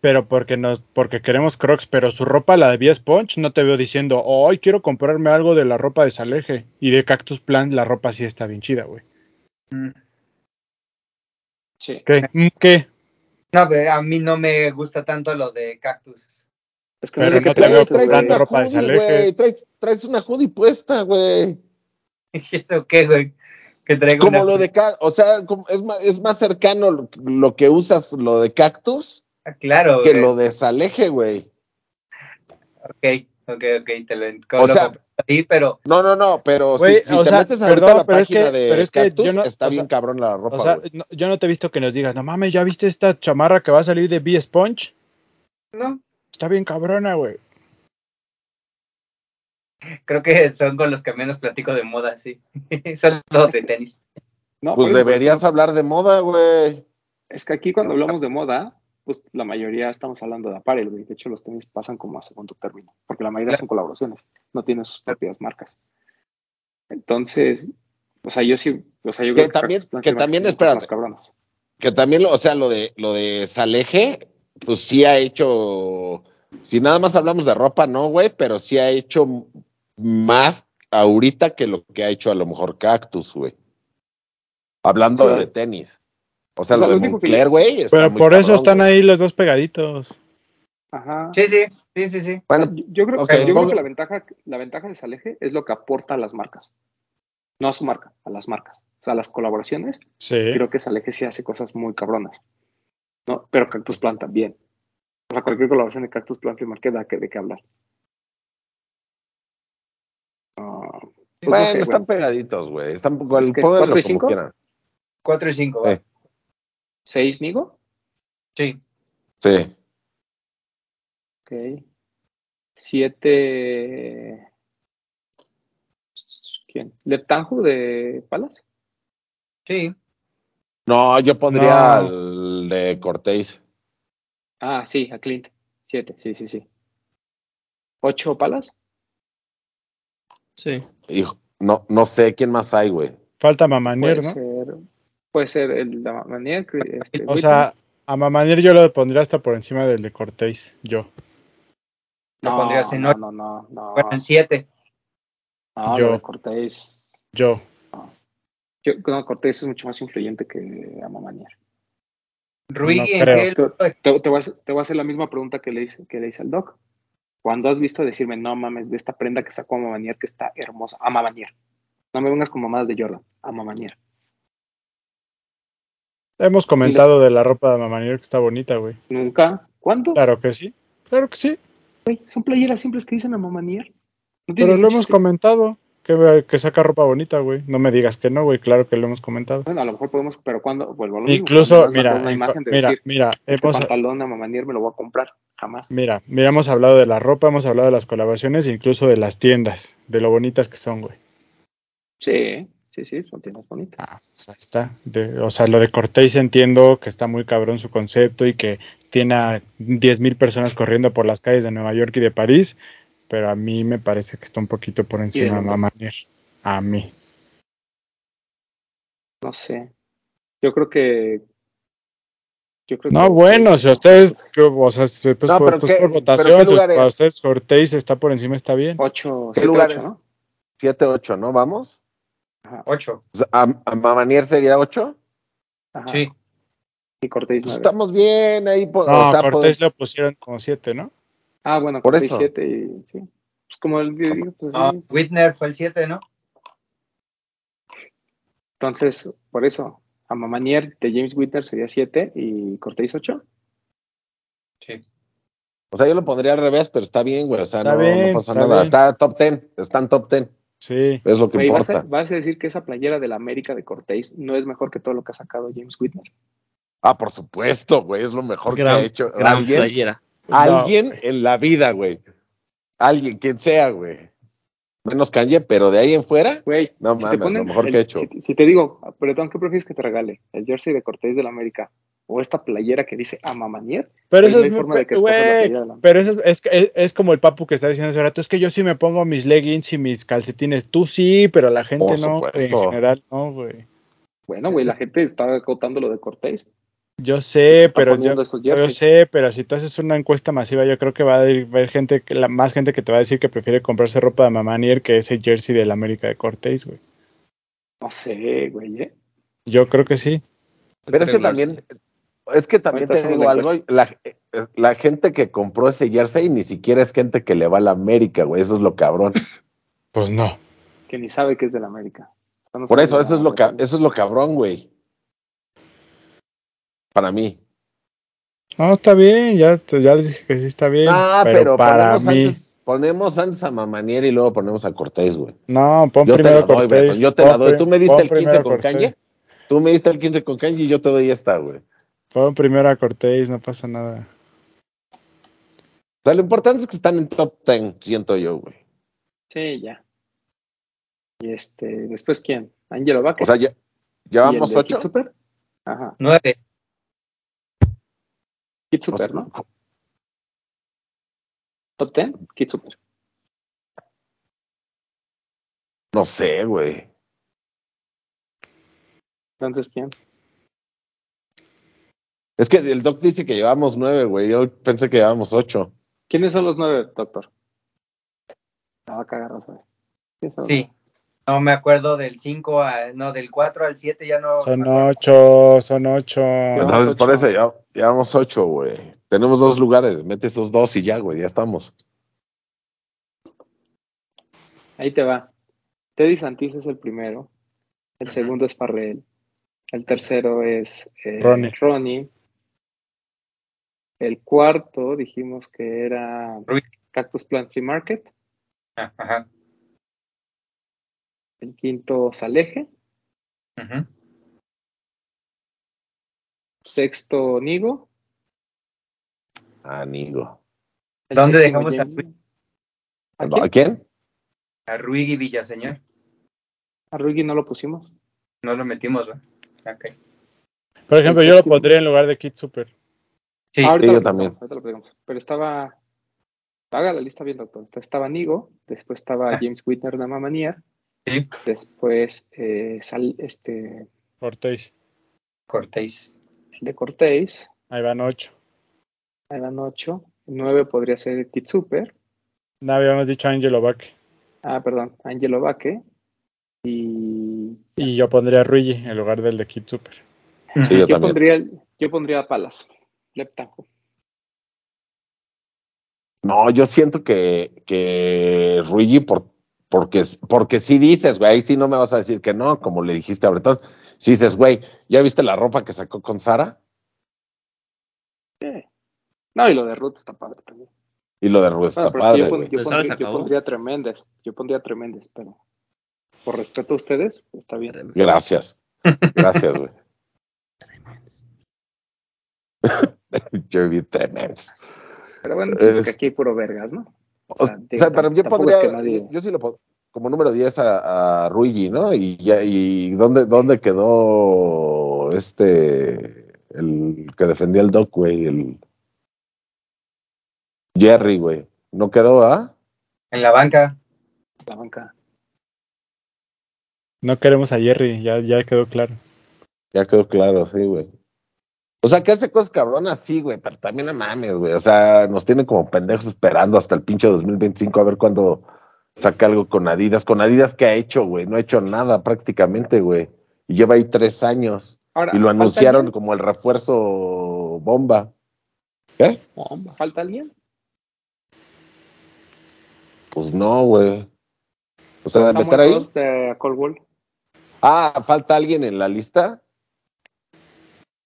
[SPEAKER 6] pero porque nos, porque queremos Crocs, pero su ropa, la de Vía Sponge, no te veo diciendo, hoy quiero comprarme algo de la ropa de Saleje. Y de Cactus Plant, la ropa sí está bien chida, güey.
[SPEAKER 3] Mm.
[SPEAKER 2] Sí.
[SPEAKER 6] ¿Qué? Mm, ¿Qué?
[SPEAKER 3] No, pero a mí no me gusta tanto lo de cactus.
[SPEAKER 2] Es que no es
[SPEAKER 6] Pero
[SPEAKER 2] lo que
[SPEAKER 6] no te
[SPEAKER 2] te
[SPEAKER 4] Güey,
[SPEAKER 6] veo
[SPEAKER 2] guste,
[SPEAKER 4] traes
[SPEAKER 2] güey.
[SPEAKER 6] comprando
[SPEAKER 4] una
[SPEAKER 6] ropa de
[SPEAKER 4] hoodie,
[SPEAKER 6] Saleje.
[SPEAKER 4] güey. Traes, traes una hoodie puesta, güey.
[SPEAKER 3] ¿Y eso qué, güey? Que traigo
[SPEAKER 4] Como
[SPEAKER 3] una-
[SPEAKER 4] lo de ca- o sea, como- es, más, es más cercano lo, lo que usas lo de cactus
[SPEAKER 3] Ah, Claro,
[SPEAKER 4] que
[SPEAKER 3] güey.
[SPEAKER 4] lo de Saleje, güey.
[SPEAKER 3] Ok, ok, ok, te lo en-
[SPEAKER 4] O
[SPEAKER 3] lo
[SPEAKER 4] sea-
[SPEAKER 3] compré ahí, pero
[SPEAKER 4] No, no, no, pero si-
[SPEAKER 6] Güey,
[SPEAKER 4] si,
[SPEAKER 6] o
[SPEAKER 4] te
[SPEAKER 6] sea,
[SPEAKER 4] metes ahorita
[SPEAKER 6] perdón,
[SPEAKER 4] a la
[SPEAKER 6] pero es que-
[SPEAKER 4] página
[SPEAKER 6] pero
[SPEAKER 4] de
[SPEAKER 6] es que
[SPEAKER 4] cactus,
[SPEAKER 6] yo no-
[SPEAKER 4] está
[SPEAKER 6] o
[SPEAKER 4] bien
[SPEAKER 6] sea-
[SPEAKER 4] cabrón la ropa,
[SPEAKER 6] O sea,
[SPEAKER 4] güey.
[SPEAKER 6] no- yo no te he visto que nos digas, no mames, ¿ya viste esta chamarra que va a salir de Vía Sponge?
[SPEAKER 3] no,
[SPEAKER 6] Está bien cabrona, güey.
[SPEAKER 3] creo que son con los que menos platico de moda, sí. son los de tenis.
[SPEAKER 2] No,
[SPEAKER 4] Pues
[SPEAKER 2] por ejemplo,
[SPEAKER 4] deberías hablar de moda, güey.
[SPEAKER 2] Es que aquí cuando hablamos de moda, pues la mayoría estamos hablando de apparel, güey. De hecho, los tenis pasan como a segundo término, porque la mayoría son colaboraciones, no tienen sus propias marcas. Entonces, o sea, yo sí, o sea, yo
[SPEAKER 4] Que
[SPEAKER 2] creo
[SPEAKER 4] también-
[SPEAKER 2] Cactus Plant
[SPEAKER 4] que
[SPEAKER 2] tiene más-
[SPEAKER 4] también,
[SPEAKER 2] tiene
[SPEAKER 4] espérate.
[SPEAKER 2] más cabronas.
[SPEAKER 4] Que también, lo- o sea, lo de lo de Saleje, pues sí ha hecho. Si nada más hablamos de ropa, no, güey, pero sí ha hecho m- más ahorita que lo que ha hecho a lo mejor Cactus, güey. Hablando
[SPEAKER 2] Sí.
[SPEAKER 4] de tenis. O sea,
[SPEAKER 2] O sea,
[SPEAKER 4] lo
[SPEAKER 2] lo
[SPEAKER 4] de
[SPEAKER 2] único que
[SPEAKER 4] Moncler, güey. está
[SPEAKER 6] Pero
[SPEAKER 4] muy
[SPEAKER 6] por eso
[SPEAKER 4] cabrón,
[SPEAKER 6] están
[SPEAKER 4] güey.
[SPEAKER 6] ahí los dos pegaditos.
[SPEAKER 2] Ajá.
[SPEAKER 3] Sí, sí, sí, sí, sí.
[SPEAKER 2] O sea,
[SPEAKER 4] Bueno,
[SPEAKER 2] yo, yo creo,
[SPEAKER 4] ok,
[SPEAKER 2] yo creo
[SPEAKER 4] ponga-
[SPEAKER 2] que la ventaja, la ventaja de Saleje es lo que aporta a las marcas. No a su marca, a las marcas. O sea, a las colaboraciones
[SPEAKER 6] Sí.
[SPEAKER 2] creo que Saleje sí hace cosas muy cabronas. ¿no? Pero Cactus Plant también. O sea, cualquier colaboración de Cactus Plant y Marqueda que de qué hablar.
[SPEAKER 4] Bueno,
[SPEAKER 2] ok,
[SPEAKER 4] están pegaditos, güey. Están
[SPEAKER 2] Es
[SPEAKER 4] pónganlo
[SPEAKER 2] que es cuatro y
[SPEAKER 4] como
[SPEAKER 2] cinco.
[SPEAKER 4] quieran.
[SPEAKER 3] 4 y 5,
[SPEAKER 4] Sí.
[SPEAKER 2] ¿Seis, Nigo?
[SPEAKER 3] Sí.
[SPEAKER 4] Sí.
[SPEAKER 2] Ok. Siete. ¿Quién? ¿Leptanju de Palas?
[SPEAKER 3] Sí.
[SPEAKER 4] No, yo pondría
[SPEAKER 6] No.
[SPEAKER 4] al de Cortés.
[SPEAKER 2] Ah, sí, a Clint. Siete, sí, sí, sí. ¿Ocho Palas?
[SPEAKER 5] Sí.
[SPEAKER 4] Hijo, no, no sé quién más hay, güey.
[SPEAKER 6] Falta Mamanier,
[SPEAKER 2] Puede
[SPEAKER 6] ¿no?
[SPEAKER 2] ser. Puede ser el de Manier, este,
[SPEAKER 6] O
[SPEAKER 2] Whitman.
[SPEAKER 6] sea, a Mamanier yo lo pondría hasta por encima del de Cortés, yo.
[SPEAKER 3] Lo
[SPEAKER 2] no,
[SPEAKER 3] pondrías en
[SPEAKER 2] no,
[SPEAKER 3] ocho.
[SPEAKER 2] no, no, no.
[SPEAKER 4] Ah.
[SPEAKER 3] Bueno, en 7.
[SPEAKER 2] No,
[SPEAKER 6] Yo.
[SPEAKER 2] lo de Cortés.
[SPEAKER 6] Yo.
[SPEAKER 2] Yo, no, Cortés es mucho más influyente que Amamanier.
[SPEAKER 3] Rui
[SPEAKER 6] No
[SPEAKER 3] en
[SPEAKER 6] creo.
[SPEAKER 3] qué lo-
[SPEAKER 2] Te, te voy a, hacer- te voy a hacer la misma pregunta que le hice, que le hice al Doc. Cuando has visto decirme, no mames, de esta prenda que sacó Amamanier que está hermosa? Amamanier. No me vengas con mamadas de Jordan. Amamanier.
[SPEAKER 6] Hemos comentado de la ropa de Mamanier que está bonita, güey.
[SPEAKER 2] Nunca. ¿Cuándo?
[SPEAKER 6] Claro que sí. Claro que sí.
[SPEAKER 2] Güey, Son playeras simples que dicen Amamanier. No tiene
[SPEAKER 6] Pero lo
[SPEAKER 2] ningún
[SPEAKER 6] hemos
[SPEAKER 2] chiste.
[SPEAKER 6] comentado. Que, que saca ropa bonita, güey. No me digas que no, güey. Claro que lo hemos comentado.
[SPEAKER 2] Bueno, a lo mejor podemos, pero cuando vuelvo a lo mismo,
[SPEAKER 6] Incluso,
[SPEAKER 2] cuando me
[SPEAKER 6] mira,
[SPEAKER 2] mandas una imagen de
[SPEAKER 6] mira,
[SPEAKER 2] decir,
[SPEAKER 6] mira,
[SPEAKER 2] este
[SPEAKER 6] hemos,
[SPEAKER 2] pantalón de Amamanier me lo voy a comprar. Jamás.
[SPEAKER 6] Mira, mira, hemos hablado de la ropa, hemos hablado de las colaboraciones, incluso de las tiendas, de lo bonitas que son, güey.
[SPEAKER 2] Sí, sí, sí, son tiendas bonitas.
[SPEAKER 6] O sea, Ah, pues ahí está. De- o sea, lo de Cortés entiendo que está muy cabrón su concepto y que tiene a 10.000 personas corriendo por las calles de Nueva York y de París, pero a mí me parece que está un poquito por encima de
[SPEAKER 2] Londres.
[SPEAKER 6] Mamanier. A mí.
[SPEAKER 2] No sé. Yo creo que. Yo creo
[SPEAKER 6] No,
[SPEAKER 2] que-
[SPEAKER 6] bueno, si ustedes, que- o sea, si- pues,
[SPEAKER 4] No,
[SPEAKER 6] pues,
[SPEAKER 4] pero
[SPEAKER 6] pues,
[SPEAKER 4] ¿qué-
[SPEAKER 6] por
[SPEAKER 4] pero
[SPEAKER 6] votación,
[SPEAKER 4] qué
[SPEAKER 6] si
[SPEAKER 4] lugar
[SPEAKER 6] para
[SPEAKER 4] es?
[SPEAKER 6] ustedes Cortés está por encima, está bien.
[SPEAKER 2] Ocho,
[SPEAKER 4] ¿Qué
[SPEAKER 2] siete,
[SPEAKER 4] lugares?
[SPEAKER 2] ocho, ¿no?
[SPEAKER 4] 7, 8, ¿no? ¿Vamos?
[SPEAKER 3] Ocho.
[SPEAKER 4] O sea, ¿A, a Mamanier sería 8? Ah,
[SPEAKER 2] Ajá.
[SPEAKER 3] Sí.
[SPEAKER 2] Y Cortés
[SPEAKER 4] Pues
[SPEAKER 2] nueve.
[SPEAKER 4] estamos bien ahí. Por,
[SPEAKER 6] No,
[SPEAKER 4] o sea, pues por-
[SPEAKER 6] Cortés lo pusieron como siete, ¿no?
[SPEAKER 2] Ah, bueno,
[SPEAKER 4] Por
[SPEAKER 2] Cortés
[SPEAKER 4] eso.
[SPEAKER 2] siete y. Sí. Pues como el yo digo, pues,
[SPEAKER 3] No,
[SPEAKER 2] sí.
[SPEAKER 3] Whitner fue el 7, ¿no?
[SPEAKER 2] Entonces, por eso. A Mamanier de James Whitner sería siete y Cortés ocho.
[SPEAKER 3] Sí.
[SPEAKER 4] o sea, yo lo pondría al revés, pero está bien, güey. O sea,
[SPEAKER 6] Está
[SPEAKER 4] no, no
[SPEAKER 6] bien,
[SPEAKER 4] pasa
[SPEAKER 6] está
[SPEAKER 4] nada.
[SPEAKER 6] bien.
[SPEAKER 4] Está top 10. Están top 10.
[SPEAKER 6] Sí.
[SPEAKER 4] Es lo que
[SPEAKER 2] Güey, ¿vas,
[SPEAKER 4] importa.
[SPEAKER 2] a, vas a decir que esa playera de la América de Cortés no es mejor que todo lo que ha sacado James Whitner.
[SPEAKER 4] Ah, por supuesto, güey. Es lo mejor que ha hecho
[SPEAKER 5] gran
[SPEAKER 4] alguien,
[SPEAKER 5] playera.
[SPEAKER 4] alguien en la vida, güey. Alguien, quien sea, güey. Menos Kanye, pero de ahí en fuera,
[SPEAKER 2] Güey,
[SPEAKER 4] No mames, lo mejor
[SPEAKER 2] el-
[SPEAKER 4] que he hecho.
[SPEAKER 2] Si, si te digo, perdón, ¿qué prefieres que te regale? ¿El jersey de Cortés de la América? ¿O esta playera que dice Amamanier?
[SPEAKER 6] Pero
[SPEAKER 2] Pues no
[SPEAKER 6] eso es,
[SPEAKER 2] hay
[SPEAKER 6] muy-
[SPEAKER 2] forma de que escojas la
[SPEAKER 6] güey,
[SPEAKER 2] playera de la-
[SPEAKER 6] pero eso es, es, es- es como el papu que está diciendo hace rato, es que yo sí me pongo mis leggings y mis calcetines, tú sí, pero la gente
[SPEAKER 4] Por
[SPEAKER 6] no, güey,
[SPEAKER 4] supuesto.
[SPEAKER 6] en general no, güey.
[SPEAKER 2] Bueno, güey, la gente está acotando lo de Cortés.
[SPEAKER 6] Yo
[SPEAKER 2] Se
[SPEAKER 6] sé,
[SPEAKER 2] está
[SPEAKER 6] pero yo,
[SPEAKER 2] poniendo esos
[SPEAKER 6] yo
[SPEAKER 2] jerseys.
[SPEAKER 6] sé, pero si tú haces una encuesta masiva, yo creo que va a haber gente, que- la, más gente que te va a decir que prefiere comprarse ropa de Mamanier que ese jersey del América de Cortés, güey.
[SPEAKER 2] No sé, güey, ¿eh?
[SPEAKER 6] Yo creo que sí.
[SPEAKER 4] Pero es que
[SPEAKER 5] Regular,
[SPEAKER 4] también, es que también
[SPEAKER 2] Ahorita
[SPEAKER 4] te
[SPEAKER 2] hacemos
[SPEAKER 4] digo
[SPEAKER 2] la
[SPEAKER 4] algo, la, eh, la gente que compró ese jersey ni siquiera es gente que le va a la América, güey, eso es lo cabrón.
[SPEAKER 6] Pues no.
[SPEAKER 2] Que ni sabe que es del América. Están
[SPEAKER 4] Por eso,
[SPEAKER 2] usando
[SPEAKER 4] eso es
[SPEAKER 2] la-
[SPEAKER 4] lo ca- eso es lo cabrón, güey. Para mí.
[SPEAKER 6] No, está bien, ya, te- ya les dije que sí está bien,
[SPEAKER 4] Ah,
[SPEAKER 6] pero, para
[SPEAKER 4] ponemos
[SPEAKER 6] mí,
[SPEAKER 4] antes, ponemos antes a Mamanier y luego ponemos a Cortés, güey.
[SPEAKER 6] no, pon
[SPEAKER 4] Yo te
[SPEAKER 6] primero
[SPEAKER 4] la doy,
[SPEAKER 6] Cortés,
[SPEAKER 4] Beto, yo te la
[SPEAKER 6] pon
[SPEAKER 4] doy.
[SPEAKER 6] pri-
[SPEAKER 4] Tú me diste
[SPEAKER 6] pon
[SPEAKER 4] el 15
[SPEAKER 6] primero
[SPEAKER 4] con
[SPEAKER 6] Cortés.
[SPEAKER 4] Kanye, tú me diste el 15 con Kanye y yo te doy esta, güey.
[SPEAKER 6] Pon primero a Cortés, no pasa nada.
[SPEAKER 4] O sea, lo importante es que están en top 10, siento yo, güey.
[SPEAKER 2] Sí, ya. Y este, después, ¿quién? Angelo Vázquez.
[SPEAKER 4] O sea, ya, llevamos 8.
[SPEAKER 2] Super? Ajá.
[SPEAKER 3] 9.
[SPEAKER 2] Kid Super, ¿no? Top 10, Kid Super.
[SPEAKER 4] No sé, güey.
[SPEAKER 2] Entonces, ¿quién?
[SPEAKER 4] Es que el doc dice que llevamos nueve, güey. Yo pensé que llevamos ocho.
[SPEAKER 2] ¿Quiénes son los nueve, doctor? La va a cagar, vas a ver. ¿Quiénes son los
[SPEAKER 3] Sí. No me acuerdo del 5 al. No, del 4 al 7 ya no.
[SPEAKER 6] Son ocho, son ocho.
[SPEAKER 2] Llevamos
[SPEAKER 4] Entonces, por
[SPEAKER 2] ocho.
[SPEAKER 4] eso ya, llevamos ocho, güey. Tenemos dos lugares. Mete estos dos y ya, güey. Ya estamos.
[SPEAKER 2] Ahí te va. Teddy Santis es el primero. El segundo es Farrell. El tercero es eh,
[SPEAKER 6] Ronnie.
[SPEAKER 2] Ronnie. El cuarto dijimos que era
[SPEAKER 3] Ruiz.
[SPEAKER 2] Cactus Plant Free Market.
[SPEAKER 3] Ajá.
[SPEAKER 2] El quinto, Saleje.
[SPEAKER 3] Ujú.
[SPEAKER 2] Sexto, Nigo.
[SPEAKER 4] Ah, Amigo.
[SPEAKER 2] El
[SPEAKER 3] ¿Dónde
[SPEAKER 2] séptimo,
[SPEAKER 3] dejamos a
[SPEAKER 2] James-
[SPEAKER 3] Rui?
[SPEAKER 2] ¿A
[SPEAKER 4] ¿A
[SPEAKER 2] quién?
[SPEAKER 4] quién?
[SPEAKER 3] A Ruigi Villaseñor.
[SPEAKER 2] A Ruigi no lo pusimos.
[SPEAKER 3] No lo metimos, ¿va? Ok.
[SPEAKER 6] Por ejemplo,
[SPEAKER 2] El
[SPEAKER 6] yo lo
[SPEAKER 2] séptimo.
[SPEAKER 6] pondría en lugar de Kid Super.
[SPEAKER 3] Sí.
[SPEAKER 2] Ah, ahorita
[SPEAKER 4] Sí,
[SPEAKER 2] lo
[SPEAKER 4] yo también.
[SPEAKER 2] platicamos, ahorita lo platicamos. Pero estaba. Haga la lista bien, doctor. Entonces, Estaba Nigo, después estaba
[SPEAKER 3] Ah.
[SPEAKER 2] James Whitner, Nama Manía,
[SPEAKER 3] Sí.
[SPEAKER 2] después eh, Sal- este,
[SPEAKER 6] Cortés.
[SPEAKER 3] Cortéis.
[SPEAKER 2] de Cortés,
[SPEAKER 6] Ahí van ocho.
[SPEAKER 2] eran ocho, nueve podría ser Kid Super,
[SPEAKER 6] No habíamos dicho Angelo Back.
[SPEAKER 2] ah, perdón, Angelo Baque, y
[SPEAKER 6] Y yo pondría a Ruigi en lugar del de Kid Super.
[SPEAKER 4] Sí, yo
[SPEAKER 2] yo
[SPEAKER 4] también.
[SPEAKER 2] pondría, el- yo pondría a Palas, Leptanco.
[SPEAKER 4] No, yo siento que, que Ruigi, por, porque, porque sí dices, güey, ahí sí no me vas a decir que no, como le dijiste a Bretón. Si dices, güey, ¿ya viste la ropa que sacó con Sara?
[SPEAKER 2] Eh. No, y lo de Ruth está padre también.
[SPEAKER 4] Y lo de Ruiz está
[SPEAKER 2] Bueno, Ah, pero
[SPEAKER 4] padre,
[SPEAKER 2] yo, pon-
[SPEAKER 4] güey.
[SPEAKER 2] yo
[SPEAKER 5] Pues ahora se
[SPEAKER 2] pondría, yo
[SPEAKER 5] acabó.
[SPEAKER 2] pondría tremendas, yo pondría tremendas, pero por respeto a ustedes, pues, está bien.
[SPEAKER 4] Gracias. Gracias, güey. yo vi tremendo.
[SPEAKER 2] Pero bueno, pues,
[SPEAKER 4] Es-
[SPEAKER 2] que aquí hay puro vergas, ¿no?
[SPEAKER 4] O
[SPEAKER 2] sea,
[SPEAKER 4] sea,
[SPEAKER 2] Ah, digo, tam-
[SPEAKER 4] pero yo
[SPEAKER 2] tampoco
[SPEAKER 4] pondría,
[SPEAKER 2] es que nadie-
[SPEAKER 4] yo, yo sí lo pon- como número 10 a, a Ruigi, ¿no? Y, ya, y ¿dónde, dónde quedó este, el que defendía el Doc, güey? El Jerry, güey. ¿No quedó, ah?
[SPEAKER 3] En la banca.
[SPEAKER 2] La banca.
[SPEAKER 6] No queremos a Jerry, ya, ya quedó claro.
[SPEAKER 4] Ya quedó claro, sí, güey. O sea, que hace cosas cabronas, sí, güey, pero también no mames, güey. O sea, nos tiene como pendejos esperando hasta el pinche 2025 a ver cuándo saca algo con Adidas. Con Adidas, ¿qué ha hecho, güey? No ha hecho nada prácticamente, güey. Y lleva ahí tres años.
[SPEAKER 2] Ahora,
[SPEAKER 4] Y lo
[SPEAKER 2] ¿falta
[SPEAKER 4] anunciaron
[SPEAKER 2] alguien?
[SPEAKER 4] como el refuerzo bomba. ¿Eh? ¿Qué?
[SPEAKER 5] Bomba.
[SPEAKER 2] ¿Falta alguien?
[SPEAKER 4] Pues no, güey. O sea, de
[SPEAKER 2] Samuel
[SPEAKER 4] meter ahí.
[SPEAKER 2] Ross de Coldwell.
[SPEAKER 4] Ah, ¿falta alguien en la lista?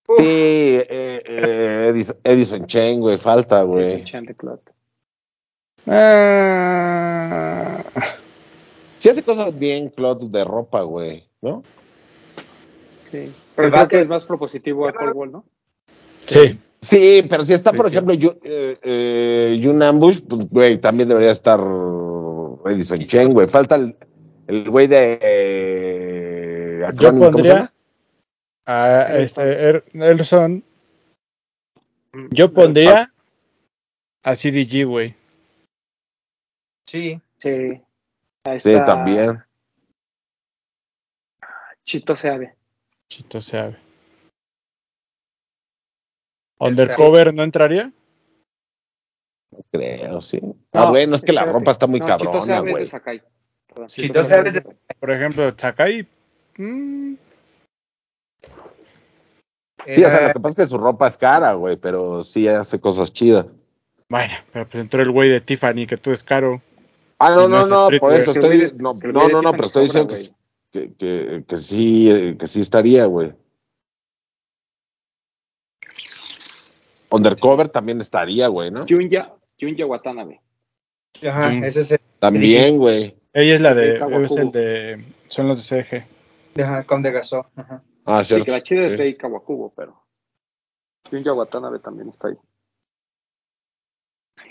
[SPEAKER 3] Uf.
[SPEAKER 4] Sí, eh, eh, Edis- Edison Chen, güey, falta,
[SPEAKER 2] Jason
[SPEAKER 4] güey.
[SPEAKER 2] Chan de Clot.
[SPEAKER 4] Sí hace cosas bien, Claude, de ropa, güey, ¿no?
[SPEAKER 2] Sí. Pero creo
[SPEAKER 3] El vato-
[SPEAKER 2] que es más propositivo a Coldwell, ¿no?
[SPEAKER 6] Sí.
[SPEAKER 4] Sí, pero si está,
[SPEAKER 5] Sí,
[SPEAKER 4] por
[SPEAKER 5] sí.
[SPEAKER 4] ejemplo, Yu- eh, eh, Yun Ambush, pues, güey, también debería estar Edison Chen, güey. Falta el el güey de... eh,
[SPEAKER 6] Yo
[SPEAKER 4] Acronym, ¿Cómo se
[SPEAKER 6] pondría
[SPEAKER 4] llama?
[SPEAKER 6] a
[SPEAKER 2] Elson.
[SPEAKER 6] este, Er- Elson.
[SPEAKER 2] Mm,
[SPEAKER 6] Yo
[SPEAKER 2] pero-
[SPEAKER 6] pondría a CDG, güey.
[SPEAKER 3] Sí.
[SPEAKER 2] Sí. Ahí
[SPEAKER 4] Sí,
[SPEAKER 2] está
[SPEAKER 4] también.
[SPEAKER 2] Chito Seade.
[SPEAKER 6] Chito se sabe.
[SPEAKER 3] Esa-
[SPEAKER 6] ¿Undercover no entraría?
[SPEAKER 4] Creo, sí. ah,
[SPEAKER 2] No,
[SPEAKER 4] bueno, es que la
[SPEAKER 2] espérate.
[SPEAKER 4] ropa está muy
[SPEAKER 2] No, Chito
[SPEAKER 4] cabrona,
[SPEAKER 2] Seade es de
[SPEAKER 4] güey.
[SPEAKER 2] Sakai. Perdón,
[SPEAKER 6] Sí,
[SPEAKER 3] Chito Seade es de-
[SPEAKER 2] Sakai.
[SPEAKER 6] Por ejemplo, Sakai. mm,
[SPEAKER 4] Sí, o sea,
[SPEAKER 3] Era-
[SPEAKER 4] lo que pasa es que su ropa es cara, güey, pero sí hace cosas chidas.
[SPEAKER 6] bueno, pero pues entró el güey de Tiffany, que tú es caro.
[SPEAKER 4] Ah, no,
[SPEAKER 6] Y no
[SPEAKER 4] no,
[SPEAKER 6] es
[SPEAKER 4] no,
[SPEAKER 6] street,
[SPEAKER 4] por
[SPEAKER 6] güey.
[SPEAKER 4] eso
[SPEAKER 2] Es que el
[SPEAKER 4] estoy.
[SPEAKER 2] güey de-
[SPEAKER 4] No,
[SPEAKER 2] es que el
[SPEAKER 4] no,
[SPEAKER 2] güey de
[SPEAKER 4] no, no,
[SPEAKER 2] Tiffany
[SPEAKER 4] pero estoy
[SPEAKER 2] sobra,
[SPEAKER 4] diciendo que, que, que, que sí, eh, que sí estaría, güey. Undercover también estaría, güey, ¿no?
[SPEAKER 2] Junya, Junya Watanabe.
[SPEAKER 3] Ajá,
[SPEAKER 6] Mm.
[SPEAKER 3] ese es el-
[SPEAKER 4] También, güey.
[SPEAKER 6] Ella es la de.
[SPEAKER 2] Keita Wakubo.
[SPEAKER 6] Es el de son los de CG.
[SPEAKER 3] Ajá, Conde Gasó. Ajá.
[SPEAKER 4] Ah,
[SPEAKER 2] Sí,
[SPEAKER 4] cierto.
[SPEAKER 2] que la chida
[SPEAKER 4] sí.
[SPEAKER 2] es de Kawakubo, pero Junya Watanabe también está ahí.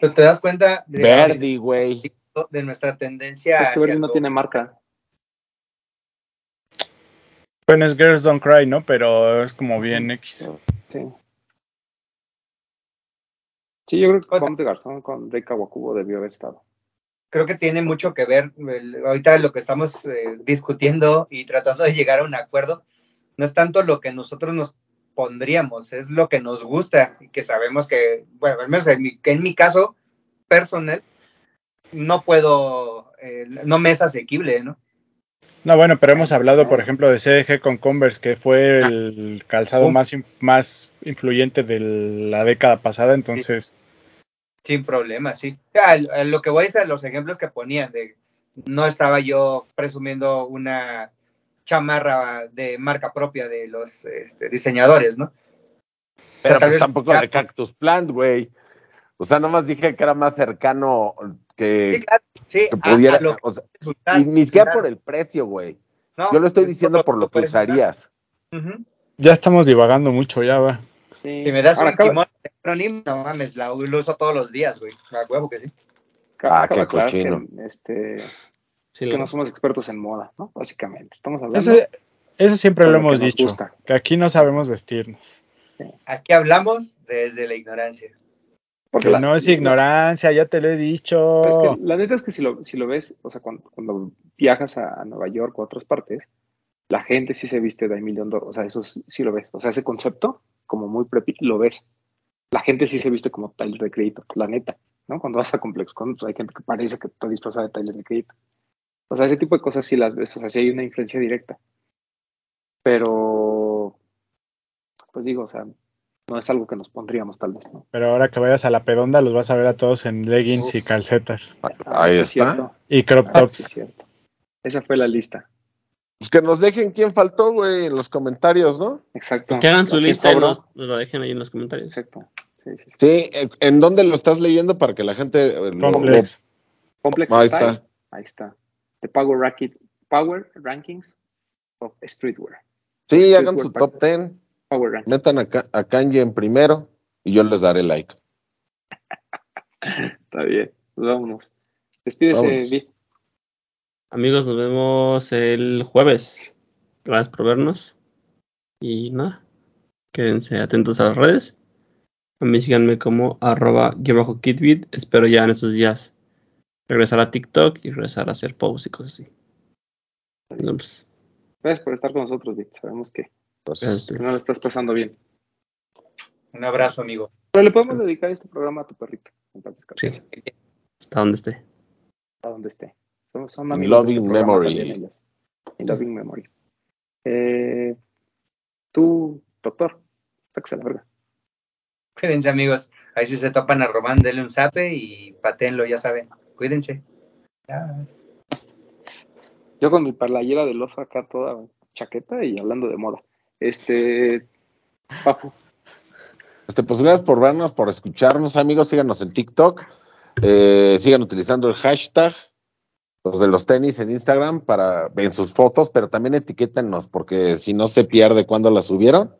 [SPEAKER 3] Pero te das cuenta de,
[SPEAKER 4] Verdi, güey.
[SPEAKER 3] de nuestra tendencia.
[SPEAKER 2] Es Pues que
[SPEAKER 3] hacia
[SPEAKER 2] Berlín Este no
[SPEAKER 3] lo-
[SPEAKER 2] tiene marca.
[SPEAKER 6] Bueno, es Girls Don't Cry, ¿no? Pero es como bien X.
[SPEAKER 2] Sí. Sí, yo creo que Juan de Garzón con Rey Kawakubo debió haber estado.
[SPEAKER 3] Creo que tiene mucho que ver. el- ahorita lo que estamos eh, discutiendo y tratando de llegar a un acuerdo no es tanto lo que nosotros nos pondríamos, es lo que nos gusta y que sabemos que, bueno, al menos en mi, que en mi caso personal, no puedo, eh, no me es asequible, ¿no?
[SPEAKER 6] No, bueno, pero
[SPEAKER 2] Ah,
[SPEAKER 6] hemos hablado, por ejemplo, de CG con Converse, que fue el calzado
[SPEAKER 3] Uh.
[SPEAKER 6] más, in- más influyente de la década pasada, entonces.
[SPEAKER 3] Sin problema, sí. Ya, el- el- lo que voy es a los ejemplos que ponían de no estaba yo presumiendo una chamarra de marca propia de los este, diseñadores, ¿no?
[SPEAKER 4] Pero
[SPEAKER 3] tal
[SPEAKER 4] pues
[SPEAKER 3] vez-
[SPEAKER 4] tampoco de Cactus Plant, güey. O sea, nomás dije que era más cercano que
[SPEAKER 3] Sí, claro, Sí,
[SPEAKER 4] que
[SPEAKER 3] a-
[SPEAKER 4] pudiera.
[SPEAKER 3] a lo que
[SPEAKER 4] o sea,
[SPEAKER 3] puedes usar,
[SPEAKER 4] y ni siquiera
[SPEAKER 3] claro.
[SPEAKER 4] por el precio, güey.
[SPEAKER 3] No,
[SPEAKER 4] Yo lo estoy
[SPEAKER 3] es
[SPEAKER 4] diciendo por lo que
[SPEAKER 3] puedes usar.
[SPEAKER 4] usarías.
[SPEAKER 3] Ujú.
[SPEAKER 6] Ya estamos divagando mucho, ya va.
[SPEAKER 2] Sí.
[SPEAKER 3] Si me das
[SPEAKER 2] Ahora,
[SPEAKER 3] un
[SPEAKER 2] cabe-
[SPEAKER 3] timón acrónimo, no mames, la- lo uso todos los días, güey. A huevo que sí.
[SPEAKER 2] cabe
[SPEAKER 4] Ah, qué
[SPEAKER 2] aclarar que,
[SPEAKER 4] cochino.
[SPEAKER 2] este, que
[SPEAKER 5] Sí, lo-
[SPEAKER 2] no somos expertos en moda, ¿no? Básicamente, estamos hablando.
[SPEAKER 6] Eso, eso siempre
[SPEAKER 2] Con
[SPEAKER 6] lo
[SPEAKER 2] lo que
[SPEAKER 6] hemos
[SPEAKER 2] nos
[SPEAKER 6] dicho,
[SPEAKER 2] gusta.
[SPEAKER 6] que aquí no sabemos vestirnos.
[SPEAKER 3] Aquí hablamos desde la ignorancia.
[SPEAKER 2] porque
[SPEAKER 6] Que
[SPEAKER 2] la-
[SPEAKER 6] no es
[SPEAKER 2] la-
[SPEAKER 6] ignorancia, ya te lo he dicho.
[SPEAKER 2] Pero es que la neta es que si lo, si lo ves, o sea, cuando, cuando viajas a, a Nueva York o a otras partes, la gente sí se viste de millón de O sea, eso sí, sí lo ves. O sea, ese concepto, como muy preppy, lo ves. La gente sí se viste como Tyler de crédito, la neta, ¿no? Cuando vas a ComplexCon, pues hay gente que parece que está disfrazada de Tyler de crédito. O sea, ese tipo de cosas sí las ves. O sea, sí hay una influencia directa. Pero, pues digo, o sea, no es algo que nos pondríamos tal vez, ¿no?
[SPEAKER 6] Pero ahora que vayas a la pedonda, los vas a ver a todos en leggings y calcetas.
[SPEAKER 4] Ahí
[SPEAKER 2] Ah, sí es
[SPEAKER 4] está.
[SPEAKER 2] cierto.
[SPEAKER 6] Y crop
[SPEAKER 2] Ah, sí es
[SPEAKER 6] tops.
[SPEAKER 2] cierto. Esa fue la lista.
[SPEAKER 4] Pues que nos dejen quién faltó, güey, en los comentarios, ¿no?
[SPEAKER 2] Exacto.
[SPEAKER 5] Que hagan su
[SPEAKER 2] Aquí
[SPEAKER 5] lista y
[SPEAKER 2] sobra.
[SPEAKER 5] nos, nos la dejen ahí en los comentarios.
[SPEAKER 2] Exacto. Sí, sí, sí.
[SPEAKER 4] Sí, eh, ¿en dónde lo estás leyendo para que la gente eh, lo-
[SPEAKER 6] Complex.
[SPEAKER 2] Complex
[SPEAKER 4] Ahí
[SPEAKER 2] Style.
[SPEAKER 4] está.
[SPEAKER 2] Ahí está. The Power, Racket, Power Rankings of Streetwear.
[SPEAKER 4] Sí, hagan su top 10,
[SPEAKER 2] Power Rankings.
[SPEAKER 4] metan a, Ka- a Kanye en primero y yo les daré like.
[SPEAKER 2] Está bien. Pues vámonos. Despídese,
[SPEAKER 4] Vámonos.
[SPEAKER 2] Vi.
[SPEAKER 5] Amigos, nos vemos el jueves. Gracias por vernos. Y nada, quédense atentos a las redes. A mí síganme como arroba guión bajo kitbit. Espero ya en estos días regresar a TikTok y regresar a hacer posts y cosas así. Bueno, pues,
[SPEAKER 2] Gracias por estar con nosotros, Vi. Sabemos que,
[SPEAKER 4] Entonces,
[SPEAKER 5] gracias a
[SPEAKER 2] que no lo
[SPEAKER 5] ustedes.
[SPEAKER 2] estás pasando bien.
[SPEAKER 3] Un abrazo, amigo.
[SPEAKER 2] Pero le podemos dedicar este programa a tu perrito. En paz descanse,
[SPEAKER 5] Sí. Hasta donde esté.
[SPEAKER 2] A donde esté. Son, son
[SPEAKER 4] In
[SPEAKER 2] amigos de
[SPEAKER 4] loving
[SPEAKER 2] este programa
[SPEAKER 4] memory.
[SPEAKER 2] también ellos. In loving memory. Eh, tú, doctor. Sáquese la verga.
[SPEAKER 3] Cuídense, amigos. Ahí si se topan a Román, denle un zape y patenlo, ya saben. Cuídense. Ya.
[SPEAKER 2] Yo con mi parlayera del oso acá toda chaqueta y hablando de moda. Este, Papu,
[SPEAKER 4] este, pues gracias por vernos, por escucharnos, amigos. Síganos en TikTok. eh, sigan utilizando el hashtag los de los tenis en Instagram para en sus fotos, pero también etiquétennos, porque si no se pierde cuando las subieron.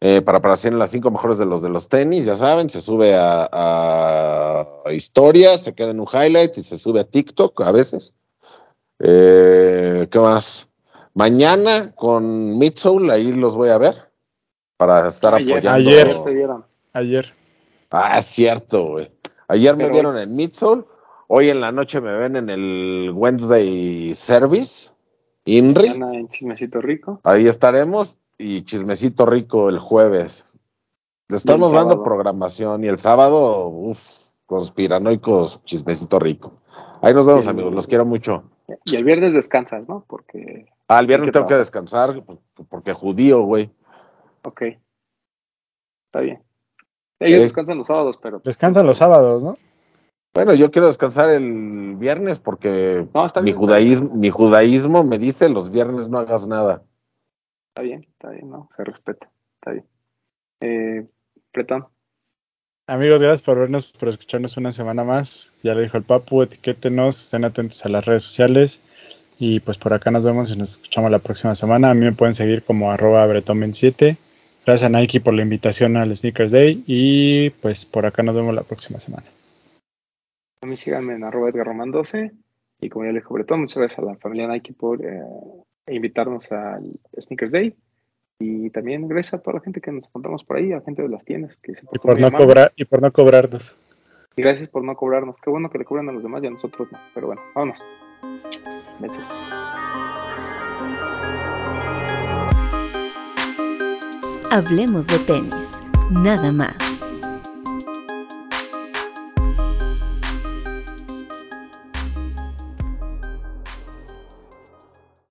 [SPEAKER 4] Eh, para aparecer en las cinco mejores de los de los tenis, ya saben, se sube a, a historias, se queda en un highlight y se sube a TikTok a veces. Eh, ¿Qué más? Mañana con Midsoul, ahí los voy a ver para estar
[SPEAKER 2] ayer,
[SPEAKER 4] apoyando.
[SPEAKER 6] Ayer.
[SPEAKER 2] te vieron.
[SPEAKER 6] Ayer.
[SPEAKER 4] Ah, es cierto, güey. Ayer me
[SPEAKER 2] Pero
[SPEAKER 4] vieron en Midsol, hoy en la noche me ven en el Wednesday Service, INRI.
[SPEAKER 2] Mañana en Chismecito Rico.
[SPEAKER 4] Ahí estaremos y chismecito rico el jueves. Le estamos dando
[SPEAKER 2] sábado.
[SPEAKER 4] programación y el sábado, uff, conspiranoicos, chismecito rico. Ahí nos vemos,
[SPEAKER 2] Sí.
[SPEAKER 4] amigos, los quiero mucho.
[SPEAKER 2] Y el viernes descansas, ¿no? Porque,
[SPEAKER 4] Ah, el viernes
[SPEAKER 2] que
[SPEAKER 4] tengo que
[SPEAKER 2] trabajar.
[SPEAKER 4] descansar porque judío, güey.
[SPEAKER 2] ok. Está bien. Ellos
[SPEAKER 4] Eh.
[SPEAKER 2] descansan los sábados, pero.
[SPEAKER 6] Descansan los sábados, ¿no?
[SPEAKER 4] Bueno, yo quiero descansar el viernes porque
[SPEAKER 2] No, está
[SPEAKER 4] mi,
[SPEAKER 2] bien.
[SPEAKER 4] judaísmo, mi judaísmo me dice los viernes no hagas nada.
[SPEAKER 2] Está bien, está bien, ¿no? Se respeta. Está bien. Eh, Pretón,
[SPEAKER 6] Amigos, gracias por vernos, por escucharnos una semana más. Ya lo dijo el Papu, etiquétenos, estén atentos a las redes sociales. Y pues por acá nos vemos y nos escuchamos la próxima semana. A mí me pueden seguir como arroba bretonben7. Gracias a Nike por la invitación al Sneakers Day. Y pues por acá nos vemos la próxima semana.
[SPEAKER 2] a mí síganme en arroba Edgar Román 12. Y como ya les dijo Pretón, muchas gracias a la familia Nike por eh, invitarnos al Sneakers Day. Y también gracias a toda la gente que nos encontramos por ahí, a la gente de las tiendas que se
[SPEAKER 6] Y
[SPEAKER 2] portó
[SPEAKER 6] por
[SPEAKER 2] muy
[SPEAKER 6] no,
[SPEAKER 2] amable.
[SPEAKER 6] cobrar, y por no cobrarnos.
[SPEAKER 2] Y gracias por no cobrarnos. Qué bueno que le cobran a los demás y a nosotros no. Pero bueno, vámonos. Besos.
[SPEAKER 1] Hablemos de tenis, nada más.